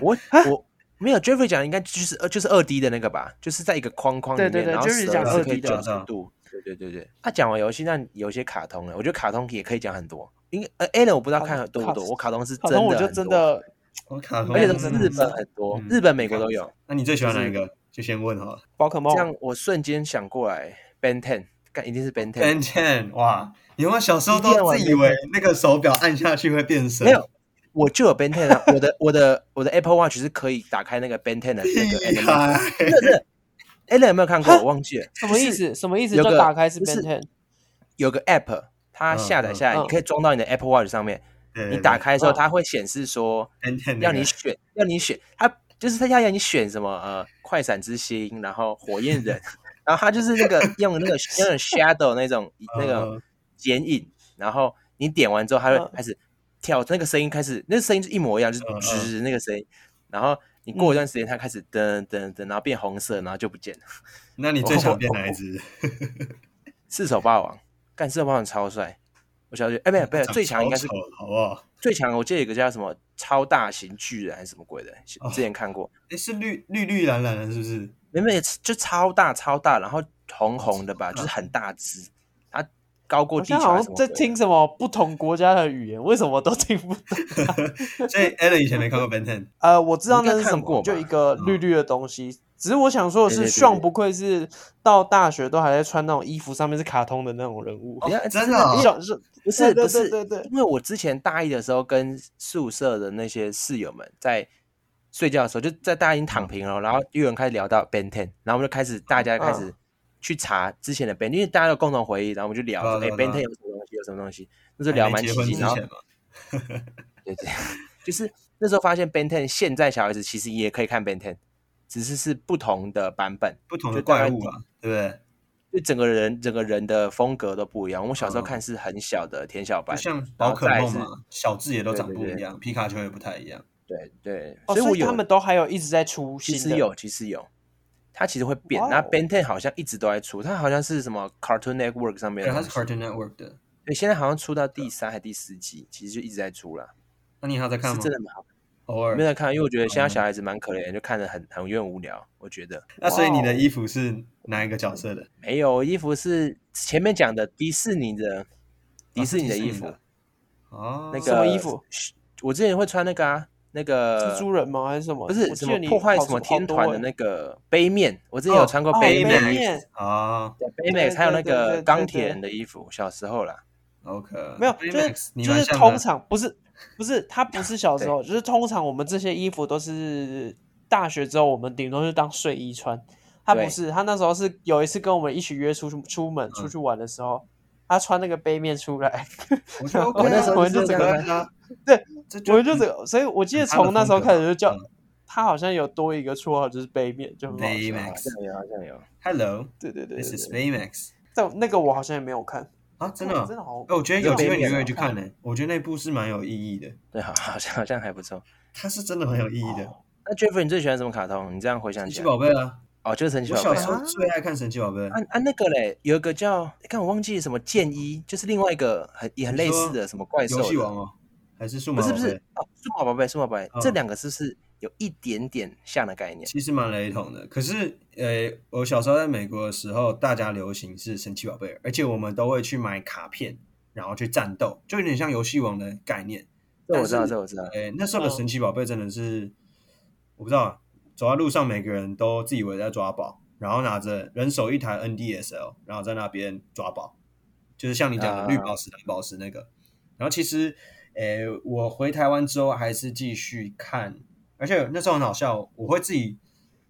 [SPEAKER 1] 我
[SPEAKER 3] 啊
[SPEAKER 1] 我没有 Jeffrey 讲的应该就是呃就是二 D 的那个吧，就是在一个框框里面，
[SPEAKER 3] 对对对
[SPEAKER 1] 然后
[SPEAKER 3] Jeffrey
[SPEAKER 1] 蛇
[SPEAKER 3] 讲
[SPEAKER 1] 是可
[SPEAKER 3] 2D
[SPEAKER 1] 以
[SPEAKER 2] 的
[SPEAKER 1] 九十度。对对对对，他、讲完游戏，那有些卡通呢，啊我觉得卡通也可以讲很多。因为呃 a l a n 我不知道
[SPEAKER 3] 卡
[SPEAKER 1] 看多不
[SPEAKER 3] 卡
[SPEAKER 1] 多，我卡通是
[SPEAKER 3] 好
[SPEAKER 1] 真的
[SPEAKER 3] 像我就
[SPEAKER 1] 很
[SPEAKER 3] 真
[SPEAKER 1] 多，
[SPEAKER 3] 的
[SPEAKER 2] 我卡通，
[SPEAKER 1] 而且都是
[SPEAKER 3] 真的
[SPEAKER 1] 日
[SPEAKER 3] 很
[SPEAKER 1] 本
[SPEAKER 3] 少
[SPEAKER 1] 很多，
[SPEAKER 2] 嗯
[SPEAKER 1] 日本、美国都有。
[SPEAKER 2] 那你最喜欢
[SPEAKER 1] 就
[SPEAKER 2] 哪
[SPEAKER 1] 是
[SPEAKER 2] 一个？就先问好了。
[SPEAKER 3] 宝可梦
[SPEAKER 1] 这样我瞬间想过来，Ben Ten，干一定是 Ben Ten。
[SPEAKER 2] Ben Ten，哇，你有没有小时候
[SPEAKER 1] 一定要
[SPEAKER 2] 都
[SPEAKER 1] 玩
[SPEAKER 2] 自以为那个手表按下去会变身？
[SPEAKER 1] 没有，我就有 Ben Ten 啊，我的我的我的 Apple Watch 是可以打开那个 Ben Ten 的那 个
[SPEAKER 2] 厉
[SPEAKER 1] animation。
[SPEAKER 2] 害！
[SPEAKER 1] 真的真的 a l a n 有没有看过？
[SPEAKER 3] 哈
[SPEAKER 1] 我忘记了，
[SPEAKER 3] 什么意
[SPEAKER 1] 就是
[SPEAKER 3] 思？什么意思？
[SPEAKER 1] 有
[SPEAKER 3] 就
[SPEAKER 1] 个
[SPEAKER 3] 打开是
[SPEAKER 1] 就是
[SPEAKER 3] Ben Ten，
[SPEAKER 1] 有个 App，它
[SPEAKER 2] 嗯
[SPEAKER 1] 下载下来，
[SPEAKER 3] 嗯
[SPEAKER 1] 你可以装到你的 Apple Watch 上面。
[SPEAKER 2] 对对嗯
[SPEAKER 1] 你
[SPEAKER 2] 对
[SPEAKER 1] 打开的时候，
[SPEAKER 3] 嗯
[SPEAKER 1] 它会显示说
[SPEAKER 2] Ben Ten，
[SPEAKER 1] 要你选，要你选，它就是它要要你选什么呃，快闪之星，然后火焰 人，然后它就是那个用那个那种 shadow 那种那
[SPEAKER 2] 嗯
[SPEAKER 1] 个剪影，然后你点完之后，它
[SPEAKER 3] 嗯
[SPEAKER 1] 会开始跳，那个声音开始，那个声音就一模一样，就是
[SPEAKER 2] 嗯嗯嗯
[SPEAKER 1] 吱那个声音，然后你过一段时间，它开始噔噔噔，然后变红色，然后就不见了。
[SPEAKER 2] 那你最想变哪一只？
[SPEAKER 1] 四手霸王，干四手霸王超帅，我小学哎，没 有没有，最强应该是
[SPEAKER 2] 长超丑好不好？
[SPEAKER 1] 最强，我记得有个叫什么超大型巨人还是什么鬼的，
[SPEAKER 2] 哦
[SPEAKER 1] 之前看过，
[SPEAKER 2] 哎，是绿绿绿蓝蓝的，是不是？
[SPEAKER 1] 没没就超大超大，然后红红的吧，
[SPEAKER 2] 嗯
[SPEAKER 1] 就是很大只，它高过
[SPEAKER 3] 我
[SPEAKER 1] 地
[SPEAKER 3] 现
[SPEAKER 1] 球
[SPEAKER 3] 在好
[SPEAKER 1] 还是什
[SPEAKER 3] 像
[SPEAKER 1] 么
[SPEAKER 3] 在
[SPEAKER 1] 鬼的
[SPEAKER 3] 听什么不同国家的语言，为什么都听不懂？
[SPEAKER 2] 所以 Alan 以前没看过 Ben Ten，
[SPEAKER 3] 呃，我知道那
[SPEAKER 1] 你
[SPEAKER 3] 是什
[SPEAKER 1] 应该看过
[SPEAKER 3] 么，
[SPEAKER 1] 吧嗯
[SPEAKER 3] 就一个绿绿的东西。只是我想说的
[SPEAKER 1] 对
[SPEAKER 3] 是，
[SPEAKER 1] 对对对
[SPEAKER 3] 炫不愧是到大学都还在穿那种衣服，上面是卡通的那种人物。
[SPEAKER 1] 等一下
[SPEAKER 2] 真的哦
[SPEAKER 3] 小是
[SPEAKER 1] 不是
[SPEAKER 3] 对
[SPEAKER 1] 不
[SPEAKER 3] 对
[SPEAKER 1] 是，
[SPEAKER 3] 对对对，
[SPEAKER 1] 因为我之前大一的时候跟宿舍的那些室友们在睡觉的时候，就在大家已经躺平了，然后又有人开始聊到 Ben Ten，然后我们就开始大家开
[SPEAKER 3] 嗯
[SPEAKER 1] 始去查之前的 Ben，、因为大家有共同回忆，然后我们就聊说，哎、
[SPEAKER 2] 对啊对
[SPEAKER 1] b e
[SPEAKER 2] 啊
[SPEAKER 1] n
[SPEAKER 2] 对
[SPEAKER 1] Ten
[SPEAKER 2] 啊
[SPEAKER 1] 有什么东西，有什么东西，那时候聊蛮
[SPEAKER 2] 还
[SPEAKER 1] 起
[SPEAKER 2] 没结婚
[SPEAKER 1] 劲，
[SPEAKER 2] 之
[SPEAKER 1] 然后
[SPEAKER 2] 前嘛，
[SPEAKER 1] 对对，就是那时候发现 Ben Ten 现在小孩子其实也可以看 Ben Ten，只是是不同的版本，
[SPEAKER 2] 不同的
[SPEAKER 1] 就大
[SPEAKER 2] 怪
[SPEAKER 1] 概
[SPEAKER 2] 物啊，对不对？
[SPEAKER 1] 就整个人整个人的风格都不一样。我小时候
[SPEAKER 2] 嗯
[SPEAKER 1] 看是很小的田小
[SPEAKER 2] 就
[SPEAKER 1] 白，
[SPEAKER 2] 像宝可
[SPEAKER 1] 然后
[SPEAKER 2] 梦
[SPEAKER 1] 再来
[SPEAKER 2] 嘛，小智也都长
[SPEAKER 1] 对对
[SPEAKER 2] 不
[SPEAKER 1] 对
[SPEAKER 2] 一样，皮卡丘也不太一样。
[SPEAKER 1] 对对，
[SPEAKER 3] 哦，
[SPEAKER 1] 我
[SPEAKER 3] 所以
[SPEAKER 1] 有
[SPEAKER 3] 他们都还有一直在出
[SPEAKER 1] 其
[SPEAKER 3] 新
[SPEAKER 1] 实
[SPEAKER 3] 的。
[SPEAKER 1] 有，其实有，它其实会变。
[SPEAKER 3] 哇
[SPEAKER 1] 那
[SPEAKER 3] 哦
[SPEAKER 1] Ben Ten 好像一直都在出，它好像是什么 Cartoon Network 上面
[SPEAKER 2] 对，
[SPEAKER 1] 的
[SPEAKER 2] 它
[SPEAKER 1] 东
[SPEAKER 2] 是
[SPEAKER 1] 西，
[SPEAKER 2] Cartoon Network 的。
[SPEAKER 1] 对，现在好像出到第三还第四季，其实就一直在出了，
[SPEAKER 2] 那你还有在看
[SPEAKER 1] 是
[SPEAKER 2] 吗
[SPEAKER 1] 真？的蛮好，
[SPEAKER 2] 偶尔
[SPEAKER 1] 没有在看，因为我觉得现在小孩子蛮可怜，就看着很很有点无聊，我觉得
[SPEAKER 2] 那所以
[SPEAKER 1] 哦
[SPEAKER 2] 你的衣服是哪一个角色的？
[SPEAKER 1] 没有衣服是前面讲的迪士尼
[SPEAKER 3] 哦
[SPEAKER 1] 的迪士尼的衣服，
[SPEAKER 2] 哦哦，
[SPEAKER 1] 那个
[SPEAKER 3] 什么衣服？
[SPEAKER 1] 我之前会穿那个啊，那个
[SPEAKER 3] 蜘蛛人吗？还是什么？
[SPEAKER 1] 不
[SPEAKER 3] 我
[SPEAKER 1] 是
[SPEAKER 3] 记
[SPEAKER 1] 什
[SPEAKER 3] 得
[SPEAKER 1] 么
[SPEAKER 3] 你
[SPEAKER 1] 破坏
[SPEAKER 3] 跑
[SPEAKER 1] 什么
[SPEAKER 3] 出好
[SPEAKER 1] 天
[SPEAKER 3] 多
[SPEAKER 1] 团
[SPEAKER 3] 欸
[SPEAKER 1] 的那个杯面，我之前有
[SPEAKER 2] 哦
[SPEAKER 1] 穿过
[SPEAKER 3] 哦
[SPEAKER 1] 杯
[SPEAKER 3] 杯
[SPEAKER 1] 面的衣服
[SPEAKER 3] 面，
[SPEAKER 2] 哦
[SPEAKER 1] 对
[SPEAKER 3] 对
[SPEAKER 1] Baymax，还有那
[SPEAKER 3] 对对对
[SPEAKER 1] 个
[SPEAKER 3] 对
[SPEAKER 1] 钢铁人的衣服，小时候啦。
[SPEAKER 2] ，OK，
[SPEAKER 3] 没有，
[SPEAKER 2] Baymax，
[SPEAKER 3] 就是
[SPEAKER 2] 你
[SPEAKER 3] 就
[SPEAKER 2] 蛮
[SPEAKER 3] 是
[SPEAKER 2] 像
[SPEAKER 3] 通
[SPEAKER 2] 的
[SPEAKER 3] 常不是不是，他不是小时候，就是通常我们这些衣服都是大学之后，我们顶多就当睡衣穿。他不
[SPEAKER 1] 对
[SPEAKER 3] 是，他那时候是有一次跟我们一起约出去出门
[SPEAKER 2] 嗯
[SPEAKER 3] 出去玩的时候，他穿那个杯面出 来，
[SPEAKER 2] 我觉得 OK 啊
[SPEAKER 3] 我那时候
[SPEAKER 2] 这
[SPEAKER 3] 就整个
[SPEAKER 2] 可以啊
[SPEAKER 3] 对，
[SPEAKER 2] 这
[SPEAKER 3] 我就这个，所以我记得
[SPEAKER 2] 很他的
[SPEAKER 3] 从那时候
[SPEAKER 2] 风格
[SPEAKER 3] 开始就叫
[SPEAKER 2] 嗯
[SPEAKER 3] 他好像有多一个绰号，就是杯面，就很好笑
[SPEAKER 2] Baymax
[SPEAKER 1] 哦好像有，好像有。
[SPEAKER 2] Hello，this
[SPEAKER 3] 对对对对
[SPEAKER 2] is
[SPEAKER 3] 对，
[SPEAKER 2] Baymax
[SPEAKER 3] 但那个我好像也没有看，
[SPEAKER 2] 啊，真的哦，
[SPEAKER 3] 真的好
[SPEAKER 2] 哎，我觉得有机会你会去看
[SPEAKER 3] 的。
[SPEAKER 2] 呢，我觉得那部是蛮有意义的，
[SPEAKER 1] 对，好，好像好像还不错。
[SPEAKER 2] 它是真的很有意义的。
[SPEAKER 3] 哦
[SPEAKER 1] 那 Jeffrey，你最喜欢什么卡通？你这样回想
[SPEAKER 2] 神
[SPEAKER 1] 起
[SPEAKER 2] 奇
[SPEAKER 1] 来，
[SPEAKER 2] 宝贝啊，
[SPEAKER 1] 哦，就是神奇
[SPEAKER 2] 我
[SPEAKER 1] 宝
[SPEAKER 2] 小
[SPEAKER 1] 贝
[SPEAKER 2] 时。候最爱看神奇宝贝，
[SPEAKER 1] 啊啊，那个嘞，有一个叫，看我忘记什么剑一，就是另外一个很也很类似
[SPEAKER 2] 你说
[SPEAKER 1] 的什么怪兽
[SPEAKER 2] 游戏
[SPEAKER 1] 的，
[SPEAKER 2] 王哦，还是数
[SPEAKER 1] 不
[SPEAKER 2] 码
[SPEAKER 1] 是
[SPEAKER 2] 宝
[SPEAKER 1] 不是
[SPEAKER 2] 贝，
[SPEAKER 1] 哦，数码宝贝，数码宝贝，
[SPEAKER 2] 嗯
[SPEAKER 1] 这两个是不是有一点点像的概念？
[SPEAKER 2] 其实蛮雷同的。可是，呃，我小时候在美国的时候，大家流行是神奇宝贝，而且我们都会去买卡片，然后去战斗，就有点像游戏王的概念。
[SPEAKER 1] 这我知
[SPEAKER 2] 但
[SPEAKER 1] 道，
[SPEAKER 2] 是
[SPEAKER 1] 这我知道。
[SPEAKER 2] 诶，哎那时候的神奇宝贝真的是，我不知道，走在路上每个人都自以为在抓宝，然后拿着人手一台 NDSL，然后在那边抓宝，就是像你讲的
[SPEAKER 1] 啊
[SPEAKER 2] 绿宝石、蓝宝石那个。然后其实，诶，我回台湾之后还是继续看，而且那时候很好笑，我会自己，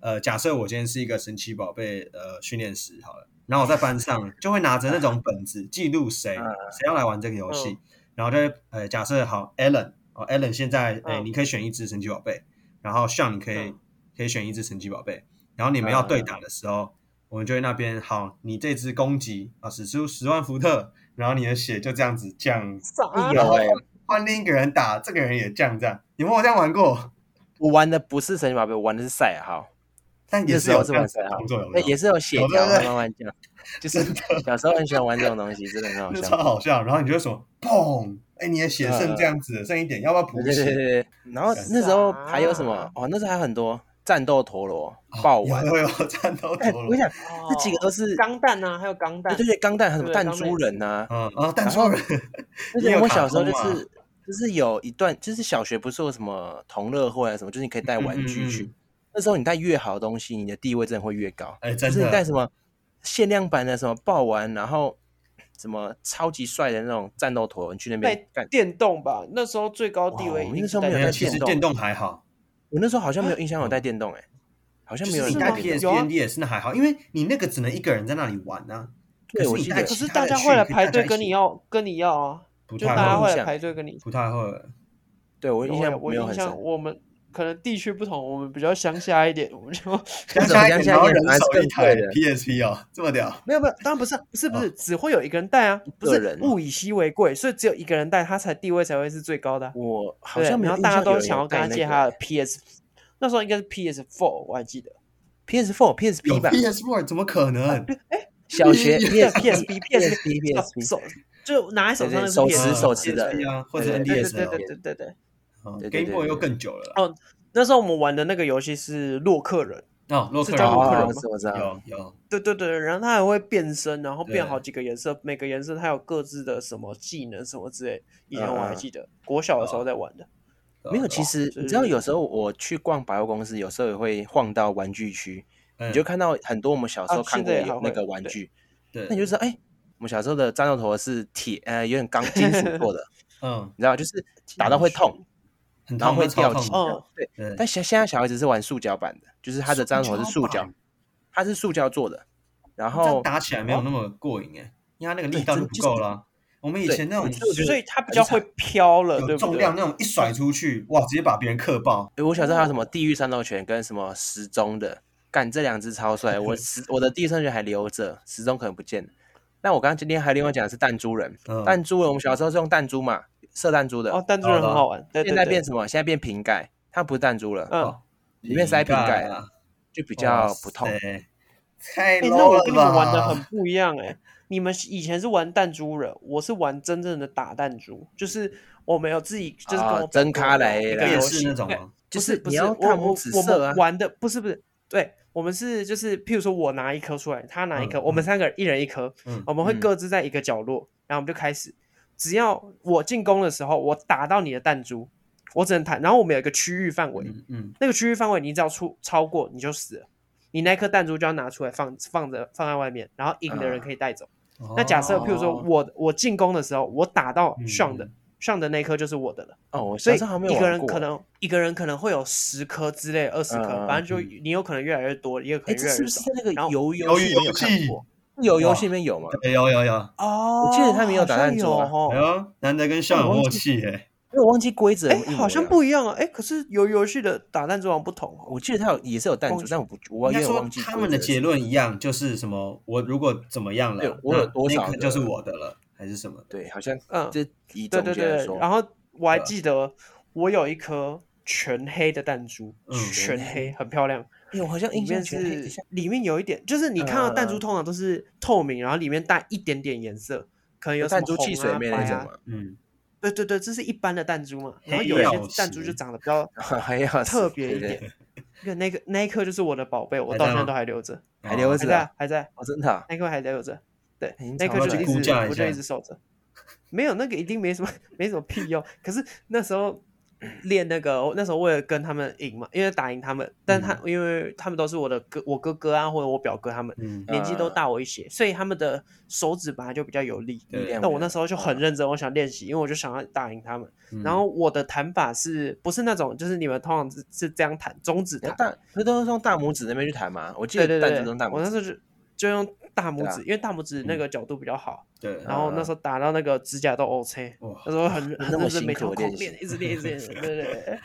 [SPEAKER 2] 呃，假设我今天是一个神奇宝贝呃训练师好了，然后我在班上就会拿着那种本子记录谁谁要来玩这个游戏，然后就会呃假设好 Allen 哦 Allen 现在哎
[SPEAKER 3] 嗯
[SPEAKER 2] 你可以选一只神奇宝贝，然后 Sean 你可以
[SPEAKER 3] 嗯
[SPEAKER 2] 可以选一只神奇宝贝，然后你们要对打的时候，我们就会那边好你这只攻击啊使出十万伏特，然后你的血就这样子降，
[SPEAKER 3] 啥
[SPEAKER 1] 有哎、
[SPEAKER 2] 换另一个人打，这个人也降这样，你们有这样玩过？
[SPEAKER 1] 我玩的不是神奇宝贝，我玩的是赛尔号，
[SPEAKER 2] 但也
[SPEAKER 1] 那
[SPEAKER 2] 是
[SPEAKER 1] 时
[SPEAKER 2] 有
[SPEAKER 1] 候是
[SPEAKER 2] 这样
[SPEAKER 1] 玩
[SPEAKER 2] 子
[SPEAKER 1] 赛尔
[SPEAKER 2] 的
[SPEAKER 1] 号
[SPEAKER 2] 动作，有没
[SPEAKER 1] 那
[SPEAKER 2] 有？
[SPEAKER 1] 也是嗯有血
[SPEAKER 2] 有对
[SPEAKER 1] 条，
[SPEAKER 2] 不对
[SPEAKER 1] 慢慢降，就是小时候很喜欢玩这种东西，真的很好
[SPEAKER 2] 那
[SPEAKER 1] 笑
[SPEAKER 2] 超。好笑。然后你就会说砰，哎、你的血剩这样子了，剩一点，要不要补
[SPEAKER 1] 对
[SPEAKER 2] 血？
[SPEAKER 1] 对对对对，然后那时候还有什么？哦，那时候还有很多战斗陀螺、爆丸。
[SPEAKER 2] 哦有有有战斗陀
[SPEAKER 1] 哎
[SPEAKER 2] 螺，
[SPEAKER 1] 我想
[SPEAKER 3] 哦
[SPEAKER 1] 这几个都是，
[SPEAKER 3] 钢弹啊，还有钢弹
[SPEAKER 1] 对，对对，钢弹还有什么
[SPEAKER 3] 对
[SPEAKER 1] 弹珠人呐、啊？
[SPEAKER 2] 嗯啊，但超人
[SPEAKER 1] 而
[SPEAKER 2] 也
[SPEAKER 1] 且
[SPEAKER 2] 有
[SPEAKER 1] 我
[SPEAKER 2] 卡
[SPEAKER 1] 小时候就
[SPEAKER 2] 通嘛
[SPEAKER 1] 是就是有一段，就是小学不是有什么同乐会啊什么，就是你可以带玩具去。
[SPEAKER 2] 嗯嗯嗯
[SPEAKER 1] 那时候你带越好的东西，你的地位真的会越高。
[SPEAKER 2] 哎、
[SPEAKER 1] 就
[SPEAKER 2] 真
[SPEAKER 1] 是你带
[SPEAKER 2] 的
[SPEAKER 1] 什么限量版的什么爆丸，然后什么超级帅的那种战斗陀螺，你去那边
[SPEAKER 3] 带
[SPEAKER 1] 干。
[SPEAKER 3] 电动吧，那时候最高地
[SPEAKER 1] 哇
[SPEAKER 3] 位
[SPEAKER 1] 我
[SPEAKER 3] 一定
[SPEAKER 1] 那
[SPEAKER 3] 是
[SPEAKER 1] 时候
[SPEAKER 3] 带
[SPEAKER 1] 没有
[SPEAKER 2] 没
[SPEAKER 1] 带
[SPEAKER 3] 电动
[SPEAKER 2] 有，哎其实电动还好，
[SPEAKER 1] 我那时候好像没有印象有带电动、欸，哎，好像
[SPEAKER 2] 就
[SPEAKER 1] 没有
[SPEAKER 2] 是
[SPEAKER 1] 人
[SPEAKER 2] 你
[SPEAKER 1] 带
[SPEAKER 2] 带
[SPEAKER 3] 吗
[SPEAKER 1] 电动。
[SPEAKER 3] 有啊
[SPEAKER 2] PSP、DS 那还好，因为你那个只能一个人在那里玩啊。
[SPEAKER 1] 对，我
[SPEAKER 2] 可是
[SPEAKER 1] 记
[SPEAKER 2] 你带
[SPEAKER 1] 得
[SPEAKER 3] 可
[SPEAKER 2] 其
[SPEAKER 3] 是
[SPEAKER 2] 他
[SPEAKER 3] 大
[SPEAKER 2] 的
[SPEAKER 3] 家会来
[SPEAKER 2] 去
[SPEAKER 3] 排
[SPEAKER 2] 大
[SPEAKER 3] 队
[SPEAKER 2] 家一
[SPEAKER 3] 跟
[SPEAKER 2] 起
[SPEAKER 3] 你要跟你要啊，
[SPEAKER 2] 不
[SPEAKER 3] 就
[SPEAKER 2] 太
[SPEAKER 3] 大家
[SPEAKER 1] 有印
[SPEAKER 3] 会来
[SPEAKER 1] 象
[SPEAKER 3] 排队跟你。
[SPEAKER 2] 不太会。
[SPEAKER 1] 对我
[SPEAKER 3] 有
[SPEAKER 1] 印
[SPEAKER 3] 欸
[SPEAKER 1] 象
[SPEAKER 3] 我
[SPEAKER 1] 没有
[SPEAKER 3] 印
[SPEAKER 1] 很深。
[SPEAKER 3] 象我们可能地区不同，我们比较乡下一点，我们就
[SPEAKER 2] 但
[SPEAKER 1] 怎
[SPEAKER 2] 下
[SPEAKER 1] 么
[SPEAKER 2] 一
[SPEAKER 1] 讲
[SPEAKER 2] 个
[SPEAKER 1] 现在
[SPEAKER 2] 然后
[SPEAKER 1] 也
[SPEAKER 2] 人
[SPEAKER 1] 蛮
[SPEAKER 2] 手一
[SPEAKER 1] 珍
[SPEAKER 2] 台
[SPEAKER 1] 贵的
[SPEAKER 2] PSP 哦，这么屌，
[SPEAKER 3] 没有没有，当然不是啊，不是不是，只会有一个人带啊，不
[SPEAKER 1] 个
[SPEAKER 3] 是
[SPEAKER 1] 人
[SPEAKER 3] 物以稀为贵，所以只有一个人带，他才地位才会是最高的啊。
[SPEAKER 1] 我好
[SPEAKER 3] 对，
[SPEAKER 1] 像没
[SPEAKER 3] 然
[SPEAKER 1] 有
[SPEAKER 3] 后
[SPEAKER 1] 印
[SPEAKER 3] 大
[SPEAKER 1] 象有
[SPEAKER 3] 家都
[SPEAKER 1] 人
[SPEAKER 3] 想要跟他
[SPEAKER 1] 带那
[SPEAKER 3] 借
[SPEAKER 1] 个
[SPEAKER 3] 他的 PS，那时候应该是 PS Four，我还记得
[SPEAKER 1] PS Four、
[SPEAKER 2] 有
[SPEAKER 1] PSP 吧，
[SPEAKER 2] PS4 怎么可
[SPEAKER 1] 啊
[SPEAKER 2] 能？
[SPEAKER 1] 小学
[SPEAKER 3] PSP
[SPEAKER 1] PSP、PSP。
[SPEAKER 3] 手就拿在手
[SPEAKER 1] 对
[SPEAKER 3] 上的
[SPEAKER 1] 对
[SPEAKER 3] 是
[SPEAKER 1] 手
[SPEAKER 3] PS
[SPEAKER 1] 持手持的
[SPEAKER 2] 对啊，或
[SPEAKER 1] 对
[SPEAKER 2] 者
[SPEAKER 3] 对对对
[SPEAKER 2] NDS
[SPEAKER 3] 对对对对。
[SPEAKER 2] 哦
[SPEAKER 1] 对对对
[SPEAKER 2] ，Game Boy 又更久了啦。
[SPEAKER 3] 那时候我们玩的那个游戏是洛克人，
[SPEAKER 2] 哦，洛克
[SPEAKER 3] 是叫洛克人
[SPEAKER 1] 哦，
[SPEAKER 3] 吗
[SPEAKER 1] 我知道我知道
[SPEAKER 2] 有。有，
[SPEAKER 3] 对对对，然后它还会变身，然后变
[SPEAKER 2] 对
[SPEAKER 3] 好几个颜色，每个颜色它有各自的什么技能什么之类。以前
[SPEAKER 1] 嗯
[SPEAKER 3] 我还
[SPEAKER 1] 嗯
[SPEAKER 3] 记得，国小的时候在玩的。
[SPEAKER 1] 没
[SPEAKER 2] 哦
[SPEAKER 1] 有，其实
[SPEAKER 3] 就是
[SPEAKER 1] 你知道，有时候我去逛百货公司，有时候也会晃到玩具区，
[SPEAKER 2] 你
[SPEAKER 1] 你就看到很多我们小时候
[SPEAKER 3] 啊
[SPEAKER 1] 看
[SPEAKER 3] 现
[SPEAKER 1] 过
[SPEAKER 3] 在也
[SPEAKER 1] 有
[SPEAKER 3] 还
[SPEAKER 1] 那
[SPEAKER 3] 会
[SPEAKER 1] 个玩具，
[SPEAKER 2] 嗯对，
[SPEAKER 1] 那你就知道，哎，我们小时候的战斗陀是铁，呃，有点 钢金属做的，
[SPEAKER 2] 嗯，
[SPEAKER 1] 你知道，就是打到会痛，
[SPEAKER 2] 很
[SPEAKER 1] 然后
[SPEAKER 2] 痛，
[SPEAKER 1] 会
[SPEAKER 2] 会
[SPEAKER 1] 掉
[SPEAKER 2] 超
[SPEAKER 1] 漆
[SPEAKER 2] 痛
[SPEAKER 3] 哦
[SPEAKER 2] 的。
[SPEAKER 3] 嗯。
[SPEAKER 1] 对，
[SPEAKER 2] 对，
[SPEAKER 1] 但现现在小孩子是玩塑胶版的，就是它的战斗陀是塑
[SPEAKER 2] 塑胶
[SPEAKER 1] 胶
[SPEAKER 2] 版，
[SPEAKER 1] 它是塑胶做的，然
[SPEAKER 2] 这样
[SPEAKER 1] 后
[SPEAKER 2] 打起来没有那么过瘾哎，因为它那个力
[SPEAKER 1] 对
[SPEAKER 2] 道就
[SPEAKER 1] 真
[SPEAKER 2] 不
[SPEAKER 1] 就是
[SPEAKER 2] 够啦。我们以
[SPEAKER 1] 对
[SPEAKER 2] 前那种
[SPEAKER 1] 我
[SPEAKER 2] 就
[SPEAKER 1] 就觉
[SPEAKER 2] 是
[SPEAKER 1] 得
[SPEAKER 3] 所以它比较会飘 了，对
[SPEAKER 2] 有
[SPEAKER 3] 不
[SPEAKER 2] 重
[SPEAKER 3] 对
[SPEAKER 2] 量？那种一甩出去，哇，直接把别人克爆。
[SPEAKER 1] 欸我小时候还有什
[SPEAKER 3] 哦
[SPEAKER 1] 么地狱三斗拳跟什么时钟的，干这两只超帅。 我时我的地狱三斗拳还留着，时钟可能不见了。但我刚刚今天还另外讲的是弹珠人，
[SPEAKER 2] 嗯，
[SPEAKER 1] 弹珠人我们小时候是用弹珠嘛，射弹珠的。
[SPEAKER 3] 哦，弹珠人很好玩，对对
[SPEAKER 1] 现在
[SPEAKER 3] 对
[SPEAKER 1] 变，什么？现在变瓶盖，它不是弹珠了，
[SPEAKER 2] 哦
[SPEAKER 3] 嗯。
[SPEAKER 1] 里面塞瓶盖
[SPEAKER 2] 啊，
[SPEAKER 1] 就比较不痛。
[SPEAKER 2] 哇塞。太
[SPEAKER 3] 哎、那
[SPEAKER 2] low
[SPEAKER 3] 我
[SPEAKER 2] 了
[SPEAKER 3] 跟你们玩的
[SPEAKER 2] 吧
[SPEAKER 3] 很不一样哎、你们以前是玩弹珠人，我是玩真正的打弹珠，就是我们有自己就是跟
[SPEAKER 1] 啊
[SPEAKER 3] 我
[SPEAKER 1] 真咖
[SPEAKER 3] 来
[SPEAKER 1] 来
[SPEAKER 3] 一个
[SPEAKER 1] 来
[SPEAKER 3] 游
[SPEAKER 2] 电
[SPEAKER 3] 戏
[SPEAKER 2] 视那种
[SPEAKER 3] 对
[SPEAKER 2] 吗？
[SPEAKER 1] 就
[SPEAKER 3] 不
[SPEAKER 1] 是
[SPEAKER 3] 是不
[SPEAKER 1] 你
[SPEAKER 3] 是
[SPEAKER 1] 要
[SPEAKER 3] 我
[SPEAKER 1] 看
[SPEAKER 3] 我
[SPEAKER 1] 拇指
[SPEAKER 3] 我
[SPEAKER 1] 射啊
[SPEAKER 3] 们玩的不是不是，对我们是就是，譬如说我拿一颗出来，他拿一颗，
[SPEAKER 2] 嗯
[SPEAKER 3] 我们三个人一人一颗，
[SPEAKER 2] 嗯
[SPEAKER 3] 我们会
[SPEAKER 1] 嗯
[SPEAKER 3] 各自在一个角落，然后我们就开始，只要我进攻的时候，我打到你的弹珠，我只能弹，然后我们有一个区域范围，
[SPEAKER 2] 嗯嗯，
[SPEAKER 3] 那个区域范围你只要出超过你就死了，你那颗弹珠就要拿出来放放着放在外面，然后赢的人可以带走。那假设譬如说
[SPEAKER 1] 啊哦
[SPEAKER 3] 我我进攻的时候，我打到
[SPEAKER 2] 嗯
[SPEAKER 3] 上的上的那颗就是我的了，
[SPEAKER 1] 哦，我
[SPEAKER 3] 所
[SPEAKER 1] 小
[SPEAKER 3] 以
[SPEAKER 1] 时候还没
[SPEAKER 3] 一
[SPEAKER 1] 有
[SPEAKER 3] 个
[SPEAKER 1] 玩
[SPEAKER 3] 人
[SPEAKER 1] 过。
[SPEAKER 3] 可能一个人可能会有十颗之类二十
[SPEAKER 1] 嗯
[SPEAKER 3] 颗，
[SPEAKER 1] 嗯
[SPEAKER 3] 反正就
[SPEAKER 2] 嗯
[SPEAKER 3] 你有可能越来越多，也有可
[SPEAKER 1] 哎，
[SPEAKER 3] 能
[SPEAKER 1] 这
[SPEAKER 3] 越来
[SPEAKER 1] 是
[SPEAKER 3] 越
[SPEAKER 1] 不是
[SPEAKER 3] 少。
[SPEAKER 1] 在那个
[SPEAKER 3] 然后
[SPEAKER 1] 鱿鱼
[SPEAKER 2] 鱿鱼
[SPEAKER 1] 游戏没有
[SPEAKER 2] 游
[SPEAKER 1] 看
[SPEAKER 2] 戏
[SPEAKER 1] 过？鱿鱼游戏里面有吗？
[SPEAKER 2] 对有有有，
[SPEAKER 3] 哦
[SPEAKER 1] 我记得他们有打弹珠啊
[SPEAKER 3] 好
[SPEAKER 2] 哎
[SPEAKER 3] 像有哦
[SPEAKER 2] 呦，难得跟校友默契哎，
[SPEAKER 1] 因为我忘记规则有没有
[SPEAKER 3] 哎
[SPEAKER 1] 一模一，样。
[SPEAKER 3] 好像不一样啊！哎，可是游游戏的打弹珠好像不同哦。
[SPEAKER 1] 我记得它有也是有弹珠，但我不，我有
[SPEAKER 2] 应该
[SPEAKER 1] 点
[SPEAKER 2] 说
[SPEAKER 1] 忘记
[SPEAKER 2] 他
[SPEAKER 1] 规
[SPEAKER 2] 们的
[SPEAKER 1] 则是
[SPEAKER 2] 结
[SPEAKER 1] 什么
[SPEAKER 2] 论一样，就是什么我如果怎么样
[SPEAKER 1] 对
[SPEAKER 2] 了，
[SPEAKER 1] 我有
[SPEAKER 2] 那
[SPEAKER 1] 多少
[SPEAKER 2] 那颗
[SPEAKER 1] 个
[SPEAKER 2] 就是我的了，还是什么的？
[SPEAKER 1] 对，好像
[SPEAKER 3] 嗯，
[SPEAKER 1] 这以
[SPEAKER 3] 对
[SPEAKER 1] 总
[SPEAKER 3] 对
[SPEAKER 1] 结来
[SPEAKER 3] 对对，
[SPEAKER 1] 说，
[SPEAKER 3] 然后我还
[SPEAKER 2] 对
[SPEAKER 3] 记得我有一颗全黑的弹珠，
[SPEAKER 2] 嗯
[SPEAKER 3] 全
[SPEAKER 1] 全
[SPEAKER 3] 黑很漂亮，
[SPEAKER 1] 哎，我好像
[SPEAKER 3] 里
[SPEAKER 1] 印象
[SPEAKER 3] 面
[SPEAKER 1] 全黑一
[SPEAKER 3] 是
[SPEAKER 1] 下
[SPEAKER 3] 里面有一点，就是你看到弹珠
[SPEAKER 1] 嗯
[SPEAKER 3] 通常都是透明，然后里面带一点点颜色，可能有什么
[SPEAKER 1] 弹珠
[SPEAKER 3] 红
[SPEAKER 1] 汽水
[SPEAKER 3] 啊
[SPEAKER 1] 妹
[SPEAKER 3] 白
[SPEAKER 1] 那种
[SPEAKER 3] 啊
[SPEAKER 1] 嘛，
[SPEAKER 2] 嗯，
[SPEAKER 3] 对对对，这是一般的弹珠嘛，然后
[SPEAKER 2] 黑
[SPEAKER 3] 有一
[SPEAKER 2] 曜
[SPEAKER 3] 些弹珠
[SPEAKER 2] 石
[SPEAKER 3] 就
[SPEAKER 2] 啊
[SPEAKER 3] 长得比较
[SPEAKER 1] 还要
[SPEAKER 3] 特
[SPEAKER 1] 死
[SPEAKER 3] 别一
[SPEAKER 1] 哎对对
[SPEAKER 3] 点。那那个那一颗就是我的宝贝，我
[SPEAKER 2] 还
[SPEAKER 3] 到
[SPEAKER 2] 在
[SPEAKER 3] 现在
[SPEAKER 2] 吗
[SPEAKER 3] 都还留着，
[SPEAKER 1] 还留
[SPEAKER 3] 还
[SPEAKER 1] 是
[SPEAKER 3] 在
[SPEAKER 1] 啊
[SPEAKER 3] 啊还在，
[SPEAKER 1] 哦，真的啊，
[SPEAKER 3] 那一颗还留着。对
[SPEAKER 2] 哎
[SPEAKER 1] 已经，
[SPEAKER 3] 那一
[SPEAKER 1] 藏到
[SPEAKER 3] 颗就
[SPEAKER 1] 哪
[SPEAKER 3] 一
[SPEAKER 1] 里
[SPEAKER 2] 估
[SPEAKER 3] 直
[SPEAKER 2] 价
[SPEAKER 3] 我
[SPEAKER 2] 一
[SPEAKER 3] 就
[SPEAKER 2] 下
[SPEAKER 3] 一直守着。 没有那个一定没什么没什么屁用，可是那时候练那个，那时候为了跟他们赢嘛，因为打赢他们，但他、
[SPEAKER 2] 嗯
[SPEAKER 3] 因为他们都是我的哥，我哥哥啊或者我表哥他们。
[SPEAKER 2] 嗯，
[SPEAKER 3] 年纪都大我一些，所以他们的手指本来就比较有力。
[SPEAKER 1] 力量
[SPEAKER 3] 那
[SPEAKER 1] 比
[SPEAKER 3] 我
[SPEAKER 1] 较
[SPEAKER 3] 那时候就
[SPEAKER 1] 嗯
[SPEAKER 3] 很认真，我想练习，因为我就想要打赢他们。
[SPEAKER 2] 嗯
[SPEAKER 3] 然后我的弹法是不是那种，就是你们通常是是这样弹，中指
[SPEAKER 1] 你要
[SPEAKER 3] 弹，
[SPEAKER 1] 哦大，不是都是用大拇指那边去弹吗？我记
[SPEAKER 3] 对
[SPEAKER 1] 得
[SPEAKER 3] 对
[SPEAKER 1] 弹珠
[SPEAKER 3] 对
[SPEAKER 1] 都
[SPEAKER 3] 对
[SPEAKER 1] 用大，
[SPEAKER 3] 我
[SPEAKER 1] 拇
[SPEAKER 3] 那
[SPEAKER 1] 指，
[SPEAKER 3] 时候就就用大拇指，
[SPEAKER 1] 对啊啊
[SPEAKER 3] 因为大拇指那个角度比较好，
[SPEAKER 2] 对，
[SPEAKER 3] 然后那时候打到那个指甲都 OK，
[SPEAKER 2] 哇
[SPEAKER 3] 那时候很 很
[SPEAKER 1] 那么
[SPEAKER 3] 认
[SPEAKER 1] 辛
[SPEAKER 3] 真，
[SPEAKER 1] 苦
[SPEAKER 3] 每条
[SPEAKER 1] 练
[SPEAKER 3] 空
[SPEAKER 1] 习
[SPEAKER 3] 练，一直练，一直练，对 对对。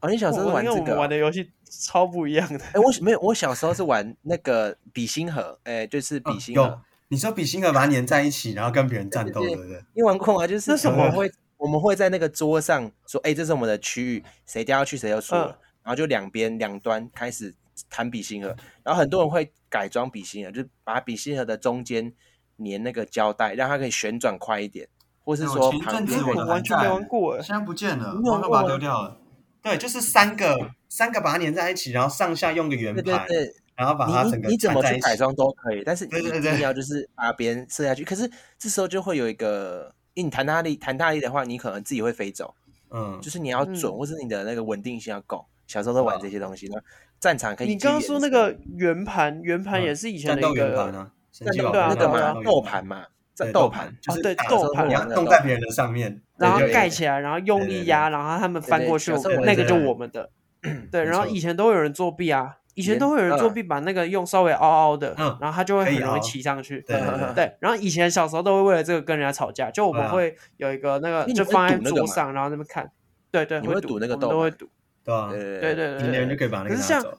[SPEAKER 1] 哦，你小时候
[SPEAKER 3] 哇
[SPEAKER 1] 玩
[SPEAKER 3] 因
[SPEAKER 1] 这
[SPEAKER 3] 为我
[SPEAKER 1] 个
[SPEAKER 3] 们
[SPEAKER 1] 哦、
[SPEAKER 3] 玩的游戏超不一样的，
[SPEAKER 1] 哎、我没有，我小时候是玩那个比心盒，哎、就是比心盒，
[SPEAKER 2] 啊有，你说比心和啊把它粘在一起，然后跟别人战斗，
[SPEAKER 1] 对
[SPEAKER 2] 对
[SPEAKER 1] 对
[SPEAKER 2] 不对？
[SPEAKER 1] 你玩过吗？就是
[SPEAKER 3] 那什
[SPEAKER 1] 我们
[SPEAKER 2] 么
[SPEAKER 1] 会我们会在那个桌上说，哎、这是我们的区域，谁掉下去谁就输了，
[SPEAKER 3] 嗯
[SPEAKER 1] 然后就两边两端开始弹比心盒，然后很多人会改装比心盒，就是把比心盒的中间粘那个胶带，让它可以旋转快一点，或是啊
[SPEAKER 2] 哎我
[SPEAKER 1] 说
[SPEAKER 2] 前一
[SPEAKER 1] 旁
[SPEAKER 2] 阵
[SPEAKER 1] 边
[SPEAKER 2] 子
[SPEAKER 3] 那
[SPEAKER 2] 我
[SPEAKER 1] 会
[SPEAKER 2] 的
[SPEAKER 3] 我完全
[SPEAKER 2] 很
[SPEAKER 3] 没
[SPEAKER 2] 淡
[SPEAKER 3] 玩过哎。
[SPEAKER 2] 现在不见了，
[SPEAKER 1] 没有
[SPEAKER 2] 我都把它
[SPEAKER 1] 过
[SPEAKER 2] 丢掉了。对，就是三个三个把它粘在一起，然后上下用个圆
[SPEAKER 1] 对
[SPEAKER 2] 盘
[SPEAKER 1] 对，对，
[SPEAKER 2] 然后把它整
[SPEAKER 1] 你
[SPEAKER 2] 个
[SPEAKER 1] 你你怎
[SPEAKER 2] 粘
[SPEAKER 1] 么
[SPEAKER 2] 在
[SPEAKER 1] 去
[SPEAKER 2] 一
[SPEAKER 1] 改
[SPEAKER 2] 起。
[SPEAKER 1] 装都可以，但是你
[SPEAKER 2] 对对
[SPEAKER 1] 一
[SPEAKER 2] 对
[SPEAKER 1] 定要就是把别人射下去。可是这时候就会有一个，因为你弹大力弹大力的话，你可能自己会飞走，
[SPEAKER 2] 嗯
[SPEAKER 1] 就是你要准，
[SPEAKER 3] 嗯哦
[SPEAKER 1] 或是你的那个稳定性要够。小时候都玩这些东西，然后战场可以。
[SPEAKER 3] 你刚刚说那个圆盘，圆盘
[SPEAKER 2] 嗯
[SPEAKER 3] 也是以前
[SPEAKER 2] 战
[SPEAKER 3] 的
[SPEAKER 2] 斗
[SPEAKER 3] 一
[SPEAKER 2] 圆盘
[SPEAKER 3] 个，
[SPEAKER 2] 啊，神
[SPEAKER 1] 战
[SPEAKER 2] 奇
[SPEAKER 1] 斗
[SPEAKER 2] 宝
[SPEAKER 3] 对啊
[SPEAKER 1] 那个
[SPEAKER 2] 贝
[SPEAKER 3] 对啊
[SPEAKER 1] 嘛
[SPEAKER 2] 嘛，
[SPEAKER 1] 斗盘嘛，战
[SPEAKER 2] 对
[SPEAKER 1] 斗
[SPEAKER 2] 斗
[SPEAKER 1] 盘
[SPEAKER 2] 盘，就是
[SPEAKER 3] 对
[SPEAKER 2] 打的
[SPEAKER 3] 斗
[SPEAKER 2] 时候
[SPEAKER 3] 盘
[SPEAKER 2] 你要
[SPEAKER 1] 玩的
[SPEAKER 2] 弄
[SPEAKER 1] 斗
[SPEAKER 2] 在
[SPEAKER 1] 盘
[SPEAKER 2] 别人的上面，
[SPEAKER 3] 然后
[SPEAKER 2] 对对对
[SPEAKER 3] 盖起来，然后用
[SPEAKER 2] 对对
[SPEAKER 3] 力
[SPEAKER 2] 对
[SPEAKER 3] 压，然后他们翻
[SPEAKER 1] 对对
[SPEAKER 3] 过去，
[SPEAKER 1] 小
[SPEAKER 3] 我
[SPEAKER 1] 时候
[SPEAKER 3] 们
[SPEAKER 1] 我
[SPEAKER 3] 那
[SPEAKER 1] 也
[SPEAKER 3] 个
[SPEAKER 1] 是
[SPEAKER 3] 就
[SPEAKER 1] 这样
[SPEAKER 3] 我们的。 对，
[SPEAKER 2] 没
[SPEAKER 3] 然后
[SPEAKER 2] 错
[SPEAKER 3] 以前都会有人作弊啊，以前
[SPEAKER 1] 也
[SPEAKER 3] 都会有人作
[SPEAKER 1] 嗯
[SPEAKER 3] 弊，把那个用稍微凹凹的
[SPEAKER 2] 嗯，
[SPEAKER 3] 然后他就会
[SPEAKER 2] 可以
[SPEAKER 3] 很容易
[SPEAKER 2] 凹
[SPEAKER 3] 骑上去。
[SPEAKER 2] 对对对
[SPEAKER 1] 嗯
[SPEAKER 3] 对，然后以前小时候都会为了这个跟人家吵架，就我们
[SPEAKER 2] 对啊
[SPEAKER 3] 会有一个那
[SPEAKER 1] 因
[SPEAKER 3] 个
[SPEAKER 1] 为你
[SPEAKER 3] 就
[SPEAKER 1] 会
[SPEAKER 3] 放在
[SPEAKER 1] 赌那个
[SPEAKER 3] 桌
[SPEAKER 1] 嘛
[SPEAKER 3] 上，然后那边看。对对，
[SPEAKER 1] 你会
[SPEAKER 3] 赌
[SPEAKER 1] 赌那个
[SPEAKER 3] 我们
[SPEAKER 1] 斗
[SPEAKER 3] 都会
[SPEAKER 1] 嘛
[SPEAKER 3] 赌。
[SPEAKER 2] 对吧？
[SPEAKER 1] 对
[SPEAKER 3] 对
[SPEAKER 1] 对对，
[SPEAKER 3] 对
[SPEAKER 2] 赢的
[SPEAKER 3] 对
[SPEAKER 2] 人就
[SPEAKER 3] 对。
[SPEAKER 2] 可以把那
[SPEAKER 3] 可是
[SPEAKER 2] 个拿
[SPEAKER 3] 像
[SPEAKER 2] 走。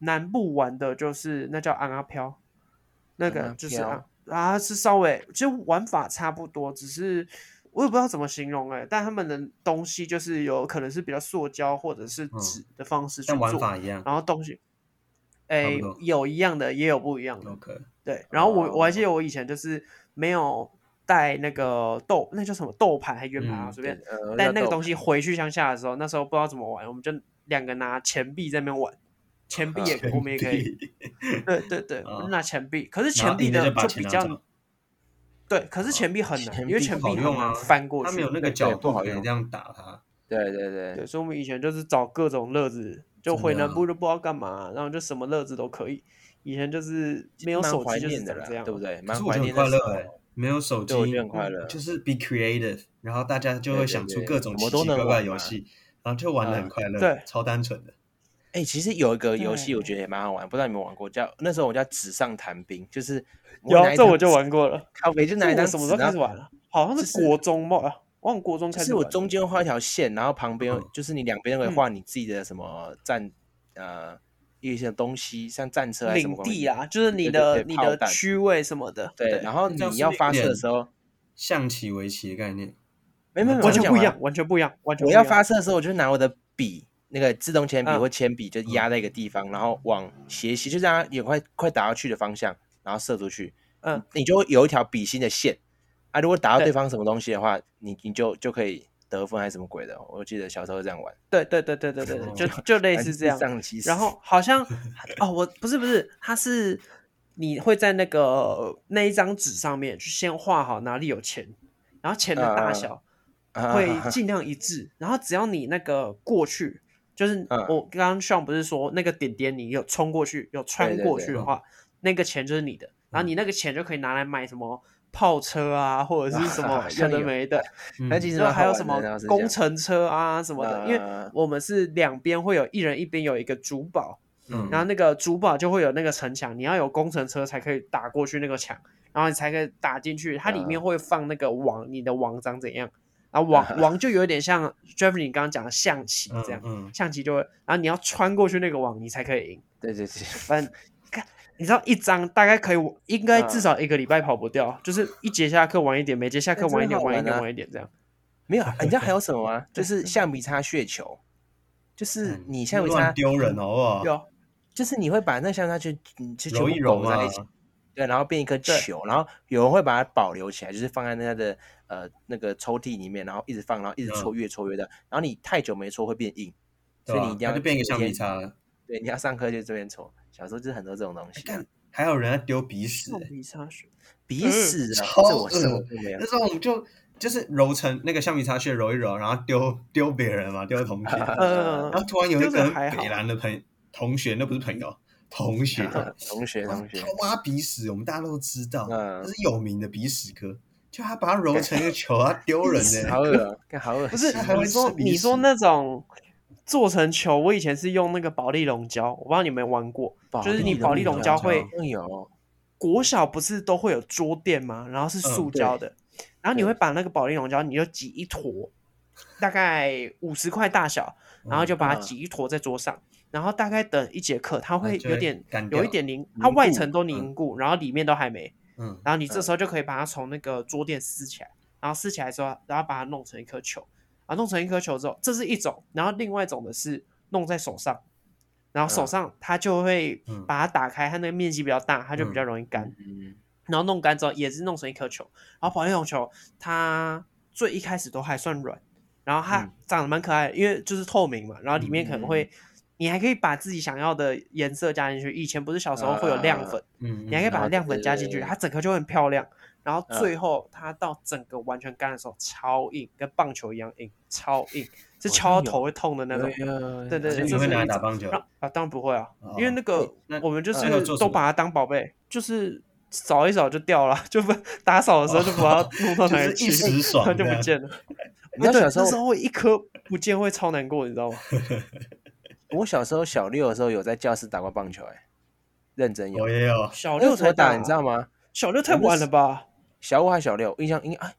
[SPEAKER 3] 南部玩的就是那叫昂阿飘，那
[SPEAKER 1] 昂
[SPEAKER 3] 个
[SPEAKER 1] 阿
[SPEAKER 3] 就是
[SPEAKER 1] 飘
[SPEAKER 3] 啊，啊是稍微其实玩法差不多，只是我也不知道怎么形容哎、但他们的东西就是有可能是比较塑胶或者是
[SPEAKER 2] 嗯
[SPEAKER 3] 纸的方式去
[SPEAKER 2] 像
[SPEAKER 3] 做，
[SPEAKER 2] 玩法一样
[SPEAKER 3] 然后东西。
[SPEAKER 2] 差
[SPEAKER 3] 哎
[SPEAKER 2] 不多，嗯
[SPEAKER 3] 有一样的，也有不一样的。
[SPEAKER 2] ，OK，
[SPEAKER 3] 对，然后我、我还
[SPEAKER 1] 哦
[SPEAKER 3] 记得我以前就是没有带那个豆，那叫什么豆盘还圆盘啊，
[SPEAKER 2] 嗯
[SPEAKER 3] 随便。
[SPEAKER 1] 呃
[SPEAKER 3] 带那个东
[SPEAKER 1] 西
[SPEAKER 3] 西回去乡下的时候，那时候不知道怎么玩，我们就两个拿钱币在那边玩，钱币也、
[SPEAKER 2] 全
[SPEAKER 3] 我们也可 以，
[SPEAKER 2] 地，
[SPEAKER 3] 对对对，
[SPEAKER 1] 嗯
[SPEAKER 3] 我们
[SPEAKER 2] 啊
[SPEAKER 3] 拿钱币，可是
[SPEAKER 2] 然
[SPEAKER 3] 钱
[SPEAKER 2] 后
[SPEAKER 3] 币
[SPEAKER 2] 赢的
[SPEAKER 3] 呢
[SPEAKER 2] 就把
[SPEAKER 3] 比
[SPEAKER 2] 钱拿
[SPEAKER 3] 较
[SPEAKER 2] 走
[SPEAKER 3] 对，可是钱币很难，
[SPEAKER 1] 啊钱
[SPEAKER 3] 因为
[SPEAKER 1] 币
[SPEAKER 3] 钱
[SPEAKER 1] 不
[SPEAKER 3] 币
[SPEAKER 1] 好
[SPEAKER 3] 很
[SPEAKER 2] 用
[SPEAKER 3] 难
[SPEAKER 2] 啊
[SPEAKER 3] 翻过去，
[SPEAKER 2] 他没有那个
[SPEAKER 1] 对
[SPEAKER 2] 角
[SPEAKER 1] 不
[SPEAKER 2] 度
[SPEAKER 1] 好
[SPEAKER 2] 可以
[SPEAKER 1] 用
[SPEAKER 2] 这样打它。
[SPEAKER 1] 对对对
[SPEAKER 3] 对，，所以我们以前就是找各种乐子，就
[SPEAKER 2] 真
[SPEAKER 3] 回
[SPEAKER 2] 的
[SPEAKER 3] 南
[SPEAKER 2] 啊
[SPEAKER 3] 部就不知道干嘛，然后就什么乐子都可以。以前就是没有
[SPEAKER 1] 蛮
[SPEAKER 3] 手
[SPEAKER 1] 怀
[SPEAKER 3] 机就是
[SPEAKER 1] 念的
[SPEAKER 3] 长这
[SPEAKER 1] 啦，
[SPEAKER 3] 样，啊
[SPEAKER 1] 对不？对？
[SPEAKER 2] 可
[SPEAKER 1] 蛮
[SPEAKER 2] 是我
[SPEAKER 1] 怀
[SPEAKER 2] 觉得
[SPEAKER 1] 念的时
[SPEAKER 2] 很快乐
[SPEAKER 1] 候
[SPEAKER 2] 哎，没有手机
[SPEAKER 1] 欸对，我觉得很快乐。
[SPEAKER 2] 就是 be creative，然后大家就
[SPEAKER 1] 对
[SPEAKER 2] 会
[SPEAKER 1] 对
[SPEAKER 2] 想出
[SPEAKER 1] 对
[SPEAKER 2] 各种
[SPEAKER 1] 什
[SPEAKER 2] 奇
[SPEAKER 1] 么都
[SPEAKER 2] 奇
[SPEAKER 1] 能
[SPEAKER 2] 怪怪的
[SPEAKER 1] 玩
[SPEAKER 2] 游
[SPEAKER 1] 嘛啊
[SPEAKER 2] 戏，然后就玩的很快乐，
[SPEAKER 3] 对
[SPEAKER 2] 超单纯的。
[SPEAKER 1] 哎、其实有一个游戏我
[SPEAKER 3] 对
[SPEAKER 1] 觉得也蛮好玩，不知道你们玩过，叫那时候我叫纸上谈兵，就是
[SPEAKER 3] 有啊
[SPEAKER 1] 拿一
[SPEAKER 3] 这我
[SPEAKER 1] 张
[SPEAKER 3] 就
[SPEAKER 1] 纸，
[SPEAKER 3] 玩过了，
[SPEAKER 1] 靠北就
[SPEAKER 3] 这
[SPEAKER 1] 拿一张
[SPEAKER 3] 我
[SPEAKER 1] 纸，
[SPEAKER 3] 什么时候开
[SPEAKER 1] 然
[SPEAKER 3] 始
[SPEAKER 1] 后
[SPEAKER 3] 玩了？好像
[SPEAKER 1] 就是
[SPEAKER 3] 国中吧，啊，忘国中
[SPEAKER 1] 就
[SPEAKER 3] 开始
[SPEAKER 1] 是我
[SPEAKER 3] 玩。
[SPEAKER 1] 中间画一条线，然后旁边、
[SPEAKER 2] 嗯
[SPEAKER 1] 就是你两边都可以
[SPEAKER 3] 嗯
[SPEAKER 1] 画你自己的什么战、呃一些东西，像战车还是什么
[SPEAKER 3] 领
[SPEAKER 1] 东西
[SPEAKER 3] 地，啊，就是
[SPEAKER 1] 对
[SPEAKER 3] 你
[SPEAKER 1] 对
[SPEAKER 3] 的
[SPEAKER 1] 对
[SPEAKER 3] 你
[SPEAKER 1] 炮
[SPEAKER 3] 的
[SPEAKER 1] 弹
[SPEAKER 3] 区位什么的，
[SPEAKER 1] 对，然后
[SPEAKER 2] 这样
[SPEAKER 1] 你
[SPEAKER 2] 是
[SPEAKER 1] 要
[SPEAKER 2] 有
[SPEAKER 1] 发射
[SPEAKER 3] 嗯
[SPEAKER 2] 点
[SPEAKER 1] 的时候，
[SPEAKER 2] 象棋、围棋的概念，
[SPEAKER 1] 没没没，
[SPEAKER 3] 完
[SPEAKER 1] 我
[SPEAKER 3] 全
[SPEAKER 1] 讲
[SPEAKER 3] 不一
[SPEAKER 1] 完
[SPEAKER 3] 样，完全不一样，完全
[SPEAKER 1] 我
[SPEAKER 3] 不一
[SPEAKER 1] 要
[SPEAKER 3] 样。
[SPEAKER 1] 发射的时候，我就拿我的笔，那个自动铅笔
[SPEAKER 3] 嗯
[SPEAKER 1] 或铅笔，就压在一个地方，然后往斜斜，就让它也快快打到去的方向，然后射出去。
[SPEAKER 3] 嗯，
[SPEAKER 1] 你就会有一条笔芯的线啊。如果打到
[SPEAKER 3] 对
[SPEAKER 1] 对方什么东西的话，你你就就可以得分还是什么鬼的。我记得小时候这样玩，
[SPEAKER 3] 对对对对对对， 对就就类似这样。
[SPEAKER 1] 上棋。
[SPEAKER 3] 然后好像哦，我不是不是，它是你会在那个那一张纸上面去先画好哪里有钱，然后钱的大小
[SPEAKER 1] 啊
[SPEAKER 3] 会尽量一致，然后只要你那个过去，就是
[SPEAKER 1] 嗯
[SPEAKER 3] 我刚刚上不是说那个点点你有冲过去有穿
[SPEAKER 1] 对对
[SPEAKER 3] 过
[SPEAKER 1] 对嗯
[SPEAKER 3] 去的话，那个钱就是你的，然后你那个钱就可以拿来买什么炮车啊，或者是什么
[SPEAKER 1] 好像
[SPEAKER 3] 有的
[SPEAKER 1] 有
[SPEAKER 3] 没的，
[SPEAKER 2] 嗯
[SPEAKER 1] 但其实
[SPEAKER 3] 然后
[SPEAKER 1] 蛮好
[SPEAKER 3] 还有
[SPEAKER 1] 玩
[SPEAKER 3] 什
[SPEAKER 1] 的
[SPEAKER 3] 么
[SPEAKER 1] 然后是这
[SPEAKER 3] 工
[SPEAKER 1] 样
[SPEAKER 3] 程车啊什么的，因为
[SPEAKER 1] 啊
[SPEAKER 3] 我们是两边会有一人一边有一个主堡，
[SPEAKER 2] 嗯
[SPEAKER 3] 然后那个主堡就会有那个城墙，你要有工程车才可以打过去那个墙，然后你才可以打进去。它里
[SPEAKER 1] 嗯
[SPEAKER 3] 面会放那个网，你的网长怎样？啊，网
[SPEAKER 1] 啊
[SPEAKER 3] 网就有点像 Jeffrey 你刚刚讲的象棋这样，
[SPEAKER 2] 嗯，嗯
[SPEAKER 3] 象棋就会，然后你要穿过去那个网，你才可以赢。
[SPEAKER 1] 对对对，
[SPEAKER 3] 反正看，你知道一张大概可以，应该至
[SPEAKER 1] 啊
[SPEAKER 3] 少一个礼拜跑不掉，就是一节下课玩一点，每节下
[SPEAKER 1] 那
[SPEAKER 3] 课
[SPEAKER 1] 真
[SPEAKER 3] 玩
[SPEAKER 1] 的
[SPEAKER 3] 一点，
[SPEAKER 1] 好
[SPEAKER 3] 玩一
[SPEAKER 1] 玩
[SPEAKER 3] 点，
[SPEAKER 1] 啊
[SPEAKER 3] 玩一点这样。
[SPEAKER 1] 没有，你知道还有什么 吗？就是橡皮擦血球，就是你橡皮擦嗯
[SPEAKER 2] 乱，嗯丢人哦好不好？
[SPEAKER 1] 啊
[SPEAKER 3] 有
[SPEAKER 1] 就是你会把那橡皮擦去去全
[SPEAKER 2] 揉
[SPEAKER 1] 部
[SPEAKER 2] 一揉
[SPEAKER 1] 抖
[SPEAKER 2] 嘛
[SPEAKER 1] 在一起。对，然后变一颗
[SPEAKER 3] 对
[SPEAKER 1] 球，然后有人会把它保留起来，就是放在他的呃那个抽屉里面，然后一直放，然后一
[SPEAKER 2] 嗯
[SPEAKER 1] 直搓，越搓越大。然后你太久没搓会变硬，所
[SPEAKER 2] 对
[SPEAKER 1] 以
[SPEAKER 2] 吧
[SPEAKER 1] 你一定要
[SPEAKER 2] 它就变一个
[SPEAKER 1] 今
[SPEAKER 2] 橡皮
[SPEAKER 1] 天。
[SPEAKER 2] 擦了。
[SPEAKER 1] 对，你要上课就这边搓。小时候就是很多这种东
[SPEAKER 2] 哎
[SPEAKER 1] 西，
[SPEAKER 2] 干，还有人在丢鼻屎
[SPEAKER 3] 橡
[SPEAKER 2] 欸，
[SPEAKER 3] 皮擦水，
[SPEAKER 1] 鼻屎啊，
[SPEAKER 2] 超
[SPEAKER 1] 这我什么
[SPEAKER 2] 恶
[SPEAKER 1] 都没有
[SPEAKER 2] 那。时候我们就就是揉成那个橡皮擦屑揉一揉，然后丢丢别人嘛，丢 同学。然
[SPEAKER 1] 嗯
[SPEAKER 3] 呃，
[SPEAKER 2] 后突然有一
[SPEAKER 3] 丢
[SPEAKER 2] 个
[SPEAKER 3] 的
[SPEAKER 2] 很
[SPEAKER 3] 还好
[SPEAKER 2] 北蓝的朋同学，那不是朋友，同学，
[SPEAKER 1] 同学，
[SPEAKER 2] 他
[SPEAKER 1] 同学，
[SPEAKER 2] 他挖鼻屎，我们大家都知道，
[SPEAKER 1] 嗯
[SPEAKER 2] 这是有名的鼻屎哥，就他把它揉成一个球，他丢人 呢、
[SPEAKER 1] 好恶啊，看好 恶
[SPEAKER 3] 不是
[SPEAKER 1] 心。
[SPEAKER 2] 还会
[SPEAKER 3] 你说
[SPEAKER 2] 吃鼻
[SPEAKER 3] 你说
[SPEAKER 2] 屎
[SPEAKER 3] 那种做成球，我以前是用那个保利龙胶，我不知道你们有没有玩过，就是你
[SPEAKER 2] 保
[SPEAKER 3] 保
[SPEAKER 2] 利
[SPEAKER 3] 利
[SPEAKER 2] 龙
[SPEAKER 3] 龙
[SPEAKER 2] 胶
[SPEAKER 3] 胶会
[SPEAKER 1] 会有
[SPEAKER 3] 国小不是都会有桌垫吗？然后是塑胶的，然后你会把那个保利龙胶，你就挤一坨，大概五十块大小，
[SPEAKER 2] 嗯
[SPEAKER 3] 然后就把它挤一坨在桌上，然后大概等一节课，它会
[SPEAKER 2] 就
[SPEAKER 3] 有
[SPEAKER 2] 会
[SPEAKER 3] 点
[SPEAKER 2] 干掉
[SPEAKER 3] 有一点凝，它
[SPEAKER 1] 凝
[SPEAKER 3] 外
[SPEAKER 1] 固
[SPEAKER 3] 层都凝
[SPEAKER 2] 嗯
[SPEAKER 3] 固，然后里面都还没，
[SPEAKER 2] 嗯，
[SPEAKER 3] 然后你这时候就可以把它从那个桌垫撕起来，然后撕起来之后，然后把它弄成一颗球，啊，弄成一颗球之后，这是一种，然后另外一种的是弄在手上，然后手
[SPEAKER 1] 嗯
[SPEAKER 3] 上它就会
[SPEAKER 2] 嗯
[SPEAKER 3] 把它打开，它那个面积比较大，它就比较容易干，
[SPEAKER 1] 嗯
[SPEAKER 3] 然后弄干之后也是弄成一颗球，然后保龄龙球它最一开始都还算软，然后它
[SPEAKER 1] 嗯
[SPEAKER 3] 长得蛮可爱的，因为就是透明嘛，然后里面
[SPEAKER 1] 嗯
[SPEAKER 3] 可
[SPEAKER 1] 嗯
[SPEAKER 3] 能
[SPEAKER 1] 嗯
[SPEAKER 3] 会。你还可以把自己想要的颜色加进去。以前不是小时候会有亮
[SPEAKER 1] 呃
[SPEAKER 3] 粉，
[SPEAKER 2] 嗯，
[SPEAKER 3] 你还可以
[SPEAKER 2] 嗯
[SPEAKER 3] 把
[SPEAKER 1] 嗯
[SPEAKER 3] 亮粉加进
[SPEAKER 1] 对
[SPEAKER 3] 去，它整颗就很漂亮。然后
[SPEAKER 1] 嗯
[SPEAKER 3] 最后它到整个完全干的时候，超硬，跟棒球一样硬，超硬，
[SPEAKER 1] 好
[SPEAKER 3] 是
[SPEAKER 1] 像
[SPEAKER 3] 敲到
[SPEAKER 1] 有
[SPEAKER 3] 头会痛的那种。
[SPEAKER 1] 对啊
[SPEAKER 3] 对对
[SPEAKER 2] 所
[SPEAKER 3] 对
[SPEAKER 2] 以你
[SPEAKER 3] 这
[SPEAKER 2] 会
[SPEAKER 3] 是
[SPEAKER 2] 拿来
[SPEAKER 3] 一
[SPEAKER 2] 打
[SPEAKER 3] 种
[SPEAKER 2] 棒球？
[SPEAKER 3] 然后啊，当然不会啊，因为
[SPEAKER 2] 哦
[SPEAKER 3] 那个
[SPEAKER 2] 那
[SPEAKER 3] 我们就
[SPEAKER 2] 那要做
[SPEAKER 3] 是
[SPEAKER 2] 什
[SPEAKER 3] 都
[SPEAKER 2] 么
[SPEAKER 3] 把它当宝贝，就是扫一扫就掉了， 就不打扫的时候就把
[SPEAKER 1] 哦
[SPEAKER 3] 它弄到
[SPEAKER 2] 就
[SPEAKER 3] 哪里
[SPEAKER 2] 是一
[SPEAKER 3] 去，
[SPEAKER 2] 时 爽
[SPEAKER 3] 它就不
[SPEAKER 2] 这样
[SPEAKER 3] 见了。
[SPEAKER 1] 你知道
[SPEAKER 3] 而且
[SPEAKER 1] 小时候
[SPEAKER 3] 那时候会一颗不见会超难过，你知道吗？
[SPEAKER 1] 我小时候小六的时候有在教室打过棒球、哎，认真有
[SPEAKER 3] 哦
[SPEAKER 2] 我。哦也有，
[SPEAKER 3] 小
[SPEAKER 1] 小
[SPEAKER 3] 六才
[SPEAKER 1] 打，你知道吗？
[SPEAKER 3] 小六太
[SPEAKER 1] 我那
[SPEAKER 3] 晚
[SPEAKER 1] 时
[SPEAKER 3] 了吧？
[SPEAKER 1] 小五还小六，印象应该哎，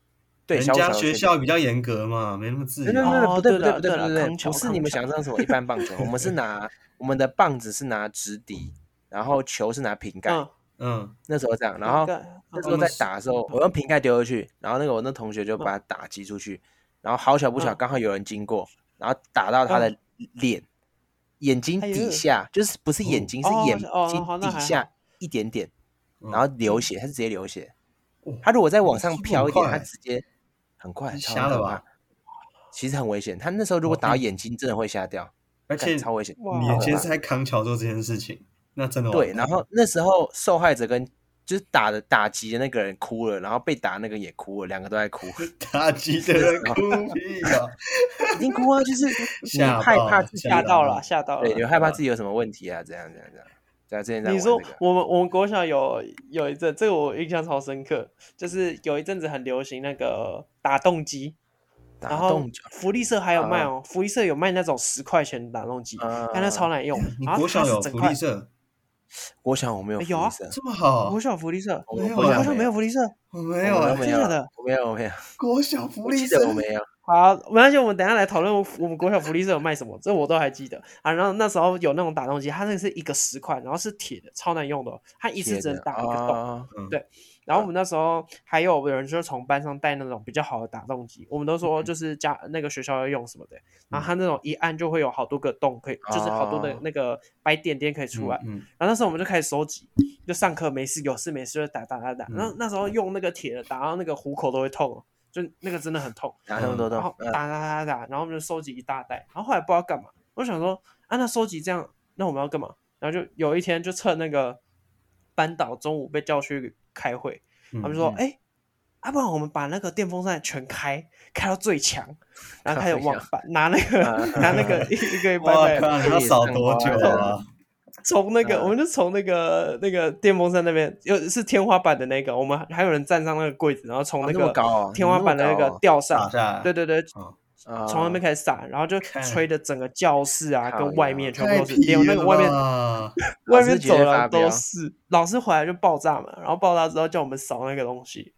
[SPEAKER 1] 对，
[SPEAKER 2] 人
[SPEAKER 1] 小五
[SPEAKER 2] 家
[SPEAKER 1] 小
[SPEAKER 2] 学
[SPEAKER 1] 六。
[SPEAKER 2] 校比较严格嘛，没那么自
[SPEAKER 1] 对对
[SPEAKER 2] 由。
[SPEAKER 1] 对，
[SPEAKER 3] 哦
[SPEAKER 1] 不对不
[SPEAKER 3] 对
[SPEAKER 1] 对
[SPEAKER 3] 了
[SPEAKER 1] 不对
[SPEAKER 3] 对了
[SPEAKER 1] 不对，
[SPEAKER 3] 康桥
[SPEAKER 1] 不是
[SPEAKER 3] 康
[SPEAKER 1] 你们
[SPEAKER 3] 桥
[SPEAKER 1] 想象什么一般棒球，我们是拿我们的棒子是拿直笛，然后球是拿瓶盖，
[SPEAKER 3] 嗯，
[SPEAKER 2] 嗯，
[SPEAKER 1] 那时候这样，然
[SPEAKER 3] 应
[SPEAKER 1] 后
[SPEAKER 3] 该
[SPEAKER 1] 那
[SPEAKER 3] 嗯
[SPEAKER 1] 时候
[SPEAKER 2] 嗯
[SPEAKER 1] 在打的时候，我用瓶盖丢过去，然后那个我那同学就把它打击出去，然后好巧不巧，
[SPEAKER 3] 嗯
[SPEAKER 1] 刚好有人经过，然后打到他的脸、眼睛
[SPEAKER 3] 哎呦
[SPEAKER 1] 底下，就是不是眼睛，是
[SPEAKER 3] 哦
[SPEAKER 1] 眼
[SPEAKER 3] 哦
[SPEAKER 1] 睛
[SPEAKER 3] 好那还
[SPEAKER 1] 底
[SPEAKER 3] 好
[SPEAKER 1] 下一点点，
[SPEAKER 2] 嗯
[SPEAKER 1] 然后流血，他是直接流血
[SPEAKER 2] 哦。
[SPEAKER 1] 他如果再往上
[SPEAKER 2] 速度
[SPEAKER 1] 飘一
[SPEAKER 2] 很
[SPEAKER 1] 点，他
[SPEAKER 2] 快欸
[SPEAKER 1] 直接很快，
[SPEAKER 2] 你
[SPEAKER 1] 超
[SPEAKER 2] 瞎了
[SPEAKER 1] 可
[SPEAKER 2] 吧
[SPEAKER 1] 怕？其实很危险，他那时候如果
[SPEAKER 2] 哇
[SPEAKER 1] 打到眼睛，真的会瞎掉，
[SPEAKER 2] 而且哦
[SPEAKER 1] 干超危险。
[SPEAKER 3] 哇
[SPEAKER 2] 你
[SPEAKER 1] 好
[SPEAKER 2] 其实
[SPEAKER 1] 吧
[SPEAKER 2] 是在康桥做这件事情，那真的完
[SPEAKER 1] 对，
[SPEAKER 2] 蛋
[SPEAKER 1] 然后那时候受害者跟就是打的打击的那个人哭了，然后被打那个也哭了，两个都在哭，
[SPEAKER 2] 打击的人哭屁 啊，
[SPEAKER 1] 一定哭啊！就是你
[SPEAKER 2] 吓
[SPEAKER 1] 害
[SPEAKER 2] 爆
[SPEAKER 1] 怕
[SPEAKER 2] 了
[SPEAKER 1] 自己，
[SPEAKER 3] 吓到
[SPEAKER 2] 吓到
[SPEAKER 3] 了，吓到
[SPEAKER 1] 对，你
[SPEAKER 3] 了。
[SPEAKER 1] 害怕自己有什么问题啊？怎样怎样怎样？对啊，之前在
[SPEAKER 3] 你
[SPEAKER 1] 玩
[SPEAKER 3] 说
[SPEAKER 1] 这个
[SPEAKER 3] 我们我们国小有有一阵，这个我印象超深刻，就是有一阵子很流行那个打洞机，然
[SPEAKER 1] 打
[SPEAKER 3] 后
[SPEAKER 1] 洞脚，
[SPEAKER 3] 福利社还有卖哦，福利社有卖那种十块钱的打洞机，但那
[SPEAKER 1] 啊
[SPEAKER 3] 超难用。
[SPEAKER 2] 你
[SPEAKER 3] 然后
[SPEAKER 2] 国
[SPEAKER 3] 它
[SPEAKER 2] 小
[SPEAKER 3] 是
[SPEAKER 2] 有
[SPEAKER 3] 整
[SPEAKER 2] 福
[SPEAKER 3] 块
[SPEAKER 2] 利，社，
[SPEAKER 1] 我想我没有
[SPEAKER 3] 哎有啊
[SPEAKER 1] 肤色
[SPEAKER 2] 这么好
[SPEAKER 3] 国，小福利社，
[SPEAKER 1] 我
[SPEAKER 2] 没有
[SPEAKER 1] 我
[SPEAKER 3] 国
[SPEAKER 2] 啊
[SPEAKER 1] 想
[SPEAKER 3] 小没有福利社。
[SPEAKER 2] 我没
[SPEAKER 1] 没
[SPEAKER 2] 有
[SPEAKER 1] 我
[SPEAKER 2] 啊
[SPEAKER 1] 没，
[SPEAKER 3] 真
[SPEAKER 1] 有
[SPEAKER 3] 的假的
[SPEAKER 1] 我没有我没有，
[SPEAKER 2] 国小福
[SPEAKER 1] 我
[SPEAKER 2] 利
[SPEAKER 1] 记
[SPEAKER 2] 社
[SPEAKER 1] 得我没有，
[SPEAKER 3] 好，没关系，我们等一下来讨论我们国小福利社有卖什么，这我都还记得啊。然后那时候有那种打洞机，它那个是一个十块，然后是铁的，超难用的哦，它一次
[SPEAKER 1] 天
[SPEAKER 3] 只能
[SPEAKER 1] 哪
[SPEAKER 3] 打一个洞。
[SPEAKER 1] 啊
[SPEAKER 3] 然后我们那时候还有人就是从班上带那种比较好的打洞机，我们都说就是家那个学校要用什么的，然后它那种一按就会有好多个洞可以，就是好多的
[SPEAKER 1] 哦
[SPEAKER 3] 那个白点点可以出来。
[SPEAKER 2] 嗯，
[SPEAKER 3] 然后那时候我们就开始收集，就上课没事有事没事就打打打打。然后那时候用那个铁的打到那个虎口都会痛哦，就那个真的很痛。
[SPEAKER 1] 打那么多
[SPEAKER 3] 然后
[SPEAKER 1] 洞，
[SPEAKER 3] 打打打打，然后我们就收集一大袋，然后后来不知道干嘛，我想说啊，那收集这样，那我们要干嘛？然后就有一天就趁那个班导中午被叫去开会，
[SPEAKER 2] 嗯
[SPEAKER 3] 他们说
[SPEAKER 1] 嗯，
[SPEAKER 3] 哎、要、不然我们把那个电风扇全开，开到最强，然后开始
[SPEAKER 1] 靠
[SPEAKER 3] 往
[SPEAKER 1] 呀
[SPEAKER 3] 把拿那 个
[SPEAKER 1] 啊
[SPEAKER 3] 拿那个一一个一
[SPEAKER 2] 哇
[SPEAKER 3] 拜拜，
[SPEAKER 2] 靠，你要扫多久啊？
[SPEAKER 3] 从那个
[SPEAKER 1] 嗯
[SPEAKER 3] 我们就从那个那个电风扇那边，又是天花板的那个，我们还有人站上那个柜子，然后
[SPEAKER 1] 哦
[SPEAKER 3] 从那
[SPEAKER 1] 那么
[SPEAKER 3] 个
[SPEAKER 1] 高哦
[SPEAKER 3] 天花板的那个吊上
[SPEAKER 2] 打，下来，
[SPEAKER 3] 对对对，
[SPEAKER 2] 哦，
[SPEAKER 1] 啊
[SPEAKER 3] 从那边开始撒，然后就
[SPEAKER 2] 啊看
[SPEAKER 3] 吹的整个教室啊，
[SPEAKER 1] 靠呀
[SPEAKER 3] 跟外面全部
[SPEAKER 2] 太
[SPEAKER 3] 都是，连那个
[SPEAKER 2] 了
[SPEAKER 3] 外面
[SPEAKER 2] 吧
[SPEAKER 1] 老
[SPEAKER 3] 外
[SPEAKER 1] 师
[SPEAKER 3] 面
[SPEAKER 1] 直
[SPEAKER 3] 走
[SPEAKER 1] 接发
[SPEAKER 3] 廊
[SPEAKER 1] 飙
[SPEAKER 3] 都是。老师回来就爆炸嘛，然后爆炸之后叫我们扫那个东西，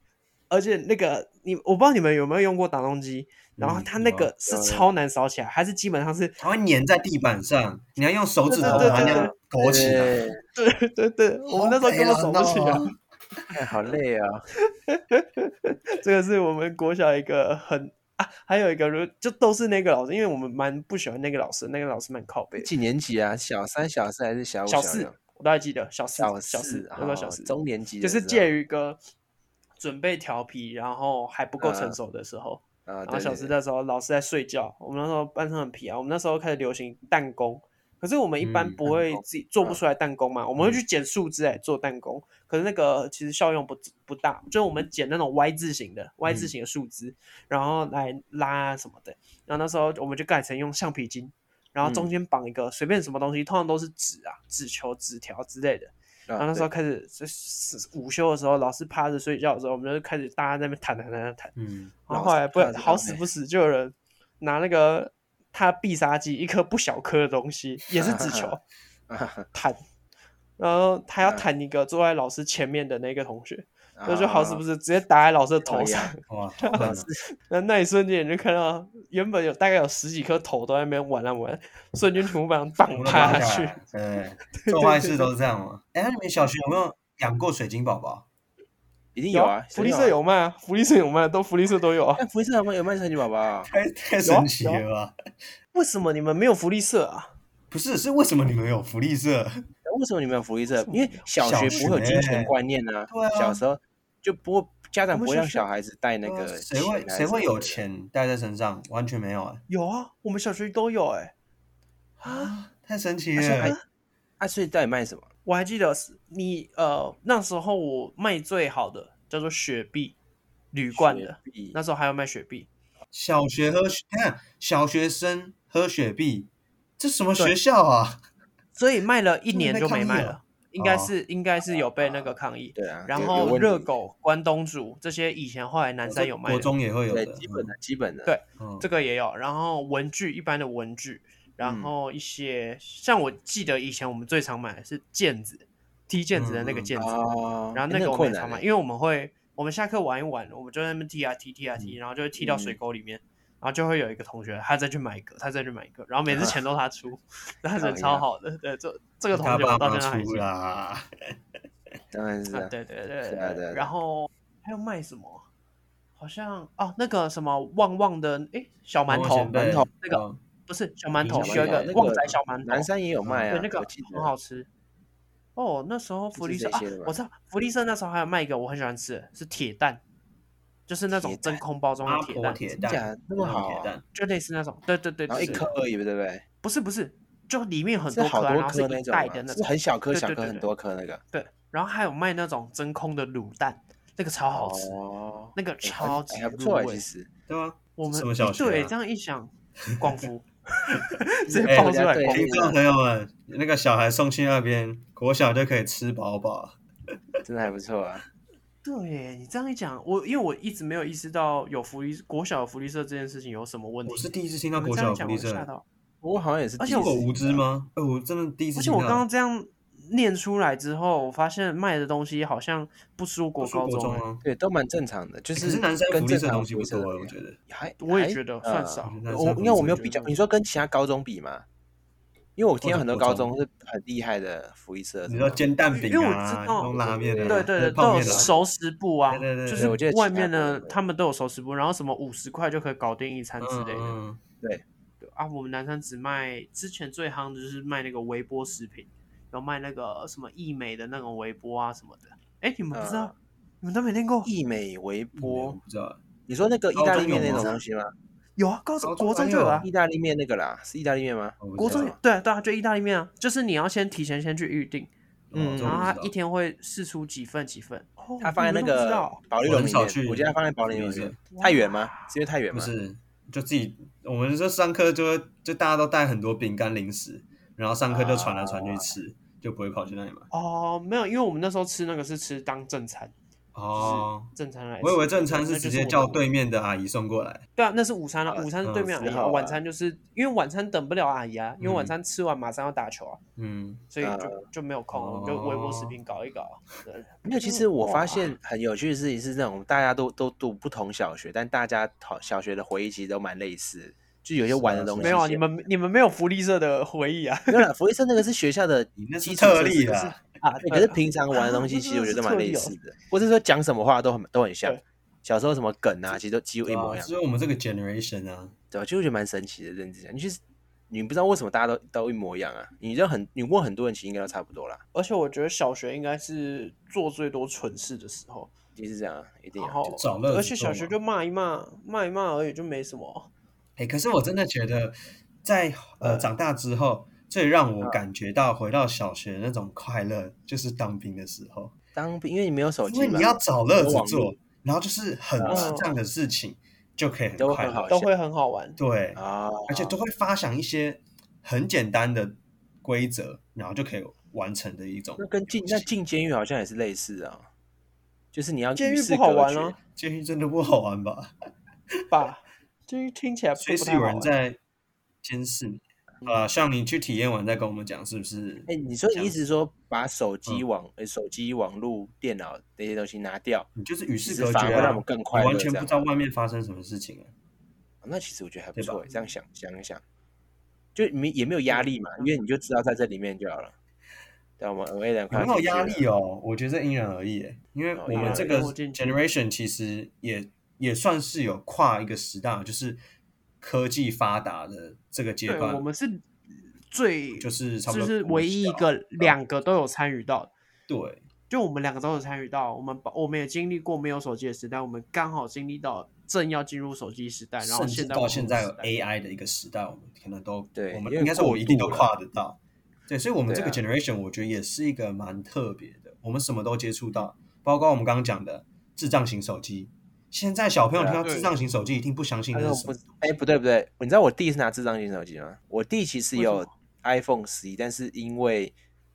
[SPEAKER 3] 而且那个你我不知道你们有没有用过打洞机，然后
[SPEAKER 2] 嗯
[SPEAKER 3] 它那
[SPEAKER 2] 有啊
[SPEAKER 3] 个是
[SPEAKER 1] 有啊
[SPEAKER 3] 超难扫起来，还是基本 上是
[SPEAKER 2] 它会粘在地板上，你要用手指头
[SPEAKER 3] 对对对
[SPEAKER 2] 把它那
[SPEAKER 3] 对
[SPEAKER 2] 样勾起来。
[SPEAKER 1] 对
[SPEAKER 3] 对对对，我们那时候根本扫不起来。
[SPEAKER 2] 好北蓝哦
[SPEAKER 1] 哎好累啊，
[SPEAKER 3] 这个是我们国小一个很啊，还有一个如就都是那个老师，因为我们蛮不喜欢那个老师，那个老师蛮靠背的。
[SPEAKER 1] 几年级啊？小三、小四还是小五、
[SPEAKER 3] 小
[SPEAKER 1] 六
[SPEAKER 3] 四？，我都还记得小四，
[SPEAKER 1] 小
[SPEAKER 3] 小四，
[SPEAKER 1] 啊
[SPEAKER 3] 我，说小四，
[SPEAKER 1] 中年级的
[SPEAKER 3] 就
[SPEAKER 1] 时候，
[SPEAKER 3] 是介于一个准备调皮，然后还不
[SPEAKER 1] 嗯
[SPEAKER 3] 够成熟的时候。
[SPEAKER 1] 啊，
[SPEAKER 3] 然后
[SPEAKER 1] 对
[SPEAKER 3] 小
[SPEAKER 1] 对
[SPEAKER 3] 四
[SPEAKER 1] 对
[SPEAKER 3] 那时候老师在睡觉，我们那时候班上很皮啊，我们那时候开始流行弹弓。可是我们一般
[SPEAKER 2] 嗯
[SPEAKER 3] 不
[SPEAKER 1] 弹
[SPEAKER 3] 会
[SPEAKER 1] 弓嗯
[SPEAKER 3] 自己做不出来弹弓嘛，我们会去捡树枝来做弹弓。可是那个其实效用不不大，就是我们捡那种 Y 字形的
[SPEAKER 1] 嗯
[SPEAKER 3] Y 字形的树枝，然后来拉啊什么的。然后那时候我们就改成用橡皮筋，然后中
[SPEAKER 1] 嗯
[SPEAKER 3] 间绑一个随便什么东西，通常都是纸啊、纸球、纸条之类的。
[SPEAKER 1] 啊
[SPEAKER 3] 然后那时候
[SPEAKER 1] 对
[SPEAKER 3] 开始就是午休的时候，老师趴着睡觉的时候，我们就开始大家在那边弹弹弹弹弹。
[SPEAKER 2] 嗯，
[SPEAKER 3] 然后
[SPEAKER 1] 老
[SPEAKER 3] 后
[SPEAKER 1] 师
[SPEAKER 3] 来不
[SPEAKER 1] 趴着
[SPEAKER 3] 好
[SPEAKER 1] 弹
[SPEAKER 3] 死
[SPEAKER 1] 欸
[SPEAKER 3] 不死就有人拿那个 他必杀技一颗不小颗的东西，也是纸球弹，然后他要
[SPEAKER 1] 嗯
[SPEAKER 3] 弹一个坐在老师前面的那个同学，
[SPEAKER 1] 那
[SPEAKER 3] 那就好死不死直接打在老师的头
[SPEAKER 1] 讨
[SPEAKER 3] 上，
[SPEAKER 1] 厌
[SPEAKER 2] 哇，好狠啊
[SPEAKER 3] 那那一瞬间你就看到原本有大概有十几颗头都在那边玩啊玩，瞬间全部把它荡
[SPEAKER 2] 我都
[SPEAKER 3] 趴
[SPEAKER 2] 拉
[SPEAKER 3] 下
[SPEAKER 2] 下
[SPEAKER 3] 去。
[SPEAKER 2] 来了。 对，做坏事都是这样嘛。哎，那你们小学有没有养过水晶宝宝？
[SPEAKER 1] 一定有啊，
[SPEAKER 3] 福利社有卖啊，福利社有卖，都福利社都有啊。
[SPEAKER 1] 但福利社有卖有卖神奇宝宝，
[SPEAKER 2] 太太神奇了吧？
[SPEAKER 3] 为什么你们没有福利社啊？
[SPEAKER 2] 不是，是为什么你们有福利社？
[SPEAKER 1] 为什么你们有福利社？因为小
[SPEAKER 2] 小
[SPEAKER 1] 学不会有金钱
[SPEAKER 2] 学
[SPEAKER 1] 观念啊
[SPEAKER 2] 对啊，
[SPEAKER 1] 小时候就不会家长
[SPEAKER 3] 我们
[SPEAKER 1] 不会
[SPEAKER 3] 小
[SPEAKER 1] 让
[SPEAKER 3] 学
[SPEAKER 1] 小孩子带那
[SPEAKER 2] 对啊
[SPEAKER 1] 个
[SPEAKER 2] 谁
[SPEAKER 1] 钱
[SPEAKER 2] 会
[SPEAKER 1] 啊
[SPEAKER 2] 谁会
[SPEAKER 1] 什么
[SPEAKER 2] 有
[SPEAKER 1] 的？
[SPEAKER 2] 钱带在身上？完全没有哎！
[SPEAKER 3] 有啊，我们小学都有哎、啊，
[SPEAKER 2] 啊，太神奇
[SPEAKER 1] 而且还
[SPEAKER 2] 了！
[SPEAKER 1] 啊，所以到底卖什么？
[SPEAKER 3] 我还记得是你呃那时候我卖最好的叫做雪碧，铝罐的，
[SPEAKER 1] 雪碧
[SPEAKER 3] 那时候还要卖雪碧。
[SPEAKER 2] 小学喝，你看小学生喝雪碧，这什么学校啊？
[SPEAKER 3] 所以卖了一年就没卖
[SPEAKER 2] 那你在抗议
[SPEAKER 3] 了
[SPEAKER 2] 哦，
[SPEAKER 3] 应该是、应该是有被那个抗议。
[SPEAKER 1] 对啊，
[SPEAKER 3] 然
[SPEAKER 1] 有
[SPEAKER 3] 后热，
[SPEAKER 1] 有问
[SPEAKER 3] 狗、关东煮这些以前后来南山有卖的，
[SPEAKER 2] 国中也会有
[SPEAKER 1] 题
[SPEAKER 2] 的
[SPEAKER 1] 对，基本的基本的，
[SPEAKER 3] 对
[SPEAKER 2] 嗯
[SPEAKER 3] 这个也有。然后文具一般的文具，然后一些、像我记得以前我们最常买的是毽子，踢毽子的那个
[SPEAKER 2] 嗯嗯
[SPEAKER 3] 毽子，
[SPEAKER 1] 哦，
[SPEAKER 3] 然后
[SPEAKER 1] 哎个
[SPEAKER 3] 那个
[SPEAKER 1] 很
[SPEAKER 3] 我
[SPEAKER 1] 困
[SPEAKER 3] 们也常
[SPEAKER 1] 难
[SPEAKER 3] 买，
[SPEAKER 1] 欸，
[SPEAKER 3] 因为我们会我们下课玩一玩，我们就在那边踢啊踢踢啊
[SPEAKER 1] 嗯
[SPEAKER 3] 踢，然后就会踢到水沟里面。然后就会有一个同学，他再去买一个，他再去买一个，然 后每次钱都他出，然后他人超好的。对，这这个同
[SPEAKER 2] 他
[SPEAKER 3] 学
[SPEAKER 2] 爸
[SPEAKER 3] 我到
[SPEAKER 2] 妈
[SPEAKER 3] 现在还
[SPEAKER 2] 出
[SPEAKER 3] 记得。
[SPEAKER 2] 啦，
[SPEAKER 1] 当然是
[SPEAKER 3] 啊，
[SPEAKER 1] 啊
[SPEAKER 3] 对对对
[SPEAKER 1] 是啊对啊对啊
[SPEAKER 3] 然后还有卖什么？好像哦，那个什么旺旺的，哎，小馒头，
[SPEAKER 2] 对
[SPEAKER 1] 馒头
[SPEAKER 3] 那个
[SPEAKER 2] 嗯
[SPEAKER 3] 不是小馒
[SPEAKER 2] 小
[SPEAKER 3] 头，
[SPEAKER 2] 馒
[SPEAKER 3] 有一
[SPEAKER 2] 头
[SPEAKER 3] 个
[SPEAKER 1] 那
[SPEAKER 3] 旺
[SPEAKER 1] 个
[SPEAKER 3] 仔小馒头
[SPEAKER 1] 南，山也有卖啊，
[SPEAKER 3] 对，那个
[SPEAKER 1] 我记得
[SPEAKER 3] 很好吃。哦，那时候福利社
[SPEAKER 1] 这
[SPEAKER 3] 啊
[SPEAKER 1] 些的吧，
[SPEAKER 3] 我知道福利社那时候还有卖一个我很喜欢吃的，是铁蛋，就是那种
[SPEAKER 1] 铁蛋
[SPEAKER 3] 真空包装
[SPEAKER 2] 阿
[SPEAKER 3] 的铁
[SPEAKER 2] 婆
[SPEAKER 3] 蛋，
[SPEAKER 2] 铁
[SPEAKER 1] 真假
[SPEAKER 2] 蛋，
[SPEAKER 1] 那么好
[SPEAKER 2] 铁
[SPEAKER 1] 啊，
[SPEAKER 2] 蛋，
[SPEAKER 3] 就类似那种，对对对，
[SPEAKER 1] 然后
[SPEAKER 3] 就
[SPEAKER 1] 一
[SPEAKER 3] 是
[SPEAKER 1] 颗而已，对不对？
[SPEAKER 3] 不是不是，就里面有很
[SPEAKER 1] 是
[SPEAKER 3] 多
[SPEAKER 1] 好
[SPEAKER 3] 颗啊，然
[SPEAKER 1] 多
[SPEAKER 3] 后
[SPEAKER 1] 颗
[SPEAKER 3] 是
[SPEAKER 1] 那
[SPEAKER 3] 一
[SPEAKER 1] 种
[SPEAKER 3] 袋
[SPEAKER 1] 吗
[SPEAKER 3] 的那，
[SPEAKER 1] 是
[SPEAKER 3] 种，
[SPEAKER 1] 很小颗
[SPEAKER 3] 对
[SPEAKER 1] 小
[SPEAKER 3] 对
[SPEAKER 1] 颗
[SPEAKER 3] 对
[SPEAKER 1] 很
[SPEAKER 3] 对
[SPEAKER 1] 多颗那个，
[SPEAKER 3] 对，然后还有卖那种真空的卤蛋，那个超好吃。
[SPEAKER 1] 哦，
[SPEAKER 3] 那个
[SPEAKER 1] 哎还
[SPEAKER 3] 超级
[SPEAKER 1] 还不
[SPEAKER 3] 入
[SPEAKER 1] 错欸，
[SPEAKER 3] 味
[SPEAKER 1] 其实
[SPEAKER 2] 对吧？
[SPEAKER 3] 我们
[SPEAKER 2] 什么小学啊
[SPEAKER 3] 对，这样一想，光福直接
[SPEAKER 2] 哎
[SPEAKER 3] 爆出来
[SPEAKER 1] 对对
[SPEAKER 3] 光福
[SPEAKER 2] 听众朋友们，那个小孩送去那边，国小就可以吃饱饱。
[SPEAKER 1] 真的还不错啊。
[SPEAKER 3] 对你这样一讲，我因为我一直没有意识到有福利国小有福利社这件事情有什么问题。
[SPEAKER 2] 我是第一次听到
[SPEAKER 3] 你们
[SPEAKER 2] 国
[SPEAKER 3] 这
[SPEAKER 2] 小
[SPEAKER 3] 样
[SPEAKER 2] 有福
[SPEAKER 3] 讲我
[SPEAKER 2] 利社
[SPEAKER 3] 吓，到，
[SPEAKER 1] 我好像也是第
[SPEAKER 3] 而
[SPEAKER 1] 一
[SPEAKER 3] 且
[SPEAKER 1] 次，
[SPEAKER 2] 这么无知吗？哎，我真的第一次
[SPEAKER 3] 而且
[SPEAKER 2] 听
[SPEAKER 3] 我
[SPEAKER 2] 到。
[SPEAKER 3] 刚刚这样念出来之后，我发现卖的东西好像不输国
[SPEAKER 2] 我
[SPEAKER 3] 高
[SPEAKER 2] 国
[SPEAKER 3] 中、
[SPEAKER 2] 中
[SPEAKER 3] 欸。
[SPEAKER 2] 啊，
[SPEAKER 1] 对，都蛮正常的，就
[SPEAKER 2] 可是男
[SPEAKER 1] 跟
[SPEAKER 2] 生福利
[SPEAKER 1] 正
[SPEAKER 2] 社
[SPEAKER 1] 常
[SPEAKER 2] 东西
[SPEAKER 1] 福
[SPEAKER 2] 不
[SPEAKER 1] 利社
[SPEAKER 2] 多
[SPEAKER 1] 的，
[SPEAKER 2] 啊，我
[SPEAKER 1] 东西
[SPEAKER 2] 觉得。
[SPEAKER 1] 还
[SPEAKER 3] 我也
[SPEAKER 1] 还
[SPEAKER 3] 觉得
[SPEAKER 1] 呃
[SPEAKER 3] 算少。
[SPEAKER 2] 男
[SPEAKER 1] 我
[SPEAKER 2] 生
[SPEAKER 1] 因为我
[SPEAKER 2] 福利
[SPEAKER 1] 没
[SPEAKER 2] 社
[SPEAKER 1] 有比较，你说跟其他高中比嘛？因为我听到很多高中是很厉害的福利社，
[SPEAKER 2] 你说煎蛋
[SPEAKER 3] 因
[SPEAKER 2] 饼
[SPEAKER 3] 为我知
[SPEAKER 2] 啊，
[SPEAKER 3] 道
[SPEAKER 2] 弄拉面的，
[SPEAKER 3] 对对对，都
[SPEAKER 2] 泡
[SPEAKER 3] 有
[SPEAKER 2] 面的啊，
[SPEAKER 3] 熟食部啊，
[SPEAKER 2] 对对对
[SPEAKER 3] 就
[SPEAKER 2] 对
[SPEAKER 1] 我记得
[SPEAKER 3] 是
[SPEAKER 1] 其
[SPEAKER 3] 外
[SPEAKER 1] 他
[SPEAKER 3] 面
[SPEAKER 1] 部
[SPEAKER 3] 的
[SPEAKER 1] 分
[SPEAKER 3] 他们都有熟食部，然后什么五十块就可以搞定一餐之类的。
[SPEAKER 2] 嗯，
[SPEAKER 3] 对啊，我们南山只卖之前最夯的就是卖那个微波食品，然后卖那个什么益美的那种微波啊什么的。哎，你们不知道，
[SPEAKER 1] 嗯
[SPEAKER 3] 你们都没听过？
[SPEAKER 1] 意美微
[SPEAKER 2] 嗯我
[SPEAKER 1] 波，
[SPEAKER 2] 不知道，
[SPEAKER 1] 你说那个意大利面那种
[SPEAKER 2] 高中有吗
[SPEAKER 1] 东西吗？
[SPEAKER 3] 有啊，高中
[SPEAKER 2] 高中
[SPEAKER 3] 国中就有啊
[SPEAKER 2] 还，
[SPEAKER 1] 意大利面那个啦，是意大利面吗？
[SPEAKER 2] 我不知道哦
[SPEAKER 3] 国中有
[SPEAKER 1] 有
[SPEAKER 3] 对啊对啊，就意大利面啊，就是你要先提前先去预定，
[SPEAKER 1] 嗯
[SPEAKER 2] 哦这
[SPEAKER 3] 然
[SPEAKER 2] 我
[SPEAKER 3] 后
[SPEAKER 2] 不
[SPEAKER 3] 它
[SPEAKER 2] 知道
[SPEAKER 3] 一天会试出几份几份。哦，
[SPEAKER 1] 它放在那
[SPEAKER 3] 你们都不知
[SPEAKER 1] 个
[SPEAKER 3] 道
[SPEAKER 1] 保利
[SPEAKER 2] 我
[SPEAKER 1] 龙
[SPEAKER 2] 很
[SPEAKER 1] 里
[SPEAKER 2] 少
[SPEAKER 1] 面，
[SPEAKER 2] 去
[SPEAKER 1] 我觉得它放在保利龙里
[SPEAKER 2] 福利
[SPEAKER 1] 面
[SPEAKER 2] 社。
[SPEAKER 1] 太远吗？是因为太远
[SPEAKER 2] 不
[SPEAKER 1] 吗？
[SPEAKER 2] 是，就自己我们说上课就会就大家都带很多饼干零食，然后上课就传来传去
[SPEAKER 3] 啊
[SPEAKER 2] 吃，就不会跑去那里买。
[SPEAKER 3] 哦，没有，因为我们那时候吃那个是吃当正餐，
[SPEAKER 2] 哦，
[SPEAKER 3] 正餐来吃。
[SPEAKER 2] 我以为正餐
[SPEAKER 3] 对
[SPEAKER 2] 是
[SPEAKER 3] 那就
[SPEAKER 2] 直接
[SPEAKER 3] 我
[SPEAKER 2] 叫
[SPEAKER 3] 们
[SPEAKER 2] 对面呃的阿姨送过来。
[SPEAKER 3] 对啊，那是午餐啊，
[SPEAKER 1] 啊
[SPEAKER 3] 午餐是对面阿姨
[SPEAKER 1] 嗯
[SPEAKER 3] 啊，
[SPEAKER 1] 好啊
[SPEAKER 3] 晚餐就是因为晚餐等不了阿姨啊，因为晚餐吃完马上要打球啊，
[SPEAKER 2] 嗯，
[SPEAKER 3] 所以
[SPEAKER 1] 啊
[SPEAKER 3] 就就没有空，我们就微波食品搞一
[SPEAKER 1] 哦
[SPEAKER 3] 搞。对，
[SPEAKER 1] 没有，其实我发现很有趣的事情是，那种大家都都读不同小学，但大家好小学的回忆其实都蛮类似，就有些玩的
[SPEAKER 2] 是啊
[SPEAKER 1] 东西
[SPEAKER 3] 没
[SPEAKER 1] 是。
[SPEAKER 3] 有啊，你们你们没有福利社的回忆啊
[SPEAKER 1] 没有啦，福利社那个是学校的
[SPEAKER 2] 你那是
[SPEAKER 1] 基础设施
[SPEAKER 2] 特例
[SPEAKER 1] 可是
[SPEAKER 2] 啦
[SPEAKER 3] 啊！
[SPEAKER 1] 对，可是平常玩的 东西其实我觉得蛮类似的，或者说讲什么话都很都很像
[SPEAKER 3] 哦对。
[SPEAKER 1] 小时候什么梗啊，其实都几乎一模一样
[SPEAKER 2] 所，以我们这个 generation 啊，
[SPEAKER 1] 对吧？就觉得蛮神奇的，认啊真讲，你就是你不知道为什么大家都都一模一样啊。你这很，你问很多人，其实应该都差不多啦，
[SPEAKER 3] 而且我觉得小学应该是做最多蠢事的时候，
[SPEAKER 1] 一定是这样，啊，一定
[SPEAKER 3] 然
[SPEAKER 1] 要。
[SPEAKER 3] 后
[SPEAKER 2] 找乐子
[SPEAKER 3] 哦而且小学
[SPEAKER 2] 做
[SPEAKER 3] 就骂一骂，骂一骂而已，就没什么。
[SPEAKER 2] 哎、可是我真的觉得在，呃
[SPEAKER 3] 呃
[SPEAKER 2] 长大之后，最让
[SPEAKER 3] 嗯
[SPEAKER 2] 我感觉到回到小学那种快乐，就是当兵的时候，
[SPEAKER 1] 当兵，因为你没有手机
[SPEAKER 2] 因
[SPEAKER 1] 嘛，
[SPEAKER 2] 为你要找乐子
[SPEAKER 1] 有网
[SPEAKER 2] 做
[SPEAKER 1] 络，
[SPEAKER 2] 然后就是很
[SPEAKER 1] 嗯
[SPEAKER 2] 智障的事情，就可以很
[SPEAKER 1] 都会
[SPEAKER 2] 快
[SPEAKER 1] 很好
[SPEAKER 2] 乐，
[SPEAKER 3] 都会很好玩，
[SPEAKER 2] 对，
[SPEAKER 1] 啊，
[SPEAKER 2] 而且都会发想一些很简单的规则，然后就可以完成的一种
[SPEAKER 1] 那。跟进那进监狱好像也是类似啊，就是你要
[SPEAKER 3] 监
[SPEAKER 1] 与
[SPEAKER 3] 狱
[SPEAKER 1] 世
[SPEAKER 3] 不好
[SPEAKER 1] 隔
[SPEAKER 3] 玩
[SPEAKER 1] 绝
[SPEAKER 3] 啊，
[SPEAKER 2] 监狱真的不好玩吧？
[SPEAKER 3] 吧？这听起来不
[SPEAKER 2] 所以
[SPEAKER 3] 不
[SPEAKER 2] 是
[SPEAKER 3] 太
[SPEAKER 2] 有
[SPEAKER 3] 好
[SPEAKER 2] 人
[SPEAKER 3] 玩。
[SPEAKER 2] 在监视你，啊，像你去体验完再跟我们讲，是不是？
[SPEAKER 1] 哎、你说你一直说把手
[SPEAKER 2] 嗯
[SPEAKER 1] 机网、呃手机网络、电脑那些东西拿掉，
[SPEAKER 2] 你就是与世
[SPEAKER 1] 其
[SPEAKER 2] 隔
[SPEAKER 1] 实
[SPEAKER 2] 绝
[SPEAKER 1] 反而会
[SPEAKER 2] 啊，
[SPEAKER 1] 让我们更快
[SPEAKER 2] 你完
[SPEAKER 1] 乐
[SPEAKER 2] 全
[SPEAKER 1] 这
[SPEAKER 2] 不
[SPEAKER 1] 样
[SPEAKER 2] 知道外面发生什么事情啊。
[SPEAKER 1] 哦那其实我觉得还不
[SPEAKER 2] 对吧
[SPEAKER 1] 错欸。这样想想一想，就没也没有压力嘛，因为你就知道在这里面就好了。对啊，我们我也两
[SPEAKER 2] 嗯有
[SPEAKER 1] 块
[SPEAKER 2] 没有压力哦？我觉得因人而异耶，因为
[SPEAKER 1] 哦
[SPEAKER 2] 我
[SPEAKER 1] 因
[SPEAKER 2] 们
[SPEAKER 1] 人
[SPEAKER 2] 这
[SPEAKER 1] 而
[SPEAKER 2] 个
[SPEAKER 3] 异我进去
[SPEAKER 2] generation 其实也也算是有跨一个时代，就是科技发达的这个阶
[SPEAKER 3] 对，
[SPEAKER 2] 段
[SPEAKER 3] 我，们是最
[SPEAKER 2] 就
[SPEAKER 3] 就是
[SPEAKER 2] 差不多
[SPEAKER 3] 是
[SPEAKER 2] 国
[SPEAKER 3] 唯一一
[SPEAKER 2] 小
[SPEAKER 3] 个两个都有参与到的，
[SPEAKER 2] 对，
[SPEAKER 3] 就我们两个都有参与到，我们把我们也经历过没有手机的时代，我们刚好经历到正要进入手机时代，然后
[SPEAKER 2] 甚至
[SPEAKER 3] 现在
[SPEAKER 2] 到现在有
[SPEAKER 3] 网络时代
[SPEAKER 2] AI 的一个时代，我们可能都
[SPEAKER 1] 对
[SPEAKER 2] 我们
[SPEAKER 1] 因为
[SPEAKER 2] 应该说我们一定都
[SPEAKER 1] 过渡了
[SPEAKER 2] 跨得到。对，所以我们这个 generation 我觉得也是一个蛮特别的，我们什么都接触到，包括我们刚刚讲的智障型手机。现在小朋友
[SPEAKER 1] 对啊
[SPEAKER 2] 听到
[SPEAKER 3] 对
[SPEAKER 2] 智障型手机一定不相信
[SPEAKER 1] 但是
[SPEAKER 2] 这
[SPEAKER 1] 我
[SPEAKER 2] 是什
[SPEAKER 1] 不
[SPEAKER 2] 么
[SPEAKER 1] 是，，哎、不对不对，你知道我弟是拿智障型手机吗？我弟其实
[SPEAKER 3] 为什
[SPEAKER 1] 有
[SPEAKER 3] 么
[SPEAKER 1] iPhone 十一，但是因为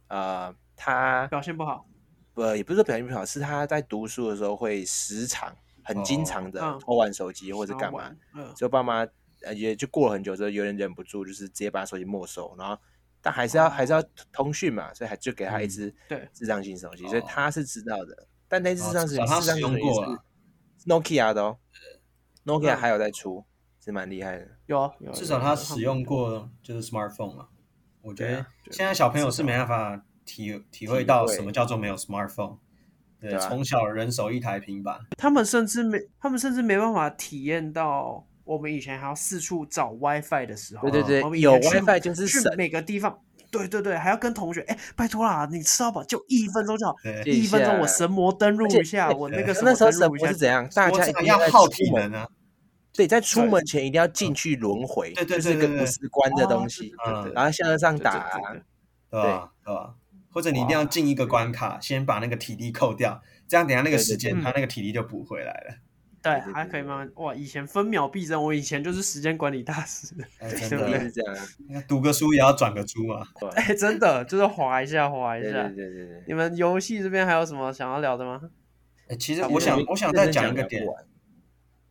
[SPEAKER 1] 呃，他
[SPEAKER 3] 表现不好，
[SPEAKER 1] 呃也不是说表现不好，是他在读书的时候会时常很经
[SPEAKER 2] 哦
[SPEAKER 1] 常的
[SPEAKER 3] 嗯
[SPEAKER 1] 偷玩手机或者
[SPEAKER 3] 想要
[SPEAKER 1] 干嘛，
[SPEAKER 3] 玩？嗯，
[SPEAKER 1] 就爸妈呃也就过了很久之后，有点忍不住，就是直接把手机没收，然后但还是要、还是要通讯嘛，所以还就给他一
[SPEAKER 2] 嗯
[SPEAKER 1] 只
[SPEAKER 3] 哦对
[SPEAKER 1] 智障型手机，所以
[SPEAKER 2] 哦
[SPEAKER 1] 他是知道的，但那只
[SPEAKER 2] 哦
[SPEAKER 1] 智障
[SPEAKER 2] 至
[SPEAKER 1] 型
[SPEAKER 2] 少他
[SPEAKER 1] 智障
[SPEAKER 2] 使
[SPEAKER 1] 型
[SPEAKER 2] 用
[SPEAKER 1] 手机
[SPEAKER 2] 过
[SPEAKER 1] 是
[SPEAKER 2] 啦
[SPEAKER 1] Nokia 的哦，Nokia
[SPEAKER 3] 嗯
[SPEAKER 1] 还有在出，是蛮厉害的。
[SPEAKER 3] 有啊
[SPEAKER 1] 啊
[SPEAKER 3] 有，
[SPEAKER 2] 至少
[SPEAKER 3] 有
[SPEAKER 2] 他
[SPEAKER 3] 有
[SPEAKER 2] 使
[SPEAKER 3] 们
[SPEAKER 2] 用过就是 smartphone 啊。我觉
[SPEAKER 1] 对
[SPEAKER 2] 得
[SPEAKER 1] 啊
[SPEAKER 3] 对
[SPEAKER 2] 现在小朋友是没办法体体会
[SPEAKER 1] 体
[SPEAKER 2] 到
[SPEAKER 1] 会
[SPEAKER 2] 什么叫做没有 smartphone。对，
[SPEAKER 1] 对啊
[SPEAKER 2] 从小人手一台平板，
[SPEAKER 3] 他们甚至没，他们甚至没办法体验到我们以前还要四处找 WiFi 的时候。
[SPEAKER 1] 对对
[SPEAKER 2] 哦
[SPEAKER 3] 我们
[SPEAKER 1] 对，
[SPEAKER 3] 以
[SPEAKER 1] 有
[SPEAKER 3] 前去
[SPEAKER 1] WiFi 就是
[SPEAKER 3] 去
[SPEAKER 1] 神，
[SPEAKER 3] 每个地方，对对对，还要跟同学，哎，拜托啦，你吃到饱就一分钟就好，
[SPEAKER 2] 对，
[SPEAKER 1] 对
[SPEAKER 3] 一分钟我
[SPEAKER 1] 一下
[SPEAKER 3] 神魔登录
[SPEAKER 1] 而且呃
[SPEAKER 3] 一下，我那个什么
[SPEAKER 1] 那时候神
[SPEAKER 3] 登录一
[SPEAKER 1] 不
[SPEAKER 3] 下
[SPEAKER 1] 是，怎样，大
[SPEAKER 2] 我
[SPEAKER 1] 家
[SPEAKER 2] 这
[SPEAKER 1] 一
[SPEAKER 2] 个
[SPEAKER 1] 定
[SPEAKER 2] 要
[SPEAKER 1] 在
[SPEAKER 2] 耗
[SPEAKER 1] 出
[SPEAKER 2] 体
[SPEAKER 1] 门
[SPEAKER 2] 能啊。
[SPEAKER 1] 对，在出
[SPEAKER 3] 对嗯
[SPEAKER 1] 门前一定要进去轮回，
[SPEAKER 2] 对对
[SPEAKER 1] 就
[SPEAKER 2] 对
[SPEAKER 1] 是一个
[SPEAKER 2] 对
[SPEAKER 1] 不
[SPEAKER 2] 对
[SPEAKER 1] 死关的
[SPEAKER 3] 哦
[SPEAKER 1] 东西，
[SPEAKER 2] 啊
[SPEAKER 3] 对对对
[SPEAKER 1] 然后向上上
[SPEAKER 3] 对对
[SPEAKER 1] 打
[SPEAKER 3] 对
[SPEAKER 1] 啊
[SPEAKER 3] 对
[SPEAKER 2] 对吧？对吧？或者你一定
[SPEAKER 3] 哇
[SPEAKER 2] 要进一个关卡，先把那个体力扣掉，这样等一下那个
[SPEAKER 1] 对对
[SPEAKER 2] 时间
[SPEAKER 3] 对
[SPEAKER 2] 他那个体力就补回来了。
[SPEAKER 3] 对
[SPEAKER 1] 对对，
[SPEAKER 3] 还
[SPEAKER 1] 对
[SPEAKER 3] 可以
[SPEAKER 1] 对
[SPEAKER 3] 慢慢哇！以前分秒必争，我以前就是时间管理大师。
[SPEAKER 2] 哎，
[SPEAKER 3] 对
[SPEAKER 2] 真
[SPEAKER 3] 对
[SPEAKER 1] 一定
[SPEAKER 2] 的
[SPEAKER 1] 是，这样啊。
[SPEAKER 2] 那读个书也要转个猪啊嘛。
[SPEAKER 3] 哎，真的就是划一下，划一
[SPEAKER 1] 对
[SPEAKER 3] 下。
[SPEAKER 1] 对对对
[SPEAKER 3] 你
[SPEAKER 1] 对。
[SPEAKER 3] 们游戏这边还有什么想要聊的吗？
[SPEAKER 2] 哎，其实
[SPEAKER 3] 差不
[SPEAKER 2] 我
[SPEAKER 3] 多
[SPEAKER 2] 想，
[SPEAKER 1] 因为
[SPEAKER 2] 我想
[SPEAKER 1] 啊认
[SPEAKER 2] 再
[SPEAKER 1] 真
[SPEAKER 2] 讲一个
[SPEAKER 1] 聊不
[SPEAKER 2] 点，
[SPEAKER 1] 完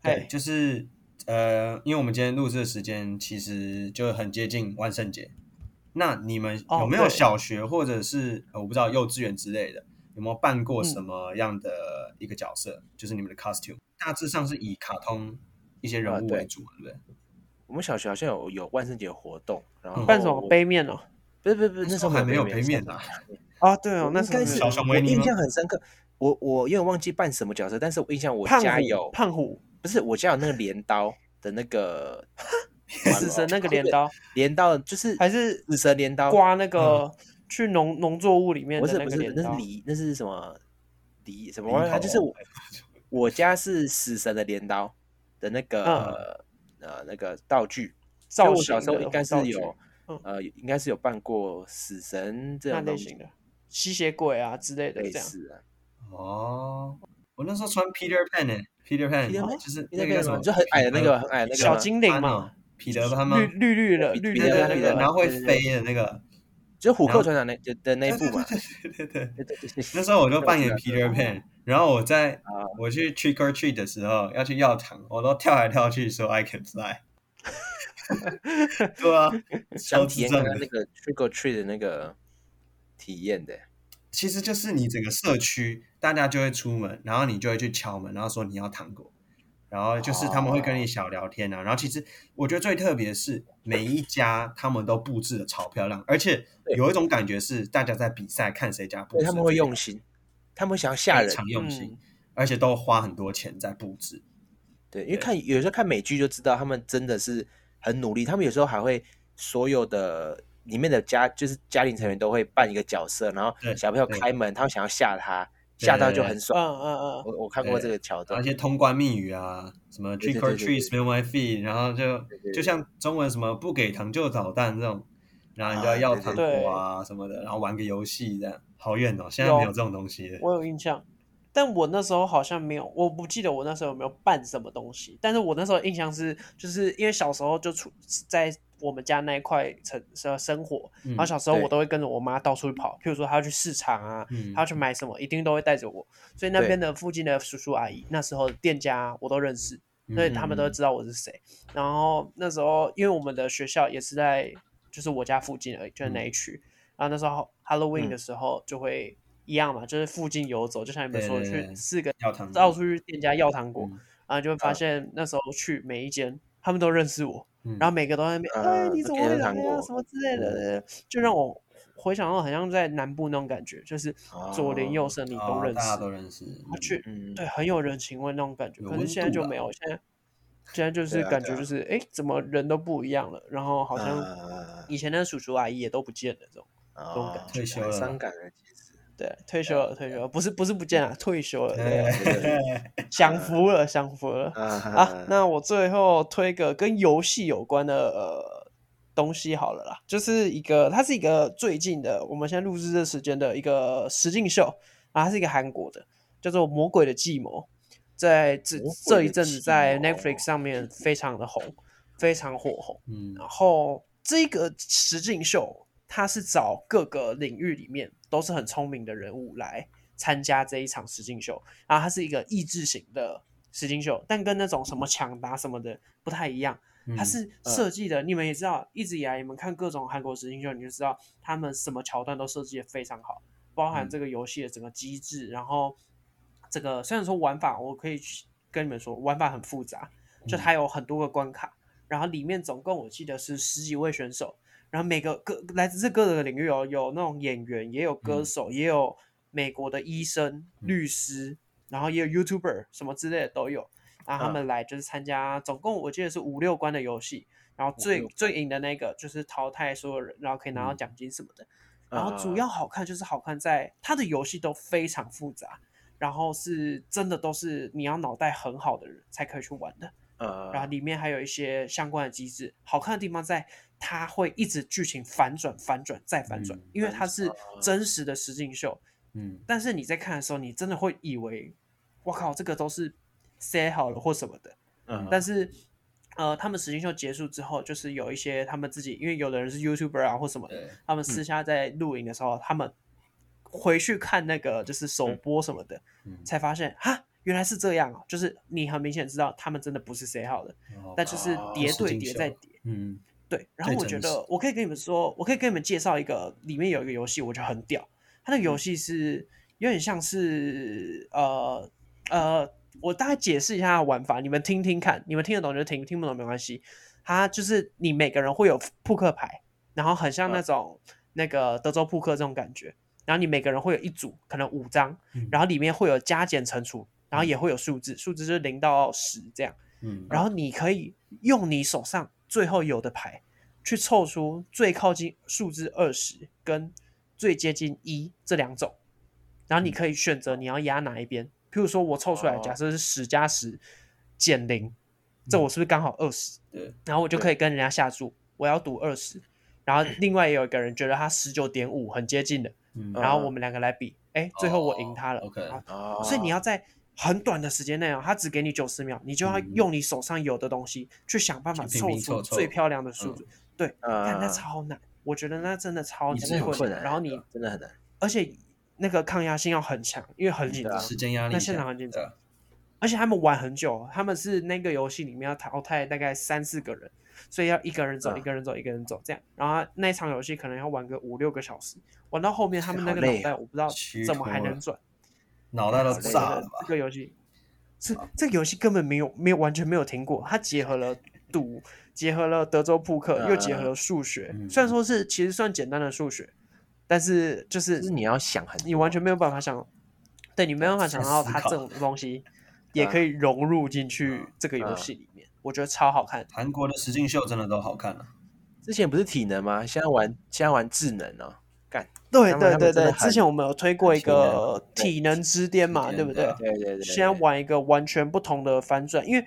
[SPEAKER 2] 对
[SPEAKER 3] 嘿，
[SPEAKER 2] 哎就是呃，因为我们今天录制的时间其实就很接近万圣节。那你们
[SPEAKER 3] 哦
[SPEAKER 2] 有没有
[SPEAKER 3] 对
[SPEAKER 2] 小学或者是、呃我不知道幼稚园之类的，有没有扮
[SPEAKER 1] 嗯
[SPEAKER 2] 过什么样的一个角色？就是你们的 costume，大致上是以卡通一些人
[SPEAKER 1] 啊
[SPEAKER 2] 物
[SPEAKER 1] 对
[SPEAKER 2] 为主嘛，对不对？
[SPEAKER 1] 我们小学好像有有万圣节活动，然后
[SPEAKER 2] 嗯
[SPEAKER 3] 扮什么杯面哦？
[SPEAKER 1] 不是不是不是，那时候
[SPEAKER 2] 还没有
[SPEAKER 1] 杯
[SPEAKER 2] 陪面啊，
[SPEAKER 3] 啊，对哦，那
[SPEAKER 1] 应
[SPEAKER 3] 时
[SPEAKER 1] 该
[SPEAKER 3] 候没
[SPEAKER 1] 是
[SPEAKER 3] 有
[SPEAKER 2] 小熊
[SPEAKER 1] 我
[SPEAKER 2] 维尼
[SPEAKER 1] 印
[SPEAKER 2] 吗
[SPEAKER 1] 象很深刻。我我有点忘记扮什么角色，但是我印象我
[SPEAKER 3] 胖
[SPEAKER 1] 家
[SPEAKER 3] 虎
[SPEAKER 1] 有，
[SPEAKER 3] 胖虎
[SPEAKER 1] 不是我家有那个镰刀的那 个
[SPEAKER 3] 死神那个镰 刀，
[SPEAKER 1] 镰刀，就是
[SPEAKER 3] 还是
[SPEAKER 1] 死神镰刀
[SPEAKER 3] 刮那个去农农作物里面
[SPEAKER 1] 不
[SPEAKER 3] 的
[SPEAKER 1] 是
[SPEAKER 3] 那
[SPEAKER 1] 不
[SPEAKER 3] 个
[SPEAKER 1] 是
[SPEAKER 3] 镰，
[SPEAKER 1] 那是
[SPEAKER 3] 刀。
[SPEAKER 1] 梨，那是什么梨什么
[SPEAKER 2] 梨
[SPEAKER 1] 玩意儿？它
[SPEAKER 2] 头
[SPEAKER 1] 就是我我家是死神的镰刀的那
[SPEAKER 3] 嗯
[SPEAKER 1] 个、呃那个道具，所以
[SPEAKER 3] 造
[SPEAKER 1] 我
[SPEAKER 3] 型
[SPEAKER 1] 小时候
[SPEAKER 3] 的
[SPEAKER 1] 应该是
[SPEAKER 3] 道具
[SPEAKER 1] 有、
[SPEAKER 3] 嗯
[SPEAKER 1] 呃应该是有扮过死神这
[SPEAKER 3] 那
[SPEAKER 1] 种
[SPEAKER 3] 类
[SPEAKER 1] 东西
[SPEAKER 3] 型的吸血鬼啊之类的
[SPEAKER 1] 类
[SPEAKER 3] 这样。
[SPEAKER 1] 似啊，
[SPEAKER 2] 哦，我那时候穿 Peter Pan 呢、p e t e r Pan
[SPEAKER 1] Peter Pan？
[SPEAKER 2] 就是
[SPEAKER 1] 你
[SPEAKER 2] 那
[SPEAKER 1] 在
[SPEAKER 2] 个叫
[SPEAKER 1] 干
[SPEAKER 2] 什
[SPEAKER 1] 嘛？
[SPEAKER 2] 么，呃
[SPEAKER 1] 就很矮的那个，
[SPEAKER 2] 彼
[SPEAKER 1] 很矮的那个
[SPEAKER 3] 小
[SPEAKER 1] 吗
[SPEAKER 3] 精
[SPEAKER 2] 得
[SPEAKER 3] 灵
[SPEAKER 2] 潘
[SPEAKER 3] 嘛
[SPEAKER 2] 哦，，彼得潘吗
[SPEAKER 3] 绿？绿绿的
[SPEAKER 1] 彼
[SPEAKER 3] 绿
[SPEAKER 1] 彼
[SPEAKER 3] 绿
[SPEAKER 1] 得
[SPEAKER 3] 的
[SPEAKER 1] 潘
[SPEAKER 3] 那
[SPEAKER 1] 彼
[SPEAKER 3] 个
[SPEAKER 1] 得潘
[SPEAKER 2] 然后会
[SPEAKER 1] 对对对
[SPEAKER 2] 飞的那个，
[SPEAKER 1] 就是虎
[SPEAKER 2] 然后
[SPEAKER 1] 克船长那的的那一部嘛。
[SPEAKER 2] 对对对。
[SPEAKER 1] 对对对
[SPEAKER 2] 那时候我就扮演
[SPEAKER 1] 对
[SPEAKER 2] Peter Pan，然后我在
[SPEAKER 1] 啊
[SPEAKER 2] 我去 trick or treat 的时候要去药堂，我都跳来跳去说 I can fly。对啊，超
[SPEAKER 1] 想体
[SPEAKER 2] 智
[SPEAKER 1] 验
[SPEAKER 2] 障
[SPEAKER 1] 刚刚那
[SPEAKER 2] 的。
[SPEAKER 1] 个 trick or treat 的那个体验的。
[SPEAKER 2] 其实就是你整个社区大家就会出门，然后你就会去敲门，然后说你要糖果，然后就是他们会
[SPEAKER 1] 哦
[SPEAKER 2] 跟你小聊天啊。然后其实我觉得最特别是每一家他们都布置的超漂亮，而且
[SPEAKER 1] 对
[SPEAKER 2] 有一种感觉是大家在比赛看谁家布
[SPEAKER 1] 对，
[SPEAKER 2] 置，
[SPEAKER 1] 他们会用心，他们会想要吓
[SPEAKER 2] 非
[SPEAKER 1] 人。
[SPEAKER 2] 常用心，
[SPEAKER 3] 嗯
[SPEAKER 2] 而且都花很多钱在布置。
[SPEAKER 1] 对，因为看有时候看美剧就知道他们真的是很努力，他们有时候还会所有的里面的家就是家庭成员都会扮一个角色，然后
[SPEAKER 2] 对
[SPEAKER 1] 小朋友
[SPEAKER 2] 对
[SPEAKER 1] 开门，他们想要吓他，
[SPEAKER 2] 对
[SPEAKER 1] 吓到
[SPEAKER 2] 对
[SPEAKER 1] 就
[SPEAKER 2] 对
[SPEAKER 1] 很
[SPEAKER 3] 嗯
[SPEAKER 1] 爽。
[SPEAKER 3] 嗯嗯，
[SPEAKER 1] 我我看过这个桥
[SPEAKER 2] 然
[SPEAKER 1] 段
[SPEAKER 2] 后一，些通关密语啊，什么
[SPEAKER 1] 对
[SPEAKER 2] trick
[SPEAKER 1] 对
[SPEAKER 2] or
[SPEAKER 1] 对对
[SPEAKER 2] treat smell my feet，然后就
[SPEAKER 1] 对对
[SPEAKER 2] 就像中文什么不给糖就捣蛋这种，然后你就要
[SPEAKER 1] 啊
[SPEAKER 2] 要
[SPEAKER 1] 对
[SPEAKER 2] 糖
[SPEAKER 1] 对
[SPEAKER 2] 果啊什么的，然后玩个游戏这样，好远哦，现在
[SPEAKER 3] 有
[SPEAKER 2] 没有这种东西了。
[SPEAKER 3] 我有印象，但我那时候好像没有，我不记得我那时候有没有办什么东西。但是我那时候印象是，就是因为小时候就出在我们家那一块城生生活，
[SPEAKER 2] 嗯
[SPEAKER 3] 然后小时候我
[SPEAKER 1] 对
[SPEAKER 3] 都会跟着我妈到处跑，譬如说她要去市场啊，
[SPEAKER 2] 嗯
[SPEAKER 3] 她要去买什么，一定都会带着我。所以那边的附近的叔叔阿姨，那时候的店家啊我都认识，所以他们都
[SPEAKER 2] 嗯
[SPEAKER 3] 知道我是谁。然后那时候，因为我们的学校也是在就是我家附近而已，就是那一
[SPEAKER 2] 嗯
[SPEAKER 3] 区。然后那时候 Halloween
[SPEAKER 1] 嗯
[SPEAKER 3] 的时候就会一样嘛，就是附近游走，就像你们
[SPEAKER 2] 对
[SPEAKER 3] 说的，
[SPEAKER 2] 对
[SPEAKER 3] 去
[SPEAKER 2] 对
[SPEAKER 3] 四个
[SPEAKER 2] 要糖
[SPEAKER 3] 到处去店家要糖果，
[SPEAKER 2] 嗯
[SPEAKER 3] 然后就会发现那时候去每一间，他们都认识我，
[SPEAKER 2] 嗯呃
[SPEAKER 3] 然后每个都在那边，哎，
[SPEAKER 1] 啊
[SPEAKER 3] 你
[SPEAKER 1] 都
[SPEAKER 3] 怎么
[SPEAKER 1] 给
[SPEAKER 3] 会
[SPEAKER 1] 了
[SPEAKER 3] 来
[SPEAKER 1] 糖
[SPEAKER 3] 啊？
[SPEAKER 1] 果
[SPEAKER 3] 什么之类的，就让我回想到很像在南部那种感觉，就是左邻右舍你都
[SPEAKER 2] 哦
[SPEAKER 3] 认识
[SPEAKER 2] 大，家都认识，
[SPEAKER 3] 他去
[SPEAKER 1] 嗯，
[SPEAKER 3] 对，很有人情味那种感觉。
[SPEAKER 2] 有
[SPEAKER 3] 可是
[SPEAKER 2] 温
[SPEAKER 3] 现在
[SPEAKER 2] 度
[SPEAKER 3] 就
[SPEAKER 2] 啦
[SPEAKER 3] 没有，现在现在就
[SPEAKER 1] 对
[SPEAKER 3] 是
[SPEAKER 1] 啊
[SPEAKER 3] 感
[SPEAKER 1] 对
[SPEAKER 3] 觉
[SPEAKER 1] 啊
[SPEAKER 3] 就是，哎、怎么人都不一样了，然后好像
[SPEAKER 1] 啊
[SPEAKER 3] 以前的叔叔阿姨也都不见了，这种种感
[SPEAKER 1] 哦
[SPEAKER 2] 退休
[SPEAKER 1] 蛮
[SPEAKER 2] 了
[SPEAKER 1] 伤感的其实。
[SPEAKER 3] 对，退休了，退休了，不是不是不见了，退休了，
[SPEAKER 1] 哎
[SPEAKER 3] 对，啊
[SPEAKER 2] 对，
[SPEAKER 3] 享福了，享福了。啊
[SPEAKER 1] 啊，
[SPEAKER 3] 那我最后推个跟游戏有关的、呃、东西好了啦，就是一个，它是一个最近的，我们现在录制这时间的一个实境秀，啊，它是一个韩国的，叫做《魔鬼的计谋》，在这
[SPEAKER 1] 魔
[SPEAKER 3] 这
[SPEAKER 1] 鬼
[SPEAKER 3] 一
[SPEAKER 1] 的
[SPEAKER 3] 阵
[SPEAKER 1] 计
[SPEAKER 3] 子在
[SPEAKER 1] 谋
[SPEAKER 3] Netflix 上面非常的红，非常火红。
[SPEAKER 2] 嗯
[SPEAKER 3] 然后这个实境秀，它是找各个领域里面都是很聪明的人物来参加这一场实境秀，然后它是一个益智型的实境秀，但跟那种什么抢答什么的不太一样，它
[SPEAKER 2] 嗯
[SPEAKER 3] 是设计的。你们也知道，一直以来你们看各种韩国实境秀，你就知道他们什么桥段都设计的非常好，包含
[SPEAKER 2] 嗯
[SPEAKER 3] 这个游戏的整个机制，然后这个虽然说玩法，我可以去跟你们说玩法很复杂，就
[SPEAKER 2] 嗯
[SPEAKER 3] 它有很多个关卡，然后里面总共我记得是十几位选手，然后每个各来自这各个领域哦，有那种演员，也有歌
[SPEAKER 2] 嗯
[SPEAKER 3] 手，也有美国的医生、
[SPEAKER 2] 嗯
[SPEAKER 3] 律师，然后也有 YouTuber 什么之类的都有。然后他们来就是参加，总共我记得是五六关的游戏，然后最
[SPEAKER 1] 六关
[SPEAKER 3] 最赢的那个就是淘汰所有人，然后可以拿到
[SPEAKER 2] 嗯
[SPEAKER 3] 奖金什么的。然
[SPEAKER 1] 嗯
[SPEAKER 3] 后主要好看就是好看在它的游戏都非常复杂，然后是真的都是你要脑袋很好的人才可以去玩的。
[SPEAKER 1] 呃，
[SPEAKER 3] 然后里面还有一些相关的机制。好看的地方在它会一直剧情反转、反转再反转，
[SPEAKER 2] 嗯
[SPEAKER 3] 因为
[SPEAKER 1] 反
[SPEAKER 3] 它是
[SPEAKER 1] 转
[SPEAKER 3] 真实的实境秀。
[SPEAKER 2] 嗯
[SPEAKER 3] 但是你在看的时候，你真的会以为，我靠，这个都是 say 好了或什么的。
[SPEAKER 1] 嗯
[SPEAKER 3] 但是呃，他们实境秀结束之后，就是有一些他们自己，因为有的人是 YouTuber 啊或什么的，
[SPEAKER 2] 对，
[SPEAKER 3] 他们私
[SPEAKER 1] 嗯
[SPEAKER 3] 下在录影的时候，他们回去看那个就是首播什么的，
[SPEAKER 2] 嗯
[SPEAKER 3] 才发现哈，原来是这样哦、就是你很明显知道他们真的不是 say 好的。但就是
[SPEAKER 1] 哦
[SPEAKER 3] 叠
[SPEAKER 2] 是
[SPEAKER 3] 对
[SPEAKER 2] 竞
[SPEAKER 3] 叠
[SPEAKER 2] 秀
[SPEAKER 3] 再叠。
[SPEAKER 2] 嗯
[SPEAKER 3] 对，然后
[SPEAKER 2] 最
[SPEAKER 3] 我觉
[SPEAKER 2] 真实
[SPEAKER 3] 得我可以跟你们说，我可以跟你们介绍一个，里面有一个游戏，我觉得很屌。它那个游戏是有点像是呃呃，我大概解释一下它的玩法，你们听听看，你们听得懂就听，听不懂没关系。它就是你每个人会有扑克牌，然后很像那
[SPEAKER 1] 嗯
[SPEAKER 3] 种、那个德州扑克这种感觉，然后你每个人会有一组，可能五张，
[SPEAKER 2] 嗯
[SPEAKER 3] 然后里面会有加减乘除，然后也会有数字，数字就是零到十这样。
[SPEAKER 2] 嗯，
[SPEAKER 3] 然后你可以用你手上最后有的牌去凑出最靠近数字二十跟最接近一这两种，然后
[SPEAKER 2] 嗯
[SPEAKER 3] 你可以选择你要压哪一边。譬如说我凑出来，
[SPEAKER 1] 哦
[SPEAKER 3] 假设是十加十减零，这
[SPEAKER 2] 嗯
[SPEAKER 3] 我是不是刚好二十？
[SPEAKER 2] 对，
[SPEAKER 3] 然后我就可以跟人家下注，我要赌二十。然后另外也有一个人觉得他十九点五很接近的，
[SPEAKER 2] 嗯
[SPEAKER 3] 然后
[SPEAKER 1] 嗯
[SPEAKER 3] 我们两个来比，哎，最后我赢呃他了
[SPEAKER 2] 哦。，OK
[SPEAKER 3] 然后
[SPEAKER 1] 哦，
[SPEAKER 3] 所以你要在很短的时间内哦，它只给你九十秒，你就要
[SPEAKER 2] 嗯
[SPEAKER 3] 用你手上有的东西去想办法
[SPEAKER 2] 去
[SPEAKER 3] 凑
[SPEAKER 2] 拼拼
[SPEAKER 3] 出
[SPEAKER 2] 凑凑
[SPEAKER 3] 最漂亮
[SPEAKER 2] 嗯
[SPEAKER 3] 的数字。对，看那
[SPEAKER 1] 啊，
[SPEAKER 3] 超难，我觉得那真的超
[SPEAKER 2] 意
[SPEAKER 3] 级
[SPEAKER 2] 志很
[SPEAKER 3] 困
[SPEAKER 1] 困
[SPEAKER 3] 难。
[SPEAKER 1] 难
[SPEAKER 3] 然后你
[SPEAKER 1] 真的很难，
[SPEAKER 3] 而且那个抗压性要很强，因为很紧
[SPEAKER 1] 对啊
[SPEAKER 3] 张，
[SPEAKER 2] 时间压力
[SPEAKER 3] 那
[SPEAKER 2] 下，
[SPEAKER 3] 现场很紧
[SPEAKER 2] 对
[SPEAKER 3] 张
[SPEAKER 2] 啊。
[SPEAKER 3] 而且他们玩很久，哦他们是那个游戏里面要淘汰大概三四个人，所以要一个人走，
[SPEAKER 1] 嗯
[SPEAKER 3] 一个人走，一个人走这样。然后那一场游戏可能要玩个五六个小时，玩到后面他们那个
[SPEAKER 1] 好累
[SPEAKER 3] 脑袋我不知道
[SPEAKER 2] 虚
[SPEAKER 3] 怎么
[SPEAKER 2] 脱
[SPEAKER 3] 还能
[SPEAKER 2] 了
[SPEAKER 3] 转。
[SPEAKER 2] 脑袋都
[SPEAKER 1] 好累
[SPEAKER 3] 我
[SPEAKER 2] 炸
[SPEAKER 3] 觉得
[SPEAKER 2] 了
[SPEAKER 3] 这
[SPEAKER 2] 吧？
[SPEAKER 3] 个游戏，这这个游戏根本没有没有完全没有停过，它结合了赌，结合了德州扑克，又结合了数学。
[SPEAKER 2] 嗯
[SPEAKER 3] 虽然说是其实算简单的数学，但是就是
[SPEAKER 1] 就是你要想很多，
[SPEAKER 3] 你完全没有办法想，对你没办法想到它
[SPEAKER 2] 思考
[SPEAKER 3] 这种东西
[SPEAKER 1] 对
[SPEAKER 3] 也
[SPEAKER 1] 啊
[SPEAKER 3] 可以融入进去这个游戏里面，我觉得超好看。
[SPEAKER 2] 韩国的实境秀真的都好看啊，
[SPEAKER 1] 之前不是体能吗？现在玩现在玩智能哦，
[SPEAKER 3] 对
[SPEAKER 1] 他们他
[SPEAKER 3] 对
[SPEAKER 1] 们
[SPEAKER 3] 对
[SPEAKER 1] 真
[SPEAKER 3] 对，
[SPEAKER 1] 的
[SPEAKER 3] 之
[SPEAKER 1] 很
[SPEAKER 3] 前我们有推过一
[SPEAKER 1] 很强
[SPEAKER 3] 个
[SPEAKER 1] 对
[SPEAKER 3] 体能之巅嘛，
[SPEAKER 2] 之
[SPEAKER 3] 对不
[SPEAKER 2] 巅
[SPEAKER 3] 对
[SPEAKER 2] 的？
[SPEAKER 1] 对对对，
[SPEAKER 3] 先玩一个完全不同的反转，因为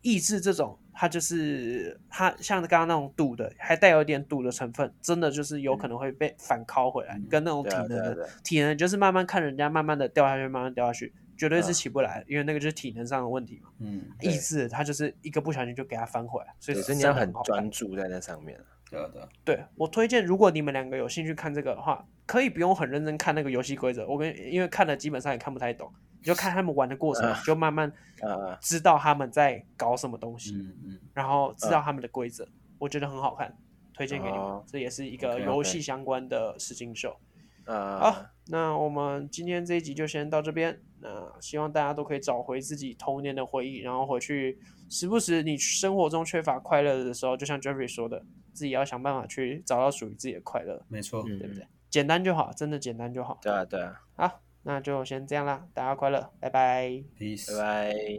[SPEAKER 3] 益智这种，它就是它像刚刚那种赌的，还带有一点赌的成分，真的就是有可能会被反拷回来，
[SPEAKER 2] 嗯
[SPEAKER 3] 跟那种
[SPEAKER 1] 嗯
[SPEAKER 3] 体
[SPEAKER 1] 对啊
[SPEAKER 3] 能
[SPEAKER 1] 对
[SPEAKER 3] 的、
[SPEAKER 1] 啊对啊，
[SPEAKER 3] 体能就是慢慢看人家慢慢的掉下去，慢慢地掉下去，绝对是
[SPEAKER 1] 嗯
[SPEAKER 3] 起不来，因为那个就是体能上的问题嘛。
[SPEAKER 2] 嗯，
[SPEAKER 1] 对
[SPEAKER 3] 益智它就是一个不小心就给它翻回来，所以
[SPEAKER 1] 对所以你
[SPEAKER 3] 真
[SPEAKER 1] 要
[SPEAKER 3] 的
[SPEAKER 1] 很
[SPEAKER 3] 好看
[SPEAKER 1] 专注在那上面啊
[SPEAKER 2] 对啊对啊，
[SPEAKER 3] 对我推荐，如果你们两个有兴趣看这个的话，可以不用很认真看那个游戏规则，我跟因为看了基本上也看不太懂，你就看他们玩的过程，
[SPEAKER 1] 啊
[SPEAKER 3] 你就慢慢
[SPEAKER 1] 啊，
[SPEAKER 3] 知道他们在搞什么东西，
[SPEAKER 2] 嗯嗯，
[SPEAKER 3] 然后知道他们的规则，我觉得很好看，推荐给你们。
[SPEAKER 1] 哦
[SPEAKER 3] 这也是一个
[SPEAKER 1] OK，OK
[SPEAKER 3] 游戏相关的实境秀。
[SPEAKER 1] 呃，
[SPEAKER 3] 好，那我们今天这一集就先到这边。那希望大家都可以找回自己童年的回忆，然后回去时不时你生活中缺乏快乐的时候，就像 Jeffrey 说的，自己要想办法去找到属于自己的快乐，
[SPEAKER 2] 没错，
[SPEAKER 1] 嗯，
[SPEAKER 3] 对不对？简单就好，真的简单就好。
[SPEAKER 1] 对啊，对啊，
[SPEAKER 3] 好，那就先这样啦，大家快乐，拜拜。
[SPEAKER 2] p e a c e
[SPEAKER 1] 拜拜。